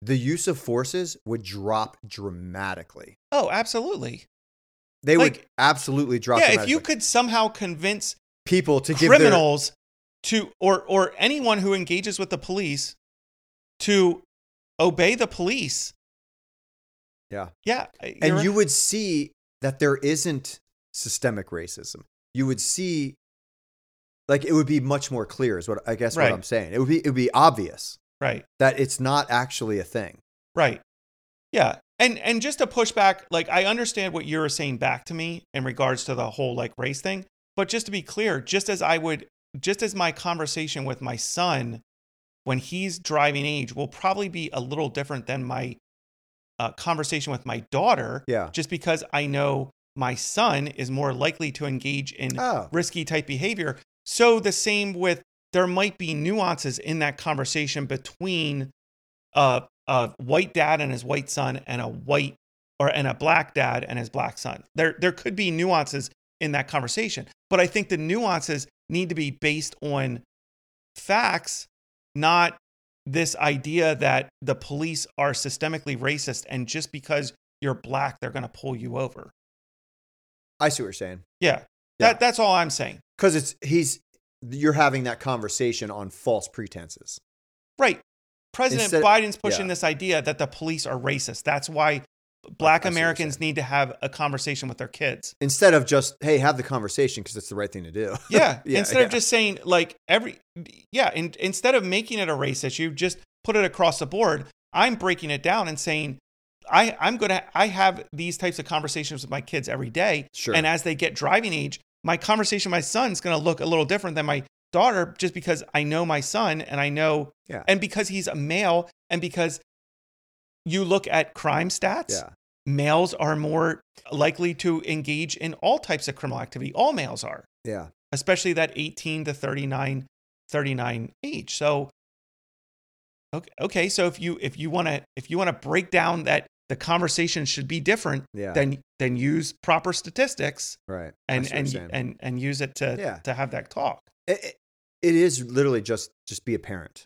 B: the use of forces would drop dramatically
A: oh, absolutely.
B: they would
A: Like-
B: absolutely drop
A: Yeah, if
B: dramatically.
A: you could somehow convince
B: people to give their,
A: criminals to or or anyone who engages with the police to obey the police.
B: Yeah.
A: Yeah.
B: and
A: you're-
B: you would see that there isn't systemic racism you would see like it would be much more clear is what i guess
A: Right.
B: what i'm saying it would be it would be obvious
A: right.
B: that it's not actually a thing
A: Right. Yeah. And and just to push back, like I understand what you're saying back to me in regards to the whole like race thing, but just to be clear, just as I would just as my conversation with my son when he's driving age will probably be a little different than my uh, conversation with my daughter
B: yeah
A: just because I know my son is more likely to engage in
B: oh
A: risky type behavior. So the same with there might be nuances in that conversation between a, a white dad and his white son and a white or and a black dad and his black son. There there could be nuances in that conversation, but I think the nuances need to be based on facts, not this idea that the police are systemically racist and just because you're black they're going to pull you over.
B: I see what you're saying.
A: Yeah.
B: Yeah.
A: That that's all I'm saying.
B: Because it's he's you're having that conversation on false pretenses.
A: Right. President
B: Instead-
A: Biden's pushing
B: yeah.
A: this idea that the police are racist. That's why black
B: I see what you're
A: Americans
B: saying.
A: need to have a conversation with their kids.
B: Instead of just, hey, have the conversation because it's the right thing to do.
A: Yeah.
B: Yeah,
A: instead
B: yeah.
A: of just saying like every yeah, in, instead of making it a race issue, just put it across the board. I'm breaking it down and saying I, I'm gonna I have these types of conversations with my kids every day.
B: Sure.
A: And as they get driving age, my conversation with my son's gonna look a little different than my daughter just because I know my son and I know
B: Yeah.
A: and because he's a male and because you look at crime stats,
B: yeah.
A: males are more likely to engage in all types of criminal activity. All males are,
B: Yeah.
A: especially that 18 to 39 39 age. So okay, okay so if you if you want to if you want to break down that the the conversation should be different
B: Yeah.
A: than than use proper statistics
B: Right. I
A: and
B: see what
A: and,
B: you're saying.
A: and and use it to
B: Yeah.
A: to have that talk.
B: It, it- it is literally just just be a parent.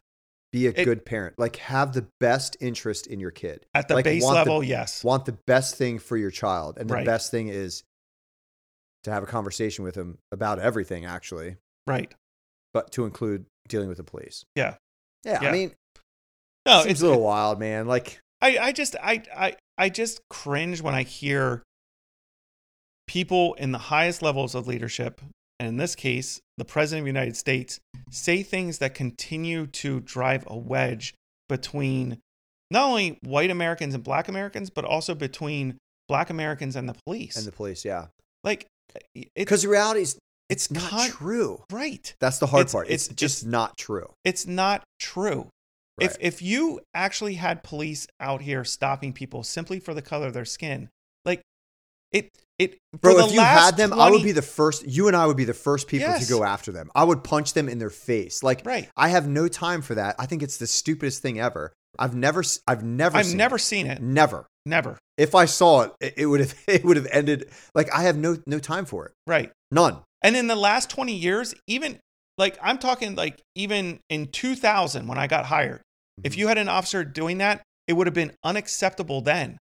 B: Be a
A: It-
B: good parent. Like have the best interest in your kid.
A: At the
B: Like,
A: base
B: want the-
A: level, yes.
B: Want the best thing for your child, and the
A: Right.
B: best thing is to have a conversation with him about everything actually,
A: Right.
B: but to include dealing with the police.
A: Yeah.
B: Yeah,
A: Yeah.
B: I mean,
A: No,
B: it's a little wild, man. Like
A: I, I just I, I I just cringe when I hear people in the highest levels of leadership, and in this case, the President of the United States, say things that continue to drive a wedge between not only white Americans and black Americans, but also between black Americans and the police.
B: and the police, yeah.
A: like it's
B: Because reality is
A: it's
B: not
A: con-
B: true.
A: right.
B: That's the hard
A: It's-
B: part. It's,
A: it's-
B: just
A: it's-
B: not true.
A: It's not true.
B: Right.
A: If if you actually had police out here stopping people simply for the color of their skin, like it it for
B: Bro,
A: the
B: if you
A: last
B: had them, I would
A: 20
B: be the first. You and I would be the first people
A: Yes.
B: to go after them. I would punch them in their face. Like
A: right.
B: I have no time for that. I think it's the stupidest thing ever. I've never, s- I've never,
A: I've
B: seen
A: never
B: it.
A: seen it.
B: never.
A: Never.
B: If I saw it, it, it would have, it would have ended. Like I have no, no time for it.
A: Right.
B: None.
A: And in the last 20 years, even like I'm talking like even in 2000 when I got hired, if
B: Mhm.
A: you had an officer doing that, it would have been unacceptable then.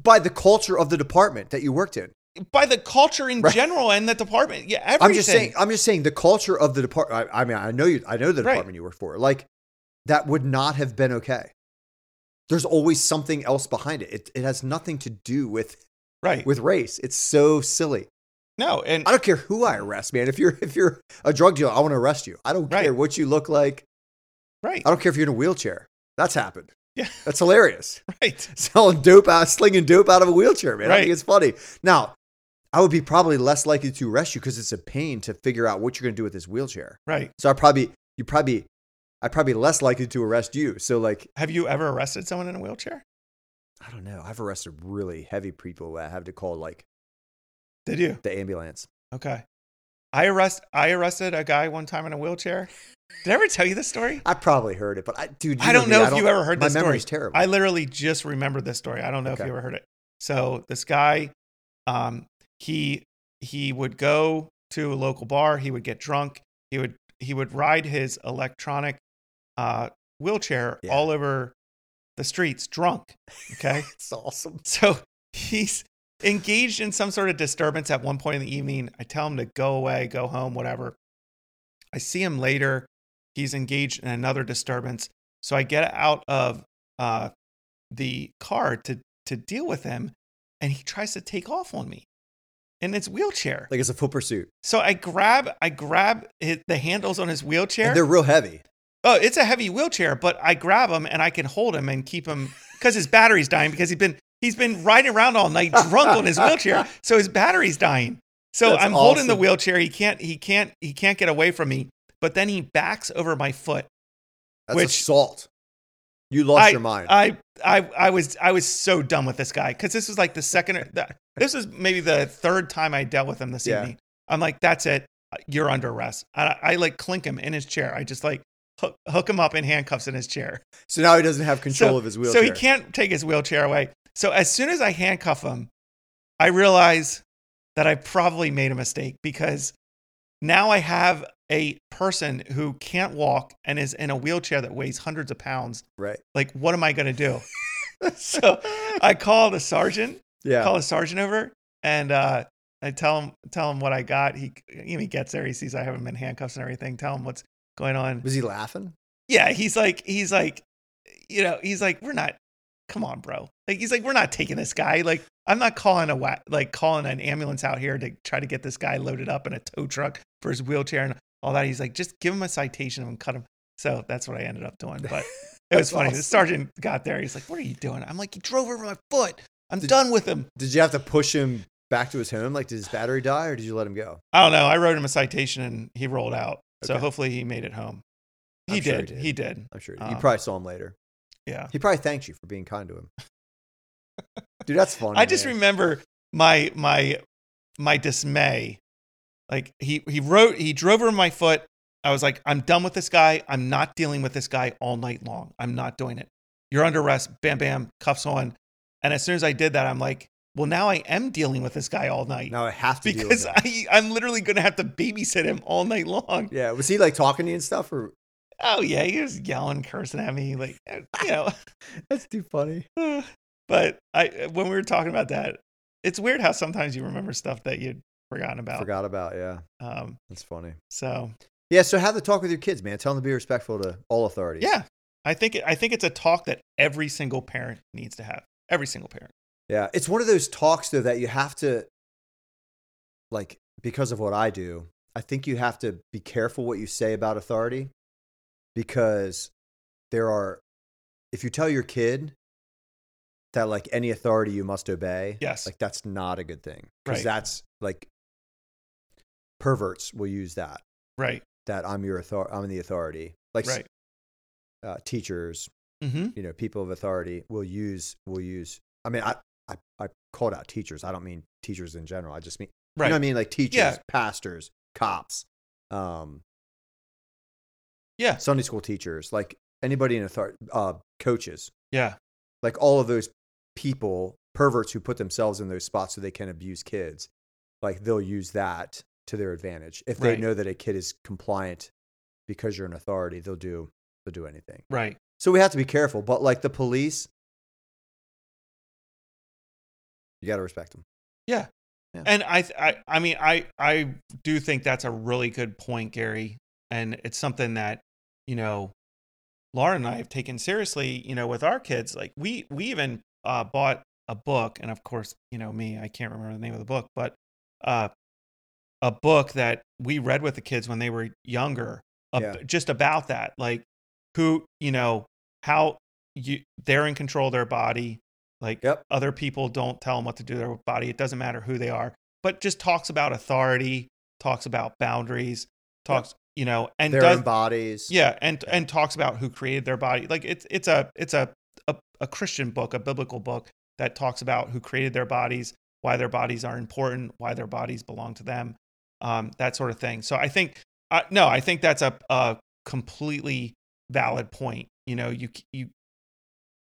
B: By the culture of the department that you worked in.
A: By the culture in
B: Right.
A: general and the department, yeah, everything.
B: I'm just saying. I'm just saying the culture of the department. I, I mean, I know you. I know the
A: Right.
B: department you work for. Like that would not have been okay. There's always something else behind it. It, it has nothing to do with
A: right.
B: with race. It's so silly.
A: no, and
B: I don't care who I arrest, man. If you're if you're a drug dealer, I want to arrest you. I don't
A: Right.
B: care what you look like.
A: right,
B: I don't care if you're in a wheelchair. That's happened.
A: Yeah.
B: that's hilarious.
A: right.
B: Selling dope out, slinging dope out of a wheelchair, man. I
A: Right.
B: think it's funny. Now, I would be probably less likely to arrest you because it's a pain to figure out what you're going to do with this wheelchair.
A: Right.
B: So I probably you probably I probably less likely to arrest you. So like
A: Have you ever arrested someone in a wheelchair?
B: I don't know. I've arrested really heavy people that have to call like
A: Did you?
B: the ambulance.
A: Okay. I arrest I arrested a guy one time in a wheelchair. Did I ever tell you this story?
B: I probably heard it, but I dude, you
A: I don't
B: me,
A: know if you ever heard
B: my
A: this story.
B: memory's terrible.
A: I literally just remembered this story. I don't know if
B: Okay.
A: you ever heard it. So this guy, um, he he would go to a local bar. He would get drunk. He would he would ride his electronic uh, wheelchair
B: Yeah.
A: all over the streets drunk. Okay.
B: it's awesome.
A: So he's engaged in some sort of disturbance at one point in the evening. I tell him to go away, go home, whatever. I see him later. He's engaged in another disturbance. So I get out of uh, the car to, to deal with him, and he tries to take off on me in his wheelchair.
B: Like it's a foot pursuit.
A: So I grab I grab his, the handles on his wheelchair.
B: And they're real heavy.
A: Oh, it's a heavy wheelchair, but I grab him and I can hold him and keep him because his battery's dying because he's been he's been riding around all night drunk on his wheelchair, so his battery's dying. So
B: That's
A: I'm holding the
B: awesome.
A: wheelchair. He can't he can't he can't get away from me. But then he backs over my foot.
B: That's
A: Which-
B: assault. You lost
A: I- uh,
B: your mind.
A: I I I was I was so done with this guy because this was like the second or the, this was maybe the third time I dealt with him this
B: Yeah.
A: evening. I'm like, that's it. You're under arrest. I, I like clink him in his chair. I just like hook, hook him up in handcuffs in his chair.
B: so now he doesn't have control of his wheelchair.
A: So he can't take his wheelchair away. So as soon as I handcuff him, I realize that I probably made a mistake because now I have a person who can't walk and is in a wheelchair that weighs hundreds of pounds.
B: Right.
A: Like, what am I going to do? so I call the sergeant,
B: Yeah.
A: call the sergeant over, and uh, I tell him tell him what I got. He you know, he gets there, he sees I have him in handcuffs and everything. Tell him what's going on
B: Was he laughing?
A: yeah, he's like, he's like, you know, he's like, we're not, come on, bro. Like, he's like, we're not taking this guy. Like, I'm not calling a wa- like calling an ambulance out here to try to get this guy loaded up in a tow truck for his wheelchair and all that. He's like, just give him a citation and cut him. So that's what I ended up doing. But it was
B: That's
A: funny. The
B: awesome.
A: sergeant got there. He's like, what are you doing? I'm like, he drove over my foot. I'm
B: Did-
A: done with him.
B: Did you have to push him back to his home? Like did his battery die or did you let him go?
A: I don't know. I wrote him a citation and he rolled out. So
B: Okay.
A: hopefully he made it home. He
B: I'm
A: did.
B: sure he did.
A: He did.
B: I'm sure. he did. you
A: Um,
B: probably saw him later.
A: Yeah.
B: He probably thanked you for being kind to him. Dude, that's funny.
A: I just
B: man.
A: remember my my my dismay. Like he he wrote he drove over my foot. I was like, I'm done with this guy. I'm not dealing with this guy all night long. I'm not doing it. You're under arrest. Bam bam, cuffs on. And as soon as I did that, I'm like, well, now I am dealing with this guy all night
B: Now I have to deal
A: because
B: with that.
A: I, I'm literally going to have to babysit him all night long.
B: Yeah, was he like talking to you and stuff, or
A: Oh, yeah. He was yelling, cursing at me. Like, you know.
B: that's too funny.
A: Eh, but I when we were talking about that, it's weird how sometimes you remember stuff that you'd forgotten about.
B: Forgot about yeah,
A: Um,
B: that's funny.
A: so
B: Yeah, so have the talk with your kids, man. Tell them to be respectful to all authorities.
A: yeah, I think I think it's a talk that every single parent needs to have. Every single parent.
B: Yeah, it's one of those talks though that you have to like because of what I do. I think you have to be careful what you say about authority because there are if you tell your kid that like any authority you must obey,
A: Yes.
B: like that's not a good thing because
A: Right.
B: that's like perverts will use that
A: Right.
B: that I'm your author I'm the authority. Like s-
A: Right.
B: uh, teachers,
A: Mm-hmm.
B: you know people of authority will use will use i mean I, I i called out teachers i don't mean teachers in general i just mean
A: Right.
B: you know what i mean like teachers
A: Yeah.
B: pastors cops um
A: Yeah.
B: sunday school teachers like anybody in authority uh coaches
A: Yeah.
B: like all of those people perverts who put themselves in those spots so they can abuse kids like they'll use that to their advantage if they
A: Right.
B: know that a kid is compliant because you're an authority they'll do they'll do anything
A: Right.
B: so we have to be careful, but like the police, you got to respect them.
A: And I, th- I, I mean, I, I do think that's a really good point, Gary, and it's something that you know, Laura and I have taken seriously. You know, with our kids, like we, we even uh, bought a book, and of course, you know me, I can't remember the name of the book, but uh, a book that we read with the kids when they were younger, ab-
B: Yeah.
A: just about that, like who, you know, how you they're in control of their body, like
B: Yep.
A: other people don't tell them what to do to their body. It doesn't matter who they are, but just talks about authority, talks about boundaries, talks, you know, and
B: Their
A: does
B: own bodies.
A: yeah, and and talks about who created their body. Like it's it's a it's a, a a Christian book, a biblical book that talks about who created their bodies, why their bodies are important, why their bodies belong to them, um, that sort of thing. So I think uh, no, I think that's a, a completely valid point. You know, you you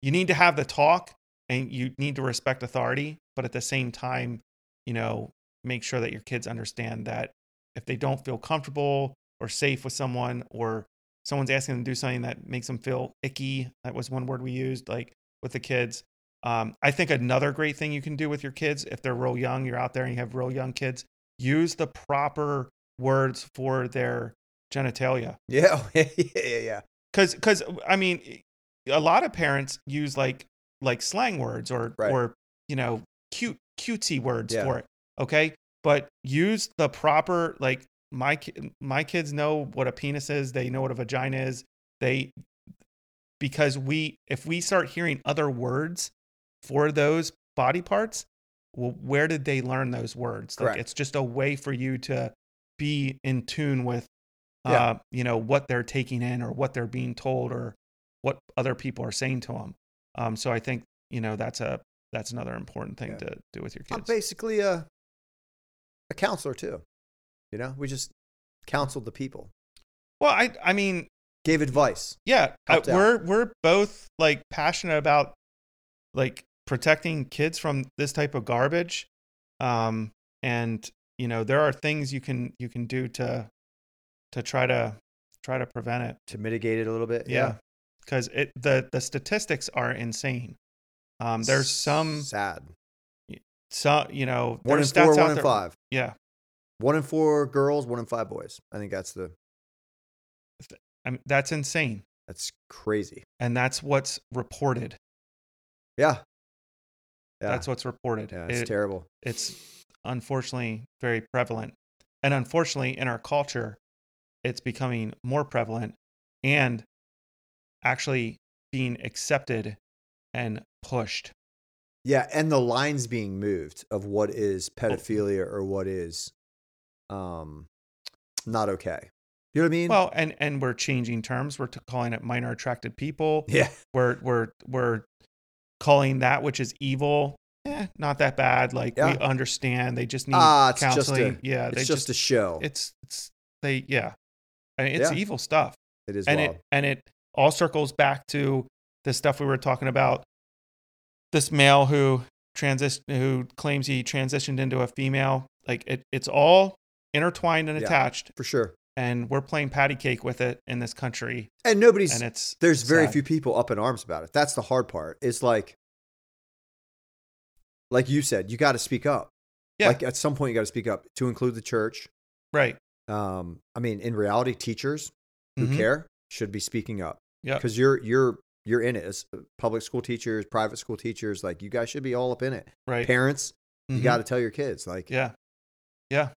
A: you need to have the talk and you need to respect authority, but at the same time, you know, make sure that your kids understand that if they don't feel comfortable or safe with someone or someone's asking them to do something that makes them feel icky that was one word we used like with the kids um, i think another great thing you can do with your kids if they're real young you're out there and you have real young kids use the proper words for their genitalia
B: Yeah. oh, yeah. Yeah. Yeah.
A: because because i mean a lot of parents use like like slang words or
B: Right.
A: or you know cute cutesy words
B: Yeah.
A: for it okay but use the proper like my ki- my kids know what a penis is they know what a vagina is they because we if we start hearing other words for those body parts well where did they learn those words
B: Correct.
A: like it's just a way for you to be in tune with
B: Yeah.
A: uh, you know what they're taking in or what they're being told or what other people are saying to them um, so i think you know that's a that's another important thing
B: Yeah.
A: to do with your
B: I'm
A: kids
B: basically a, a counselor too. You know, we just counseled the people,
A: well i i mean
B: gave advice.
A: yeah I,
B: Helped out.
A: we're we're both like passionate about like protecting kids from this type of garbage um and you know there are things you can you can do to to try to try to prevent it
B: To mitigate it a little bit,
A: yeah because it the the statistics are insane um there's some
B: sad.
A: some you know
B: One in
A: there's
B: four,
A: stats out
B: one in
A: there-
B: five,
A: yeah
B: one in four girls, one in five boys. I think that's the
A: I mean, that's insane
B: that's crazy.
A: and that's what's reported
B: Yeah, yeah,
A: that's what's reported
B: yeah. It's
A: It-
B: terrible.
A: it's unfortunately very prevalent. And unfortunately, in our culture, it's becoming more prevalent and actually being accepted and pushed.
B: Yeah, and the lines being moved of what is
A: Oh.
B: pedophilia or what is um not okay. You know what I mean?
A: Well, and and we're changing terms. We're t- calling it minor attracted people.
B: yeah.
A: We're we're we're calling that which is evil. Eh, not that bad. Like
B: Yeah.
A: we understand. They just need
B: Ah, it's just
A: counseling.
B: a-
A: yeah, they
B: It's just, a show.
A: it's it's they yeah. I mean, it's
B: Yeah.
A: evil stuff.
B: it is
A: and
B: wild.
A: it and it all circles back to the stuff we were talking about this male who transis who claims he transitioned into a female. Like it, it's all intertwined and
B: Yeah.
A: attached,
B: for sure.
A: and we're playing patty cake with it in this country.
B: And nobody's
A: And it's
B: there's very
A: sad.
B: few people up in arms about it. That's the hard part. It's like like you said, you got to speak up.
A: Yeah.
B: Like at some point you got to speak up to include the church.
A: right.
B: Um I mean in reality teachers who
A: Mhm.
B: care should be speaking up.
A: Yeah.
B: Cuz you're you're you're in it. As uh, public school teachers, private school teachers, like you guys should be all up in it.
A: Right.
B: Parents,
A: Mhm.
B: you got to tell your kids like
A: Yeah. Yeah.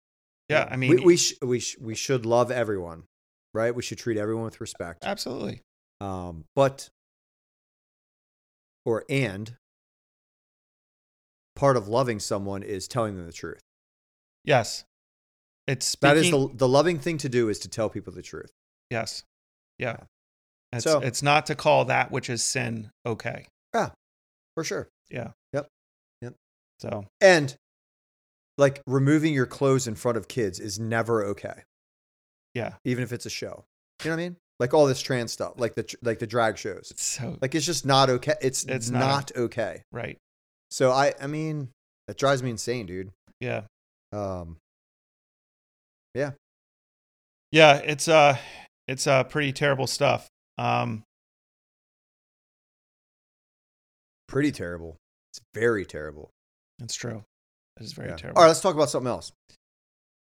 A: Yeah. I mean,
B: we we, sh- we, sh- we should love everyone, right? We should treat everyone with respect.
A: absolutely.
B: um, but or and part of loving someone is telling them the truth
A: Yes. It's speaking.
B: that is the, the loving thing to do is to tell people the truth
A: Yes. Yeah.
B: Yeah.
A: It's,
B: So-
A: it's not to call that which is sin okay.
B: for sure
A: So,
B: and like removing your clothes in front of kids is never okay
A: yeah.
B: even if it's a show you know what i mean like all this trans stuff like the tr- like the drag shows
A: It's so,
B: like it's just not okay it's,
A: It's not-
B: not okay
A: right.
B: so i i mean that drives me insane dude
A: Yeah.
B: um
A: Yeah. It's, uh, it's, uh, pretty terrible stuff. Um,
B: pretty terrible it's very terrible
A: it's true. It is very
B: Yeah.
A: terrible.
B: All right, let's talk about something else.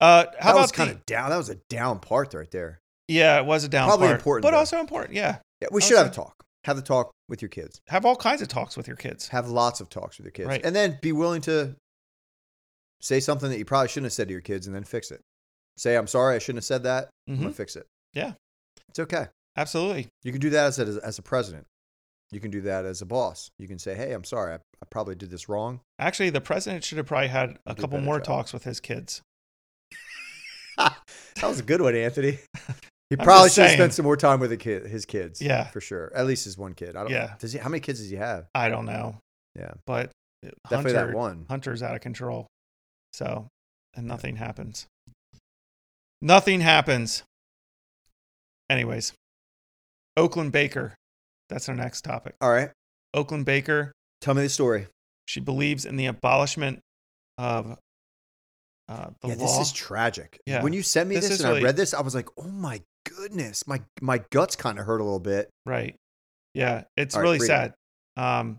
A: Uh,
B: How
A: how
B: that was
A: about
B: kind
A: the,
B: of down. That was a down part right there.
A: yeah, it was a down
B: probably
A: part,
B: important,
A: but
B: though.
A: also important. Yeah.
B: Yeah, we
A: That
B: should
A: was
B: have a
A: a-
B: talk. Have the talk with your kids.
A: Have all kinds of talks with your kids.
B: Have lots of talks with your kids,
A: Right.
B: and then be willing to say something that you probably shouldn't have said to your kids, and then fix it. Say, "I'm sorry, I shouldn't have said that. I'm
A: hmm
B: gonna fix it."
A: Yeah.
B: it's okay.
A: Absolutely.
B: You can do that as a, as a president. You can do that as a boss. You can say, "Hey, I'm sorry. I, I probably did this wrong."
A: Actually, the president should have probably had a
B: Do
A: couple
B: better
A: more
B: job.
A: talks with his kids.
B: That was a good one, Anthony. He
A: I'm
B: probably
A: just
B: should have
A: saying.
B: spent some more time with the kid, his kids.
A: Yeah.
B: for sure. At least his one kid. I don't.
A: Yeah.
B: Does he? How many kids does he have?
A: I don't know.
B: Yeah.
A: But
B: Definitely
A: Hunter,
B: that one.
A: Hunter's out of control. So, and nothing happens. Nothing happens. Anyways, Oakland Baker. That's our next topic.
B: All right.
A: Oakland Baker.
B: Tell me the story.
A: She believes in the abolishment of uh, the
B: yeah,
A: law.
B: this is tragic.
A: Yeah.
B: When you sent me
A: This
B: this,
A: is
B: and
A: really-
B: I read this, I was like, oh my goodness, my my guts kind of hurt a little bit.
A: right. Yeah. It's
B: All right,
A: really
B: read
A: sad.
B: it.
A: Um,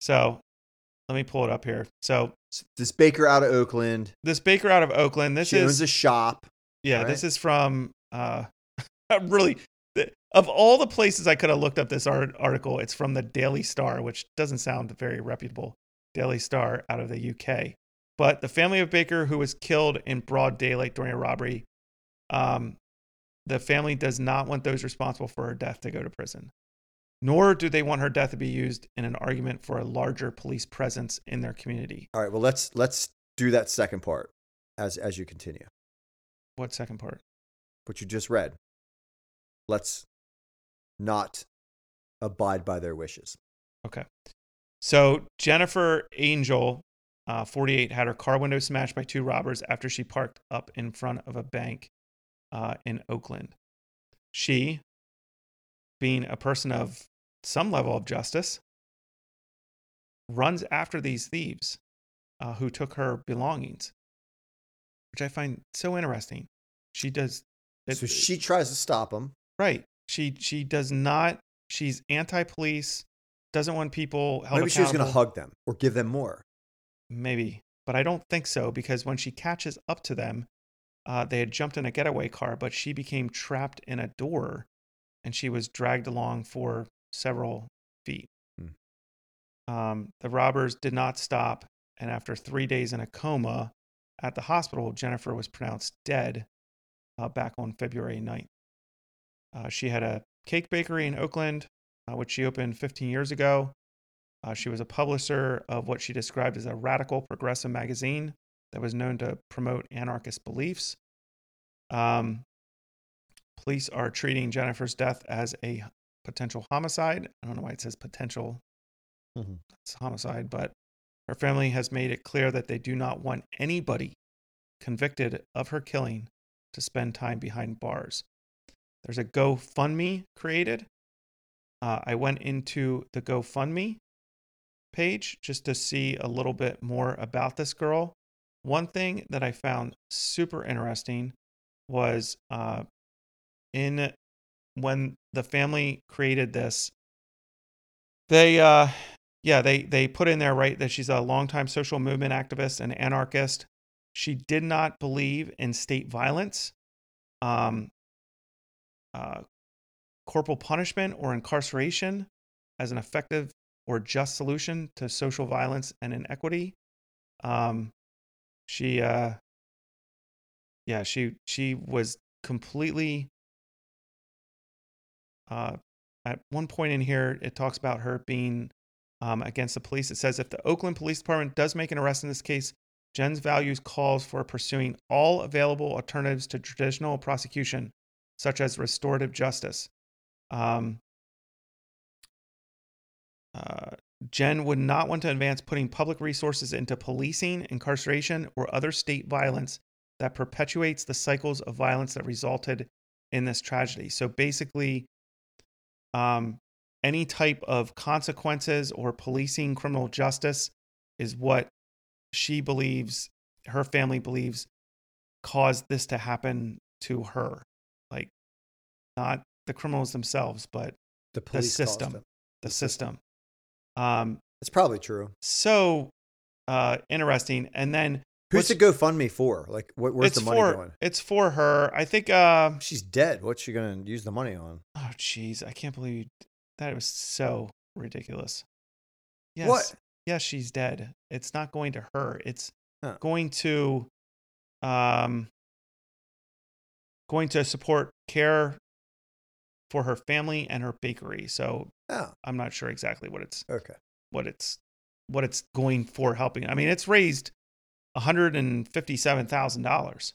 A: so let me pull it up here. So
B: S- This baker out of Oakland,
A: this baker out of Oakland, this
B: she
A: is
B: owns a shop.
A: Yeah,
B: All
A: this
B: right.
A: is from uh, really th- of all the places I could have looked up this art- article. It's from the Daily Star, which doesn't sound very reputable. Daily Star out of the UK, but the family of Baker, who was killed in broad daylight during a robbery, um, the family does not want those responsible for her death to go to prison, nor do they want her death to be used in an argument for a larger police presence in their community.
B: All right, well let's let's do that second part as as you continue.
A: What second part?
B: What you just read. Let's not abide by their wishes.
A: So Jennifer Angel, uh, 48, had her car window smashed by two robbers after she parked up in front of a bank uh, in Oakland. She, being a person of some level of justice, runs after these thieves uh, who took her belongings, which I find so interesting. She does. it-
B: so she tries to stop them.
A: right. She she does not. She's anti-police. Doesn't want people held
B: Maybe she was going to
A: accountable.
B: hug them or give them more.
A: Maybe, but I don't think so because when she catches up to them, uh, they had jumped in a getaway car, but she became trapped in a door and she was dragged along for several feet. Um, the robbers did not stop. And after three days in a coma at the hospital, Jennifer was pronounced dead uh, back on February 9th. Uh, she had a cake bakery in Oakland, uh, which she opened 15 years ago. Uh, she was a publisher of what she described as a radical progressive magazine that was known to promote anarchist beliefs. Um, police are treating Jennifer's death as a potential homicide. I don't know why it says potential.
B: Mhm.
A: It's homicide, but her family has made it clear that they do not want anybody convicted of her killing to spend time behind bars. There's a GoFundMe created. Uh, I went into the GoFundMe page just to see a little bit more about this girl. One thing that I found super interesting was uh, in when the family created this, they uh, yeah they they put in there right that she's a longtime social movement activist and anarchist. She did not believe in state violence, um, uh, corporal punishment, or incarceration as an effective or just solution to social violence and inequity. Um, she, uh, yeah, she she was completely. Uh, at one point in here, it talks about her being um, against the police. It says if the Oakland Police Department does make an arrest in this case, Jen's values calls for pursuing all available alternatives to traditional prosecution, such as restorative justice. Um, uh, Jen would not want to advance putting public resources into policing, incarceration, or other state violence that perpetuates the cycles of violence that resulted in this tragedy. So basically, um, any type of consequences or policing criminal justice is what she believes, her family believes, caused this to happen to her. Like, not the criminals themselves, but the
B: The police caused
A: system,
B: them.
A: the system. Um,
B: It's probably true.
A: so uh, interesting. And then What's-
B: Who's the GoFundMe for? Like, what, where's
A: it's
B: the money
A: for
B: going?
A: it's for her. I think. Uh,
B: She's dead. What's she gonna use the money on?
A: oh, jeez, I can't believe you, that was so ridiculous. Yes,
B: What?
A: yes, she's dead. It's not going to her. It's
B: Huh.
A: going to, um, going to support care for her family and her bakery. So
B: Oh,
A: I'm not sure exactly what it's
B: okay.
A: what it's what it's going for helping. I mean, it's raised one hundred and fifty seven thousand dollars.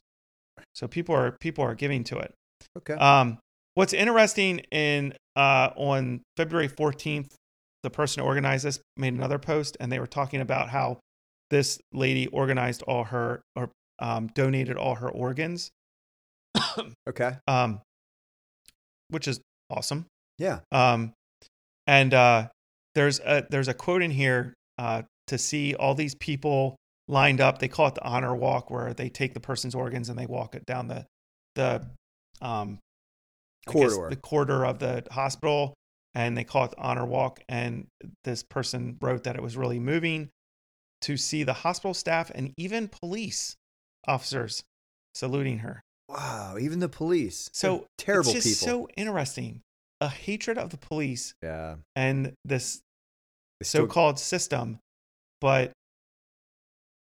A: So people are people are giving to it.
B: Okay.
A: Um, what's interesting in uh, on February fourteenth, the person who organized this made another post, and they were talking about how this lady organized all her or um, donated all her organs,
B: okay.
A: um, which is awesome.
B: Yeah.
A: Um, and uh, there's a there's a quote in here uh, to see all these people lined up. They call it the honor walk, where they take the person's organs and they walk it down the the um, I guess
B: Corridor.
A: the corridor of the hospital, and they call it the honor walk. And this person wrote that it was really moving to see the hospital staff and even police officers saluting her.
B: Wow. Even the police. They're
A: So
B: terrible
A: it's just
B: people.
A: so interesting. A hatred of the police
B: yeah.
A: and this
B: They still-
A: so-called system but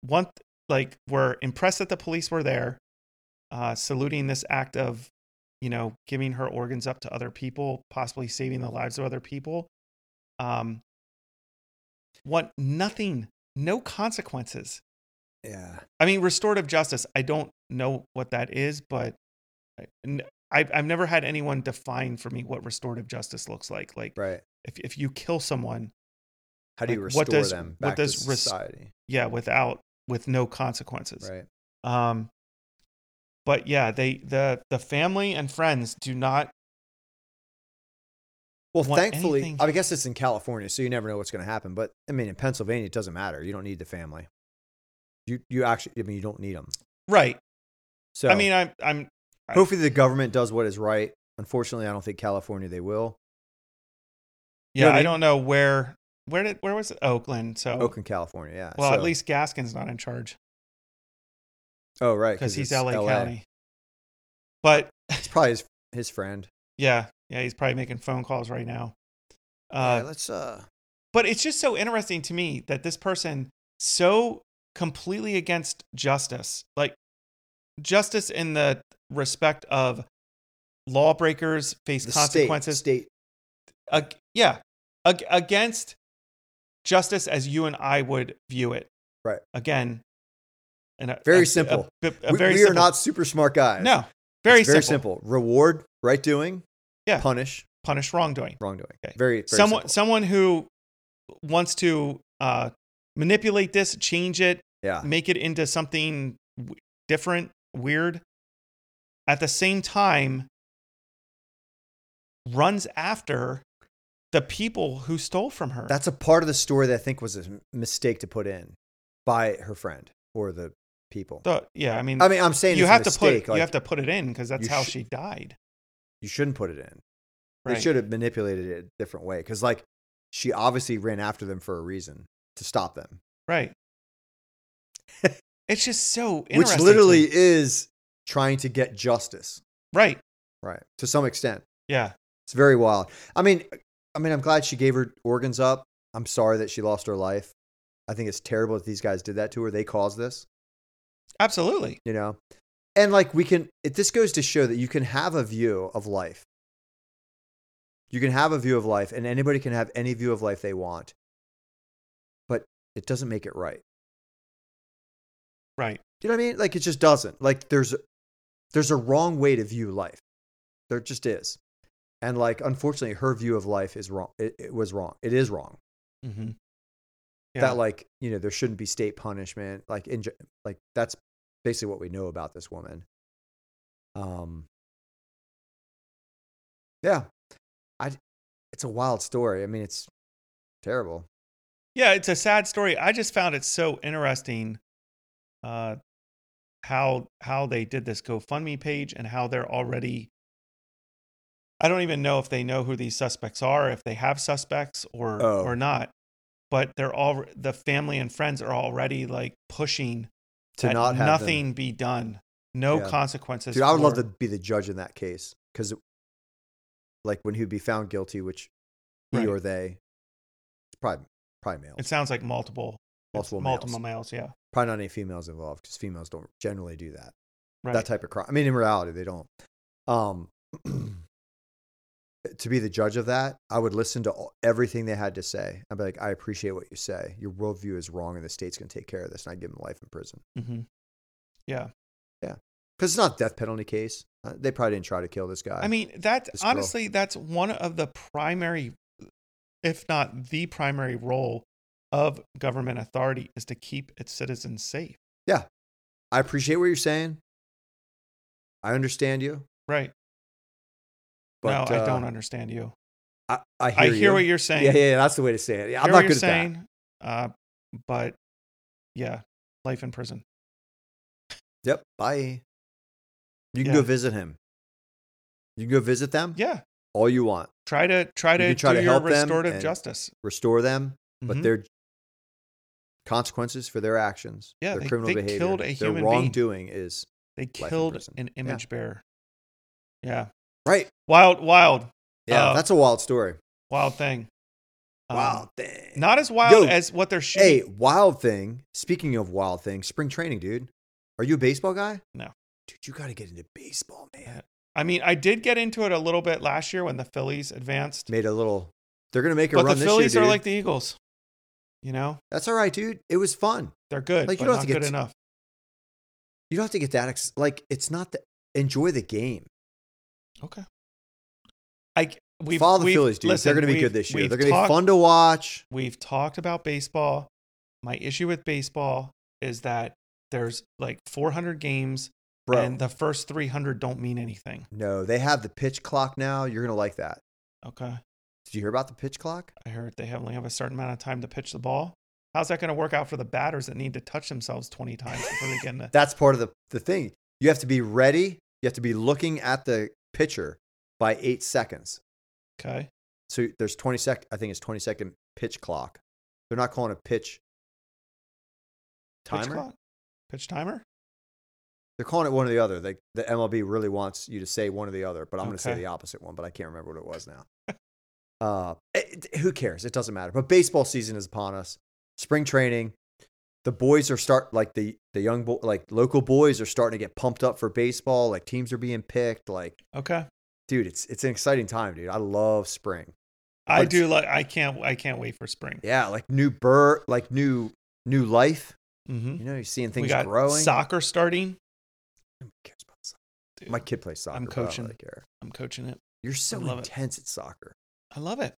A: one th- like we're impressed that the police were there uh saluting this act of you know giving her organs up to other people possibly saving the lives of other people um want nothing no consequences
B: Yeah.
A: i mean restorative justice i don't know what that is but I, n- I- i've never had anyone define for me what restorative justice looks like like
B: Right.
A: if, if you kill someone
B: How do you
A: Like,
B: restore
A: what does-
B: them
A: what
B: back to
A: does res-
B: society?
A: yeah without with no consequences
B: Right.
A: um but yeah they the the family and friends do not
B: Well,
A: want
B: thankfully,
A: anything-
B: I guess it's in California, so you never know what's going to happen. But I mean, in Pennsylvania, it doesn't matter. You don't need the family. You you actually, I mean, you don't need them.
A: right
B: So
A: i mean i'm i'm I-
B: hopefully, the government does what is right. Unfortunately, I don't think California they will.
A: yeah
B: No, they-
A: i don't know where where did where was it oakland so
B: Oakland, California, yeah.
A: Oh. well at
B: So-
A: least gaskin's not in charge
B: oh right,
A: because he's
B: it's
A: LA, county but
B: It's probably his, his friend.
A: yeah yeah he's probably making phone calls right now
B: Yeah,
A: uh
B: let's uh,
A: but it's just so interesting to me that this person so completely against justice like justice in the respect of lawbreakers face
B: the
A: consequences
B: State, state.
A: Ag- yeah Ag- against justice as you and i would view it
B: Right.
A: again and a-
B: Very
A: a- a-
B: simple.
A: a- a
B: we,
A: very
B: we are
A: simple-
B: not super smart guys.
A: no
B: It's
A: very,
B: very
A: simple.
B: simple. Reward right doing.
A: Yeah.
B: Punish
A: punish wrongdoing
B: wrongdoing.
A: Okay.
B: Very, very
A: someone
B: simple.
A: someone who wants to uh manipulate this change it
B: yeah.
A: make it into something w- different, weird. At the same time, runs after the people who stole from her.
B: That's a part of the story that I think was a m- mistake to put in by her friend or the people.
A: the, yeah. I mean,
B: I mean, I'm saying
A: you
B: it's
A: have
B: a
A: to put
B: mistake. like,
A: you have to put it in because that's
B: you
A: how
B: sh-
A: she died.
B: you shouldn't put it in.
A: Right.
B: They should have manipulated it a different way because, like, she obviously ran after them for a reason to stop them,
A: Right. it's just so interesting.
B: which
A: to me.
B: literally is trying to get justice,
A: right.
B: right? To some extent,
A: Yeah.
B: it's very wild. I mean, I mean, I'm glad she gave her organs up. I'm sorry that she lost her life. I think it's terrible that these guys did that to her. They caused this.
A: Absolutely.
B: you know and like we can it, this goes to show that you can have a view of life you can have a view of life and anybody can have any view of life they want but it doesn't make it right
A: Right.
B: do you know what i mean like it just doesn't like there's there's a wrong way to view life there just is and like unfortunately her view of life is wrong it, it was wrong it is wrong
A: Mm-hmm.
B: that like you know there shouldn't be state punishment like in ge- like that's basically what we know about this woman um yeah i it's a wild story i mean it's terrible
A: Yeah, it's a sad story. I just found it so interesting uh, how how they did this GoFundMe page and how they're already. I don't even know if they know who these suspects are, if they have suspects or
B: Oh.
A: or not. But they're all the family and friends are already like pushing
B: to
A: that
B: not have them-
A: nothing be done, no
B: Yeah.
A: consequences.
B: dude i would love
A: for-
B: to be the judge in that case because like when he would be found guilty which he
A: Right.
B: or they it's probably probably males
A: It sounds like multiple, it's
B: Multiple
A: multiple males. Yeah,
B: probably not any females involved because females don't generally do that
A: right.
B: that type of crime. I mean, in reality, they don't. Um, to be the judge of that, I would listen to all, everything they had to say. I'd be like, I appreciate what you say. Your worldview is wrong, and the state's going to take care of this. And I'd give them life in prison
A: Mhm. Yeah,
B: because it's not a death penalty case. Uh, they probably didn't try to kill this guy.
A: I mean, that's
B: This girl.
A: honestly, that's one of the primary, if not the primary role of government authority is to keep its citizens safe.
B: I appreciate what you're saying. I understand you,
A: Right.
B: but
A: no,
B: uh,
A: I don't understand you.
B: I, I hear,
A: I hear
B: you.
A: what you're saying.
B: Yeah, yeah, yeah, that's the way to say it.
A: Hear
B: Yeah, I'm
A: what you're
B: not good at that.
A: saying, Uh, but yeah, life in prison.
B: Yep. Bye. You can
A: Yeah.
B: go visit him. You can go visit them.
A: Yeah.
B: All you want.
A: Try to try to
B: can try
A: do
B: to
A: your
B: help them
A: restorative
B: and-
A: justice.
B: Restore them. but
A: Mhm.
B: their consequences for their actions,
A: Yeah,
B: their
A: they-
B: criminal
A: they
B: behavior,
A: killed a human
B: their
A: being.
B: wrongdoing is
A: they
B: in
A: killed
B: prison.
A: an
B: Yeah.
A: image bearer. Yeah.
B: right.
A: Wild, wild,
B: Yeah,
A: Uh,
B: that's a wild story.
A: wild thing. Um,
B: wild thing.
A: Not as wild
B: Yo,
A: as what they're shooting.
B: hey, wild thing. Speaking of wild thing, spring training, dude. Are you a baseball guy?
A: No. Uh,
B: Dude, you got to get into baseball, man.
A: I mean, I did get into it a little bit last year when the Phillies advanced,
B: Made a little. They're gonna make a
A: but the
B: run
A: Phillies
B: this year,
A: are
B: dude.
A: like the Eagles. You know,
B: that's all right, dude. It was fun.
A: they're good,
B: Like,
A: but
B: you don't
A: not
B: have to
A: good
B: get-
A: enough.
B: You don't have to get that. Ex- like, it's not that. Enjoy the game.
A: Okay. I we
B: Follow the Phillies, dude. They're gonna be good this year. They're gonna be fun to watch.
A: We've talked about baseball. My issue with baseball is that there's like 400 games,
B: Bro,
A: and the first 300 don't mean anything.
B: no, they have the pitch clock now. You're gonna like that.
A: Okay.
B: Did you hear about the pitch clock?
A: I heard they only have a certain amount of time to pitch the ball. How's that going to work out for the batters that need to touch themselves 20 times before they get in the
B: That's part of the, the thing. You have to be ready. You have to be looking at the pitcher by eight seconds.
A: Okay.
B: So there's 20 sec. I think it's 20 second pitch clock. They're not calling a pitch timer.
A: Pitch clock? Pitch timer?
B: They're calling it one or the other. Like the MLB really wants you to say one or the other, but I'm going to say
A: Okay.
B: the opposite one, but I can't remember what it was now. uh, it- it- who cares? It doesn't matter. But baseball season is upon us. Spring training. The boys are start like the the young boy like local boys are starting to get pumped up for baseball. Like teams are being picked. Like
A: Okay.
B: dude, it's it's an exciting time, dude. I love spring.
A: I
B: But-
A: do like I can't I can't wait for spring.
B: Yeah, like new birth, like new new life.
A: Mm-hmm.
B: You know, you're seeing
A: We
B: things
A: got
B: growing.
A: soccer starting.
B: Nobody cares about soccer.
A: Dude,
B: My kid plays soccer.
A: I'm
B: but I don't
A: coaching.
B: really care.
A: I'm coaching it.
B: You're so
A: love it.
B: intense at soccer.
A: I love it.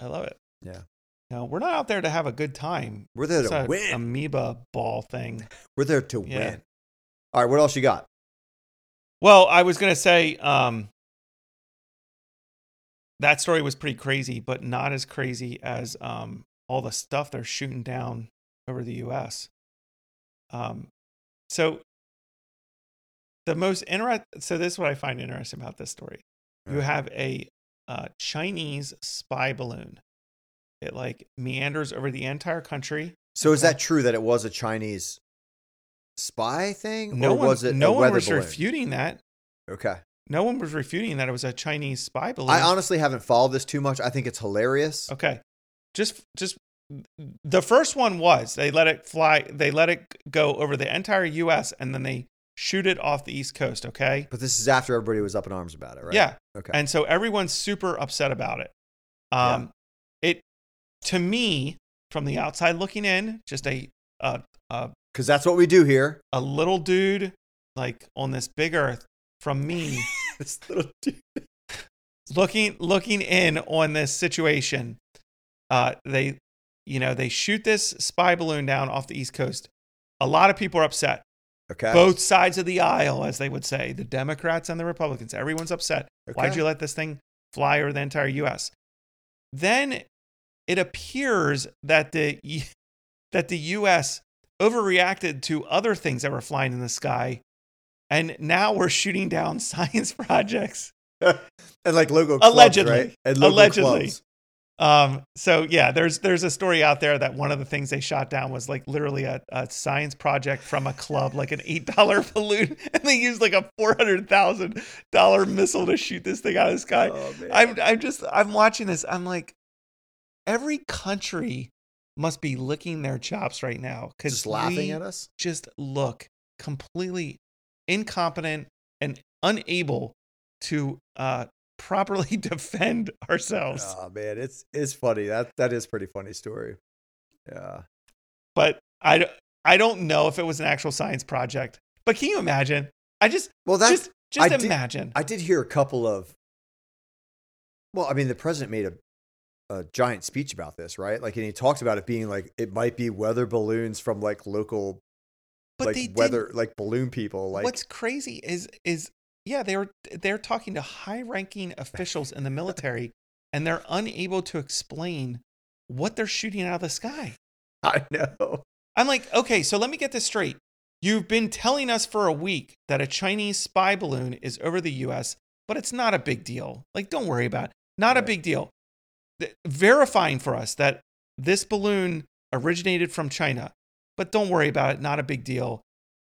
A: I love it.
B: Yeah.
A: No, we're not out there to have a good time.
B: We're there
A: It's
B: to
A: a
B: win.
A: amoeba ball thing.
B: We're there to
A: Yeah.
B: win. All right, what else you got?
A: Well, I was gonna say, um, that story was pretty crazy, but not as crazy as um, all the stuff they're shooting down over the U.S. Um, so the most interest. So this is what I find interesting about this story. You
C: Yeah.
A: have a uh, Chinese spy balloon. It like meanders over the entire country.
B: So is that true that it was a Chinese spy thing,
A: No
B: or
A: one,
B: was it
A: no
B: a
A: one
B: weather
A: was
B: balloon?
A: refuting that.
B: Okay,
A: No one was refuting that it was a Chinese spy balloon.
B: I honestly haven't followed this too much. I think it's hilarious.
A: Okay. Just just the first one was they let it fly they let it go over the entire US and then they shoot it off the east coast, okay?
B: But this is after everybody was up in arms about it, right?
A: Yeah.
B: Okay.
A: And so everyone's super upset about it. Um it to me from the outside looking in, just a a, a
B: Because that's what we do here.
A: a little dude like on this big earth from me
B: this little dude.
A: looking looking in on this situation uh they you know they shoot this spy balloon down off the east coast a lot of people are upset
B: Okay.
A: both sides of the aisle as they would say the democrats and the republicans everyone's upset why'd
B: Okay.
A: you let this thing fly over the entire us then it appears that the that the us overreacted to other things that were flying in the sky and now we're shooting down science projects
B: and like logo
A: Allegedly.
B: clubs, right? And logo
A: Allegedly.
B: clubs.
A: Um, so yeah, there's there's a story out there that one of the things they shot down was like literally a, a science project from a club, like an eight dollar balloon, and they used like a four hundred thousand dollar missile to shoot this thing out of the sky.
B: Oh, man.
A: I'm I'm just I'm watching this. I'm like, every country must be licking their chops right now because
B: just laughing at us.
A: just look completely incompetent and unable to uh properly defend ourselves.
B: Oh man, it's it's funny. That that is pretty funny story. Yeah.
A: but I, d- I don't know if it was an actual science project. But can you imagine? I just
B: Well, that's
A: just just
B: I did-
A: imagine.
B: I did hear a couple of. Well, I mean, the president made a, a giant speech about this, right? Like, and he talked about it being like it might be weather balloons from like local,
A: but they
B: like
A: did-
B: weather, like balloon people. Like,
A: what's crazy is is yeah they were they're talking to high ranking officials in the military, and they're unable to explain what they're shooting out of the sky.
B: I know.
A: I'm like, okay, so let me get this straight. You've been telling us for a week that a Chinese spy balloon is over the US, but it's not a big deal. Like, don't worry about it. Not a
B: Right.
A: big deal. Th- verifying for us that this balloon originated from China, but don't worry about it. Not a big deal.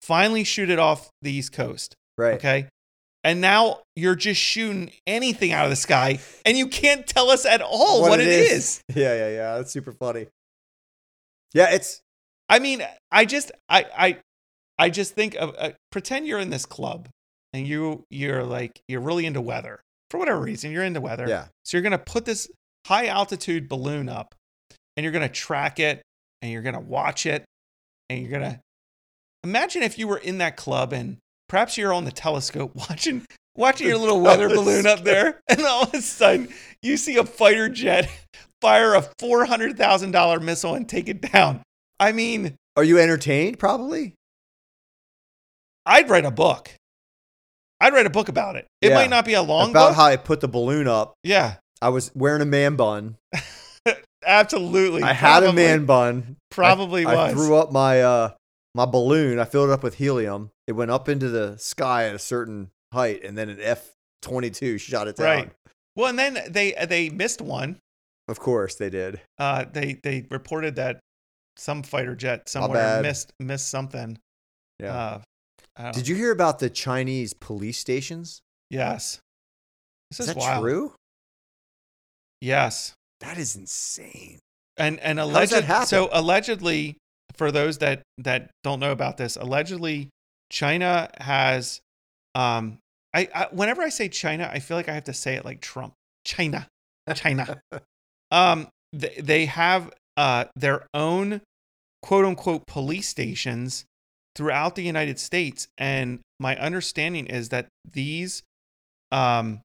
A: Finally, shoot it off the East Coast.
B: Right.
A: Okay. And now you're just shooting anything out of the sky, and you can't tell us at all what, it is.
B: Yeah, yeah, yeah. That's super funny. Yeah, it's
A: I mean, I just, I, I, I just think of uh, pretend you're in this club and you, you're like, you're really into weather for whatever reason. You're into weather,
B: yeah.
A: So you're gonna put this high altitude balloon up, and you're gonna track it, and you're gonna watch it, and you're gonna imagine if you were in that club and perhaps you're on the telescope watching watching your little weather balloon up there, and all of a sudden you see a fighter jet fire a four hundred thousand dollar missile and take it down. I mean,
B: Are you entertained? Probably.
A: I'd write a book. I'd write a book about it. It
B: Yeah.
A: might not be a long
B: about
A: book.
B: how I put the balloon up.
A: yeah,
B: I was wearing a man bun.
A: absolutely.
B: I had a
A: Probably-
B: man bun.
A: Probably
B: I
A: was.
B: threw up my uh my balloon. I filled it up with helium. It went up into the sky at a certain height, and then an F twenty two shot it down.
A: Right. Well, and then they uh, they missed one.
B: Of course they did.
A: Uh, they they reported that some fighter jet somewhere
B: bad.
A: missed missed something.
B: Yeah.
A: Uh, I don't-
B: did you hear about the Chinese police stations?
A: Yes. This
B: Is
A: is,
B: that
A: wild.
B: true?
A: Yes.
B: That is insane.
A: And and
B: does that
A: alleged,
B: happen?
A: so allegedly for those that that don't know about this, allegedly China has um I, I whenever I say China, I feel like I have to say it like Trump. China. China. um they, they have uh their own quote unquote police stations throughout the United States and my understanding is that these um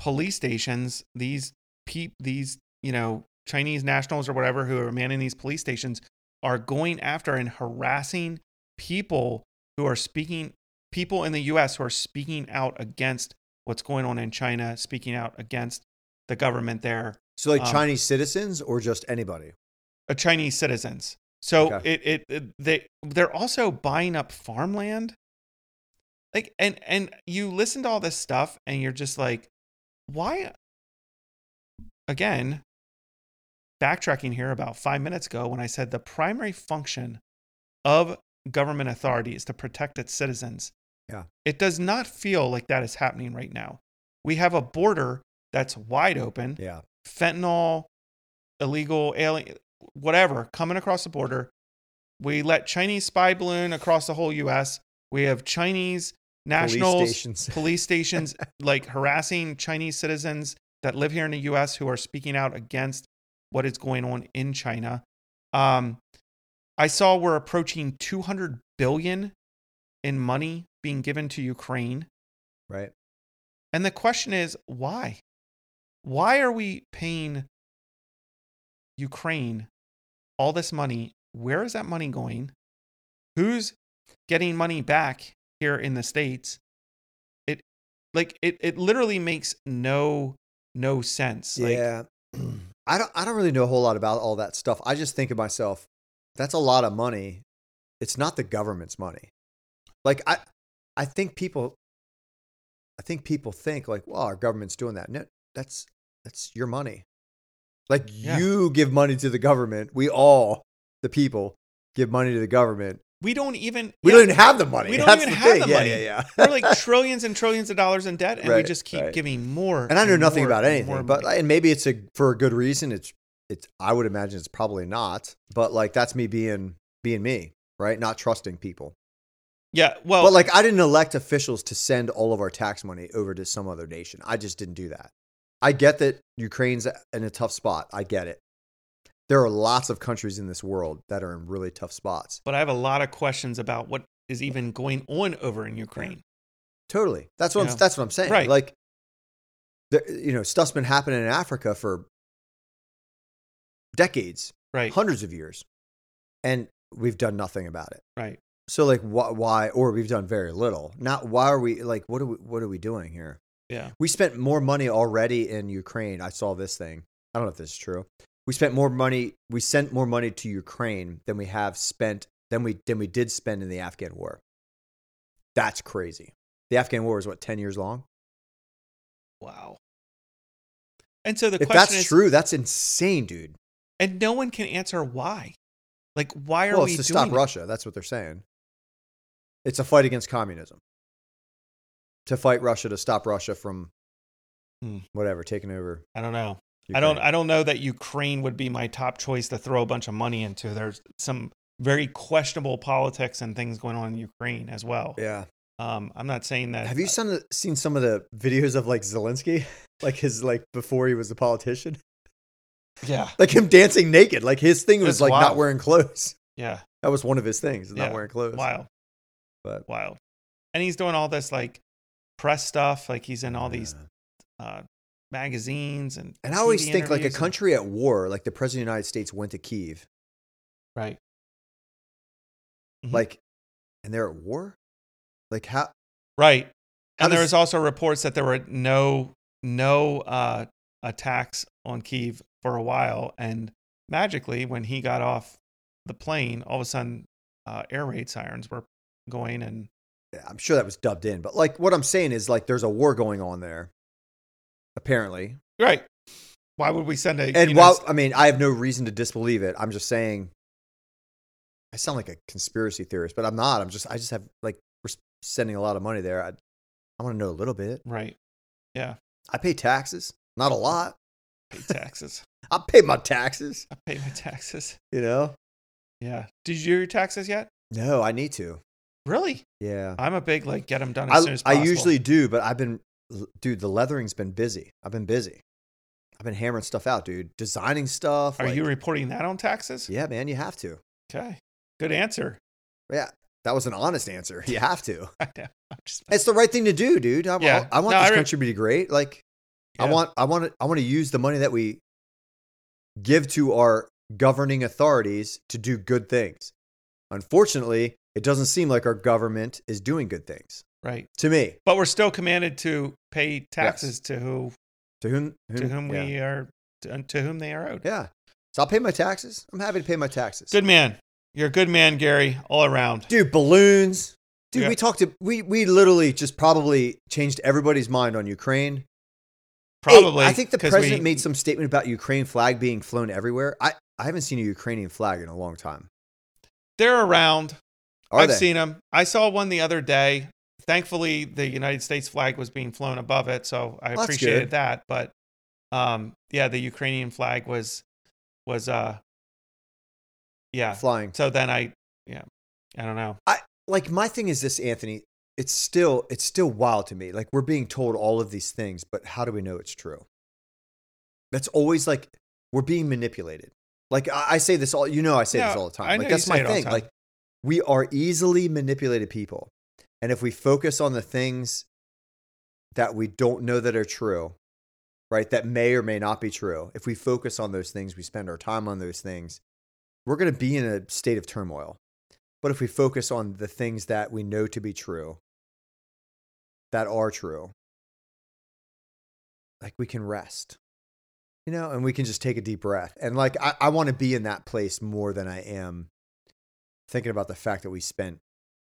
A: police stations, these peep these, you know, Chinese nationals or whatever who are manning these police stations are going after and harassing people who are speaking people in the US who are speaking out against what's going on in China, speaking out against the government there,
B: So like
A: Um,
B: Chinese citizens or just anybody?
A: uh, Chinese citizens. So
B: Okay.
A: it, it it they they're also buying up farmland. Like and and you listen to all this stuff and you're just like, why? Again, backtracking here about five minutes ago when I said the primary function of government authority is to protect its citizens.
B: Yeah.
A: It does not feel like that is happening right now. We have a border that's wide open
B: Yeah.
A: fentanyl, illegal alien, whatever coming across the border. We let Chinese spy balloon across the whole U.S. We have Chinese
B: Police
A: nationals,
B: stations.
A: police stations like harassing Chinese citizens that live here in the U.S. who are speaking out against what is going on in China. Um, I saw we're approaching 200 billion in money being given to Ukraine.
B: Right.
A: And the question is, why? Why are we paying Ukraine all this money? Where is that money going? Who's getting money back here in the states? It like it it literally makes no no sense. Like
B: yeah. I don't I don't really know a whole lot about all that stuff. I just think of myself, that's a lot of money. It's not the government's money. Like I I think people I think people think like, well, our government's doing that. No, that's that's your money. Like
A: Yeah.
B: you give money to the government. We all, the people, give money to the government.
A: we don't even
B: We
A: yeah,
B: don't even have the money.
A: We don't
B: That's
A: even
B: the
A: have
B: thing.
A: the
B: yeah,
A: money.
B: Yeah, yeah.
A: we're like trillions and trillions of dollars in debt and we
B: Right,
A: just keep
B: right.
A: giving more.
B: and I know nothing
A: more
B: about
A: and
B: anything,
A: more
B: but
A: money.
B: and maybe it's a for a good reason. It's it's I would imagine it's probably not, but like that's me being being me, right? Not trusting people.
A: yeah, well,
B: But like I didn't elect officials to send all of our tax money over to some other nation. I just didn't do that. I get that Ukraine's in a tough spot. I get it. There are lots of countries in this world that are in really tough spots.
A: but I have a lot of questions about what is even going on over in Ukraine.
B: Totally. That's what
A: Yeah.
B: I'm, that's what I'm saying.
A: Right.
B: Like, the, you know, stuff's been happening in Africa for decades,
A: Right.
B: hundreds of years, and we've done nothing about it.
A: Right.
B: So, like, why, why? Or we've done very little. Not why are we like? What are we? What are we doing here?
A: Yeah.
B: We spent more money already in Ukraine. I saw this thing. I don't know if this is true. We spent more money. We sent more money to Ukraine than we have spent than we than we did spend in the Afghan war. That's crazy. The Afghan war is what ten years long.
A: Wow. And so the
B: if
A: question
B: that's
A: is,
B: true, that's insane, dude.
A: and no one can answer why. Like, why are
B: Well,
A: we
B: it's to
A: doing
B: stop Russia. That's what they're saying. It's a fight against communism. To fight Russia to stop Russia from
A: Hmm.
B: whatever taking over.
A: It? I don't know. I
B: Ukraine.
A: don't. I don't know that Ukraine would be my top choice to throw a bunch of money into. There's some very questionable politics and things going on in Ukraine as well.
B: yeah.
A: Um, I'm not saying that.
B: Have you seen seen some of the videos of like Zelensky, like his like before he was a politician,
A: yeah.
B: like him dancing naked? Like his thing was
A: That's
B: like
A: wild.
B: not wearing clothes.
A: Yeah.
B: That was one of his things,
A: Yeah.
B: not wearing clothes.
A: Wild.
B: But-
A: wild. And he's doing all this like press stuff. Like he's in all these
B: Yeah.
A: uh, magazines and.
B: And I always
A: TV
B: think like
A: interviews
B: a
A: and- Mm-hmm.
B: country at war, like the president of the United States went to Kiev,
A: right. Mhm.
B: like, and they're at war. Like how?
A: Right.
B: How
A: and there
B: does-
A: was also reports that there were no no uh, attacks on Kiev for a while, and magically, when he got off the plane, all of a sudden, uh, air raid sirens were going, and
B: Yeah, I'm sure that was dubbed in, but like what I'm saying is like there's a war going on there, apparently.
A: right. Why would we send a?
B: And
A: you know,
B: while I mean I have no reason to disbelieve it, I'm just saying. I sound like a conspiracy theorist, but I'm not. I'm just I just have like we're s- sending a lot of money there. I I want to know a little bit.
A: right?
B: I pay taxes, not a lot.
A: Pay taxes.
B: I pay my taxes.
A: I pay my taxes.
B: You know?
A: Yeah. Did you do your taxes yet?
B: No, I need to.
A: Really?
B: Yeah.
A: I'm a big like get them done as soon
B: I,
A: as
B: I
A: possible.
B: usually do, but I've been, dude, the leathering's been busy. I've been busy. I've been hammering stuff out, dude. Designing stuff.
A: Are
B: like-
A: you reporting that on taxes?
B: Yeah, man, you have to.
A: Okay. Good answer.
B: Yeah, that was an honest answer. You have to.
A: I know. I'm just
B: It's the right thing to do, dude. I,
A: Yeah.
B: I, I want
A: No, I
B: this
A: re-
B: country to be great. Like, I
A: Yeah.
B: want, I want, to, I want to use the money that we give to our governing authorities to do good things. Unfortunately, it doesn't seem like our government is doing good things
A: right.
B: to me.
A: But we're still commanded to pay taxes to who
B: To whom? whom
A: to whom
B: yeah.
A: we are to, to whom they are owed.
B: Yeah. So I'll pay my taxes. I'm happy to pay my taxes.
A: Good man. You're a good man, Gary, all around.
B: Dude, balloons. Dude,
A: Yeah.
B: we talked to we we literally just probably changed everybody's mind on Ukraine.
A: Probably.
B: Hey, I think the
A: 'cause
B: president
A: we-
B: made some statement about Ukraine flag being flown everywhere. I, I haven't seen a Ukrainian flag in a long time.
A: They're around.
B: Are
A: I've
B: they?
A: seen them. I saw one the other day. Thankfully, the United States flag was being flown above it, so I
B: Well, that's
A: appreciated
B: good.
A: that. But um, yeah, the Ukrainian flag was was uh, yeah.
B: flying.
A: So then I yeah, I don't know.
B: Like my thing is this, Anthony. It's still it's still wild to me. Like we're being told all of these things, but how do we know it's true? That's always like we're being manipulated. Like I, I say this all you know I say this
A: No,
B: all the time.
A: I know
B: like
A: you
B: that's
A: say
B: my
A: it all the
B: thing.
A: time.
B: Like we are easily manipulated people. And if we focus on the things that we don't know that are true, right? That may or may not be true. If we focus on those things, we spend our time on those things, we're going to be in a state of turmoil. But if we focus on the things that we know to be true, that are true, like we can rest, you know, and we can just take a deep breath. And like, I, I want to be in that place more than I am thinking about the fact that we spent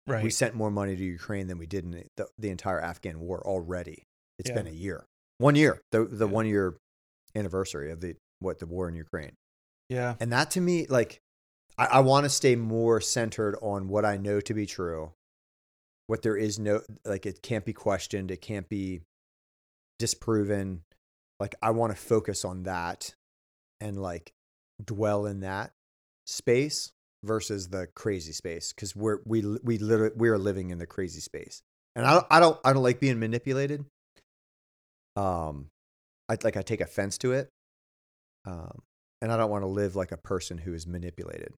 A: Right.
B: we sent more money to Ukraine than we did in the, the, the entire Afghan war already. It's
A: Yeah.
B: been a year, one year, the the
A: Yeah.
B: one year anniversary of the what the war in Ukraine,
A: yeah.
B: and that to me, like, I, I want to stay more centered on what I know to be true, what there is no like it can't be questioned, it can't be disproven. Like I want to focus on that, and like dwell in that space versus the crazy space because we're we li- we literally we are living in the crazy space and i don't i don't i don't like being manipulated um i like i take offense to it um and i don't want to live like a person who is manipulated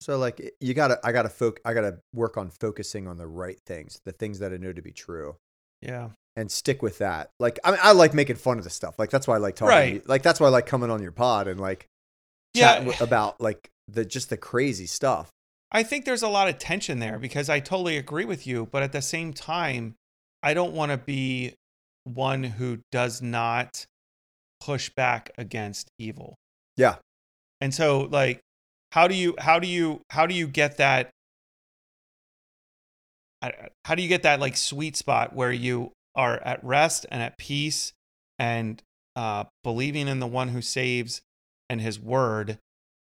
B: so like it- you gotta i gotta foc- i gotta work on focusing on the right things the things that i know to be true
A: Yeah.
B: and stick with that like i mean i like making fun of this stuff like that's why i like talking to
A: Right.
B: you. like that's why i like coming on your pod and like
A: Yeah. eh,
B: chatting wi- about like the just the crazy stuff
A: I think there's a lot of tension there because I totally agree with you, but at the same time, I don't want to be one who does not push back against evil.
B: Yeah.
A: And so like how do you how do you how do you get that I- how do you get that like sweet spot where you are at rest and at peace and uh believing in the one who saves and his word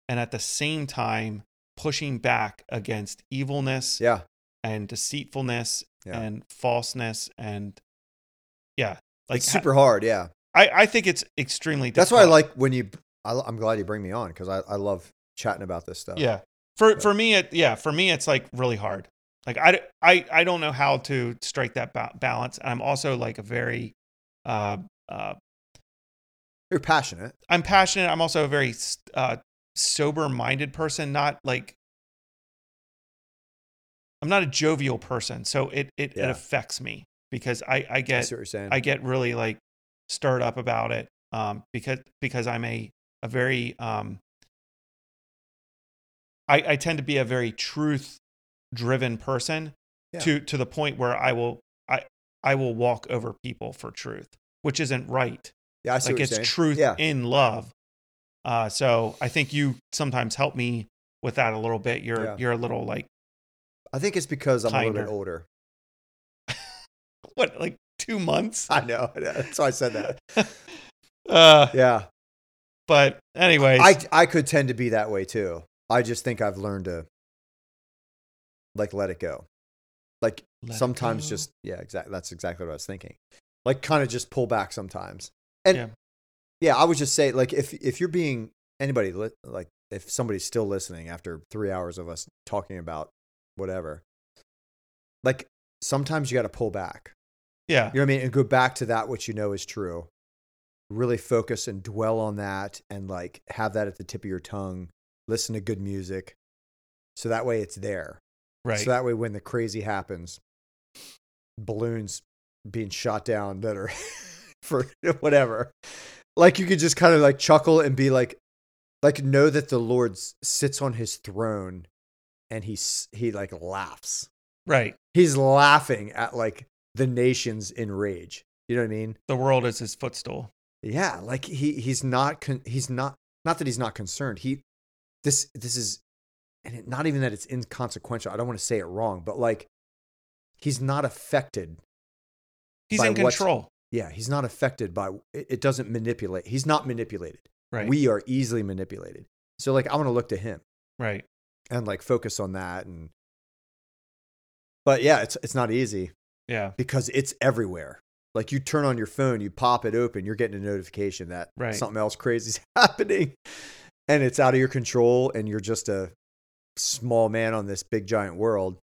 A: and at the same time pushing back against evilness
B: yeah
A: and deceitfulness
B: Yeah.
A: and falseness and yeah like
B: it's super hard yeah
A: I, I think it's extremely
B: that's why i
A: difficult.
B: like when you I, am glad you bring me on because I, I love chatting about this stuff
A: yeah for for me it yeah for me it's like really hard like i i, I don't know how to strike that ba- balance and i'm also like a very uh uh
B: you're passionate
A: i'm passionate i'm also a very uh sober minded person not like i'm not a jovial person so it it,
B: Yeah.
A: it affects me because i i
B: I
A: get
B: see what you're saying
A: I get really like stirred up about it um, because because I'm a a very um, I, I tend to be a very truth driven person
B: Yeah.
A: to to the point where I will I I will walk over people for truth, which isn't right.
B: yeah i see
A: like
B: what
A: it's
B: you're saying
A: truth
B: yeah
A: in love. Uh, so I think you sometimes help me with that a little bit. You're
B: Yeah.
A: you're a little like
B: i think it's because i'm a little
A: Kinder.
B: bit older
A: what like two months.
B: i know I know. that's why i said that
A: Uh,
B: yeah
A: but anyways,
B: I, I could tend to be that way too i just think i've learned to like let it go like
A: Let it
B: sometimes
A: go.
B: just yeah exactly that's exactly what i was thinking like kind of just pull back sometimes and
A: Yeah.
B: yeah. i would just say like if if you're being anybody li- like if somebody's still listening after three hours of us talking about whatever like sometimes you got to pull back
A: yeah.
B: you know what i mean and go back to that which you know is true really focus and dwell on that and like have that at the tip of your tongue listen to good music so that way it's there
A: Right.
B: so that way, when the crazy happens, balloons being shot down that are for whatever, like you could just kind of like chuckle and be like, like know that the Lord s- sits on His throne, and he s- he like laughs.
A: right.
B: He's laughing at like the nations in rage. You know what I mean?
A: The world is his footstool.
B: yeah like he he's not con- he's not not that he's not concerned he this this is and it, not even that it's inconsequential i don't want to say it wrong but like he's not affected
A: He's
B: By
A: in
B: what's-
A: control.
B: yeah he's not affected by it, it doesn't manipulate he's not manipulated
A: Right.
B: we are easily manipulated so like i want to look to him
A: right.
B: and like focus on that and but yeah it's it's not easy
A: Yeah.
B: because it's everywhere like you turn on your phone you pop it open you're getting a notification that
A: Right.
B: something else crazy's happening and it's out of your control and you're just a small man on this big giant world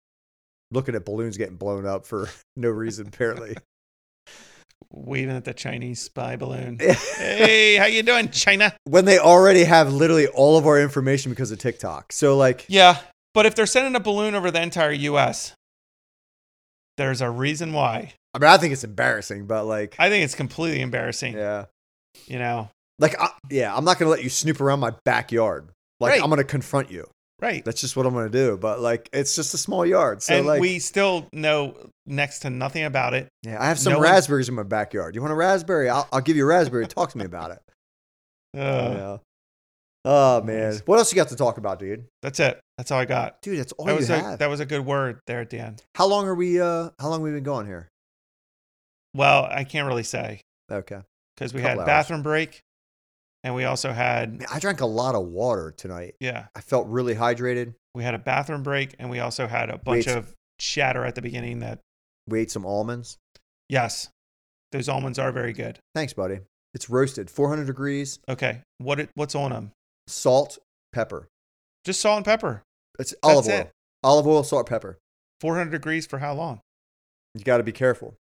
B: looking at balloons getting blown up for no reason apparently
A: Waving at the Chinese spy balloon. hey, how you doing, China?
B: when they already have literally all of our information because of TikTok. So like,
A: Yeah. But if they're sending a balloon over the entire US, there's a reason why.
B: I mean, I think it's embarrassing, but like,
A: I think it's completely embarrassing.
B: yeah,
A: You know?
B: like, I, yeah, I'm not gonna let you snoop around my backyard. Like,
A: Right.
B: I'm gonna confront you.
A: Right.
B: That's just what I'm gonna do. But like, it's just a small yard, so
A: and
B: like,
A: we still know next to nothing about it.
B: yeah, I have some
A: no one-
B: raspberries in my backyard. You want a raspberry? I'll, I'll give you a raspberry. Talk to me about it.
A: Uh,
B: yeah. Oh man, what else you got to talk about, dude?
A: That's it. That's all I got.
B: Dude, that's all
A: that
B: you
A: was a,
B: have.
A: that was a good word there at the end.
B: how long are we? Uh, how long we been going here?
A: Well, I can't really say
B: Okay.
A: because we had
B: Couple hours.
A: bathroom break, and we also had
B: Man, I drank a lot of water tonight.
A: yeah,
B: I felt really hydrated.
A: we had a bathroom break, and we also had a bunch
B: Wait.
A: of chatter at the beginning that
B: We ate some almonds.
A: yes, those almonds are very good.
B: Thanks, buddy. It's roasted, 400 degrees,
A: Okay, what it- what's on them?
B: salt, pepper.
A: Just salt and pepper.
B: It's olive
A: That's
B: oil.
A: it.
B: Olive oil, salt, pepper.
A: Four hundred degrees for how long?
B: You got to be careful.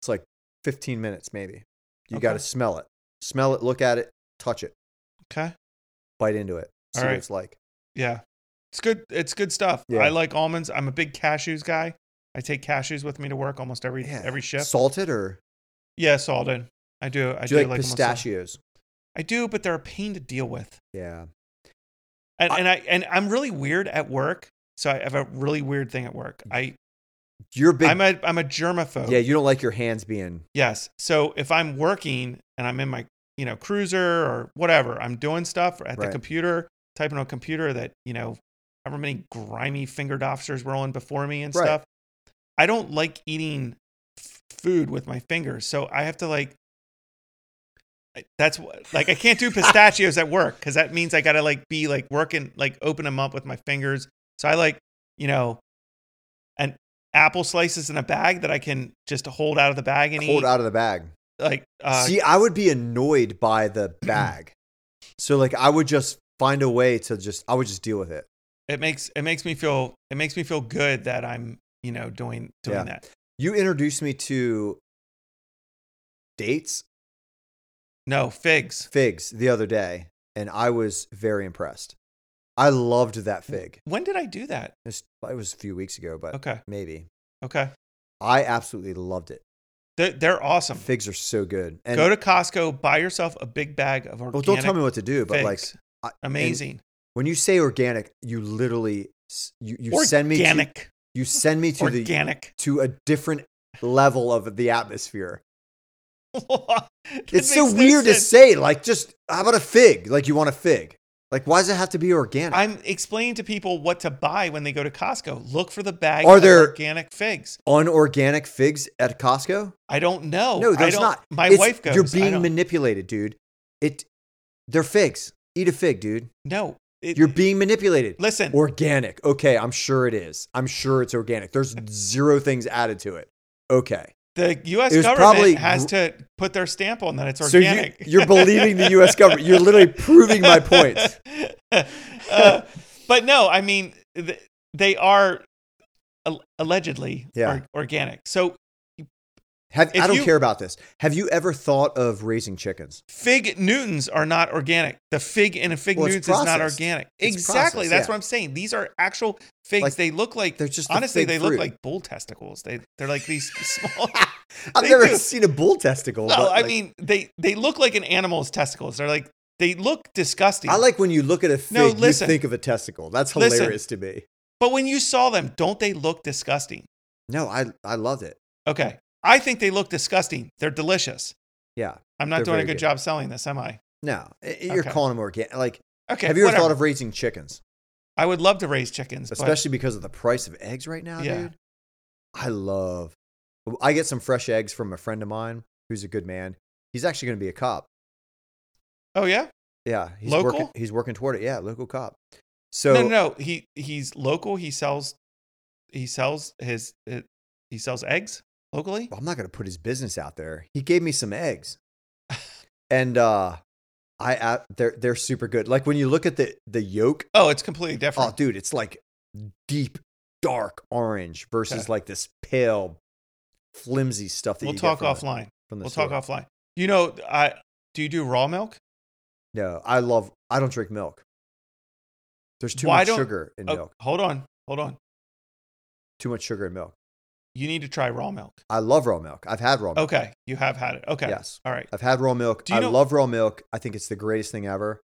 B: It's like 15 minutes, maybe. You got to
A: Okay.
B: smell it. Smell it, look at it, touch it,
A: Okay,
B: bite into it, see
A: All
B: what
A: right.
B: it's like.
A: yeah, it's good. It's good stuff.
B: Yeah.
A: I like almonds. I'm a big cashews guy. I take cashews with me to work almost every
B: Yeah.
A: every shift.
B: Salted or
A: yeah, salted. I do. I
B: do
A: do,
B: you
A: like
B: like,
A: 'em with salt.
B: pistachios?
A: I do, but they're a pain to deal with.
B: Yeah.
A: and
B: I-
A: and I and I'm really weird at work. So I have a really weird thing at work. I
B: You're big.
A: I'm a I'm a germaphobe.
B: yeah, you don't like your hands being.
A: Yes. So if I'm working and I'm in my you know cruiser or whatever, I'm doing stuff at the
B: Right.
A: computer, typing on a computer that you know however many grimy fingered officers were on before me and
B: Right.
A: stuff. I don't like eating f- food with my fingers, so I have to like. I- That's what, like I can't do pistachios at work because that means I gotta like be like working like open them up with my fingers. So I like you know, an apple slices in a bag that I can just hold out of the bag and
B: Hold
A: eat.
B: out of the bag.
A: Like uh,
B: See, I would be annoyed by the bag. so, like, I would just find a way to just, I would just deal with it.
A: it makes it makes me feel it makes me feel good that I'm you know doing doing
B: Yeah.
A: that.
B: You introduced me to dates,
A: No figs.
B: figs the other day, and I was very impressed. I loved that fig.
A: When did I do that?
B: It was, it was a few weeks ago, but
A: Mm. Okay.
B: maybe.
A: Okay.
B: I absolutely loved it.
A: They're, they're awesome.
B: Figs are so good. And
A: Go to Costco, buy yourself a big bag of organic.
B: well, don't tell me what to do, but like
A: figs.
B: I-
A: amazing.
B: when you say organic, you literally s- you, you
A: organic,
B: send me to, you send me to the
A: organic.
B: to a different level of the atmosphere.
A: It
B: It's so
A: makes no
B: weird to
A: sense.
B: say. Like, just how about a fig? Like, you want a fig? Like, why does it have to be organic?
A: I'm explaining to people what to buy when they go to Costco. Look for the bag
B: Are
A: of
B: there-
A: organic figs.
B: unorganic figs at Costco?
A: I don't know.
B: no,
A: I
B: there's
A: don't-
B: not.
A: My
B: It's-
A: wife goes.
B: You're
A: I
B: being
A: don't-
B: manipulated, dude. It, they're figs. Eat a fig, dude.
A: no. it-
B: You're being manipulated.
A: listen.
B: Organic. Okay, I'm sure it is. I'm sure it's organic. There's zero things added to it. Okay.
A: the U.S.
B: it was
A: government
B: probably-
A: has to put their stamp on that. It's
B: So you,
A: organic.
B: you're believing the U.S. government. You're literally proving my point.
A: Uh, but no, I mean th- they are al- allegedly
B: Yeah.
A: or- organic. So
B: Have,
A: If
B: I don't
A: you-
B: care about this. Have you ever thought of raising chickens?
A: fig Newtons are not organic. The fig in a fig
B: Well, it's
A: Newtons is not
B: processed.
A: organic.
B: It's
A: exactly.
B: processed,
A: That's
B: yeah.
A: what I'm saying. These are actual figs.
B: Like,
A: they look like
B: They're just a
A: honestly
B: fig
A: they
B: fruit.
A: look like bull testicles. They they're like these small.
B: I've
A: they
B: never
A: do.
B: seen a bull testicle.
A: no,
B: but,
A: I
B: like,
A: mean they they look like an animal's testicles. They're like they look disgusting.
B: I like when you look at a fig,
A: No,
B: you
A: listen.
B: think of a testicle. That's
A: Listen.
B: hilarious to me.
A: But when you saw them, don't they look disgusting?
B: No, I I loved it.
A: Okay. I think they look disgusting. They're delicious.
B: Yeah.
A: I'm not
B: They're
A: doing a
B: very
A: good,
B: good.
A: job selling this, am I?
B: No, i- you're
A: Okay.
B: calling them organic. Like,
A: Okay.
B: have you ever
A: whatever.
B: thought of raising chickens,
A: I would love to raise chickens, but
B: especially because of the price of eggs right now,
A: Yeah.
B: dude? I love. I get some fresh eggs from a friend of mine who's a good man. He's actually going to be a cop.
A: oh yeah,
B: Yeah, he's working.
A: Local?
B: He's working toward it. Yeah, local cop. So
A: no, no, no. He he's local. He sells he sells his uh, he sells eggs locally.
B: I'm not going to put his business out there. He gave me some eggs, and uh, I uh, they're they're super good. Like when you look at the the yolk,
A: Oh, it's completely
B: oh
A: different.
B: dude, it's like deep dark orange versus
A: Okay.
B: like this pale, flimsy stuff that
A: we'll
B: you
A: talk
B: get from the-
A: offline.
B: From the
A: We'll talk
B: store.
A: offline. You know, I do you do raw milk?
B: No, I love. I don't drink milk. There's too
A: Why
B: much
A: don't-
B: sugar in
A: Oh,
B: milk.
A: hold on, hold on.
B: Too much sugar in milk.
A: You need to try raw milk.
B: I love raw milk. I've had raw milk.
A: Okay, you have had it. Okay,
B: Yes.
A: all right.
B: I've had raw milk.
A: Do you
B: I
A: know-
B: love raw milk. I think it's the greatest thing ever.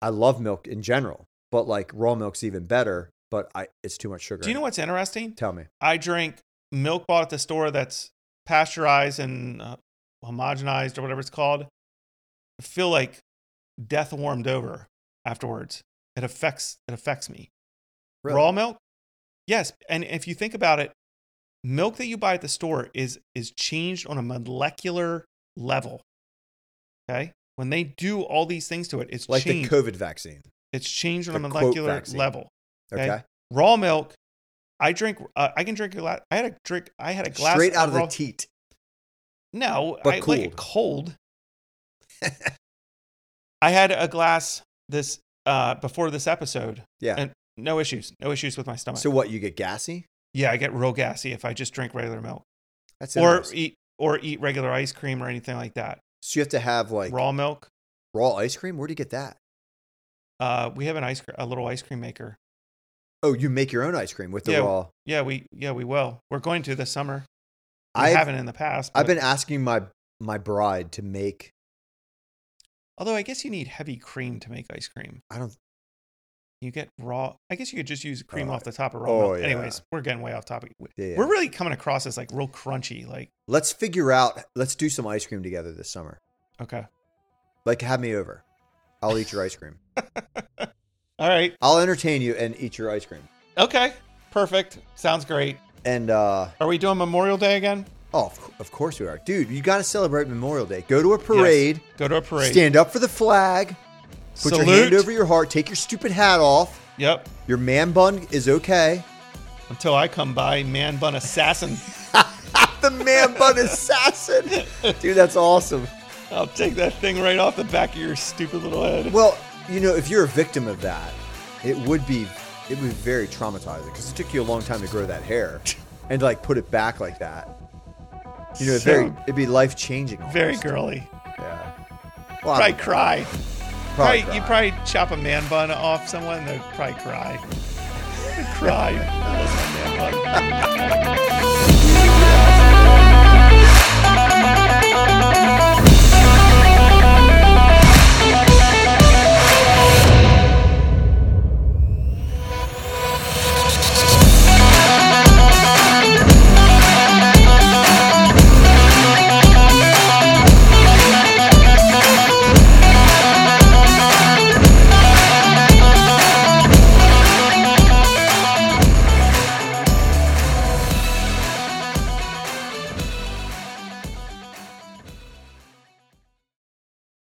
B: I love milk in general, but like raw milk's even better. But I, it's too much sugar.
A: Do you
B: in
A: know
B: it.
A: what's interesting?
B: Tell me.
A: I drink milk bought at the store that's pasteurized and uh, homogenized or whatever it's called. I feel like death warmed over afterwards. It affects it affects me.
B: Really?
A: Raw milk? Yes, and if you think about it, milk that you buy at the store is is changed on a molecular level. Okay? When they do all these things to it, it's
B: like
A: changed.
B: the COVID vaccine.
A: it's changed on a
B: the quote
A: molecular
B: vaccine.
A: level
B: Okay.
A: Okay. raw milk. I drink. Uh, I can drink a glass. I had a drink. I had a glass
B: Straight out of
A: of
B: the
A: raw,
B: teat.
A: No,
B: but
A: I like it cold. I had a glass this uh, before this episode.
B: Yeah.
A: and no issues. No issues with my stomach.
B: So what? You get gassy?
A: yeah, I get real gassy if I just drink regular milk
B: That's
A: or
B: interesting.
A: eat or eat regular ice cream or anything like that.
B: so you have to have like raw,
A: raw milk.
B: ice cream. Where do you get that?
A: Uh, we have an ice cre- a little ice cream maker.
B: Oh, you make your own ice cream with the
A: Yeah,
B: raw.
A: Yeah, we yeah we will. We're going to this summer. I
B: I
A: haven't in the past.
B: I've
A: but-
B: been asking my my bride to make.
A: although I guess you need heavy cream to make ice cream.
B: I don't.
A: You get raw. I guess you could just use cream
B: Uh,
A: off the top of raw
B: oh,
A: milk.
B: yeah.
A: Anyways, we're getting way off topic. We-
B: Yeah, yeah.
A: We're really coming across as like real crunchy. Like,
B: Let's figure out. Let's do some ice cream together this summer.
A: okay,
B: Like, have me over. I'll eat your ice cream.
A: all right,
B: I'll entertain you and eat your ice cream.
A: okay, perfect. Sounds great.
B: And uh,
A: Are we doing Memorial Day again?
B: oh, of, of course we are, dude. You got to celebrate Memorial Day. Go to a parade.
A: Yes. Go to a parade.
B: Stand up for the flag. Put
A: Salute.
B: your hand over your heart. Take your stupid hat off.
A: Yep.
B: Your man bun is okay.
A: Until I come by, man bun assassin.
B: the man bun assassin, dude. That's awesome.
A: I'll take that thing right off the back of your stupid little head.
B: Well, you know, if you're a victim of that, it would be it would be very traumatizing because it took you a long time to grow that hair and like put it back like that. You know, it'd,
A: So-
B: very, it'd be life changing.
A: Very girly.
B: Yeah. Well, I
A: Probably
B: would
A: cry.
B: probably
A: Probably- You
B: cry.
A: probably chop a man bun off someone, they'll probably cry. cry. Listen to man bun.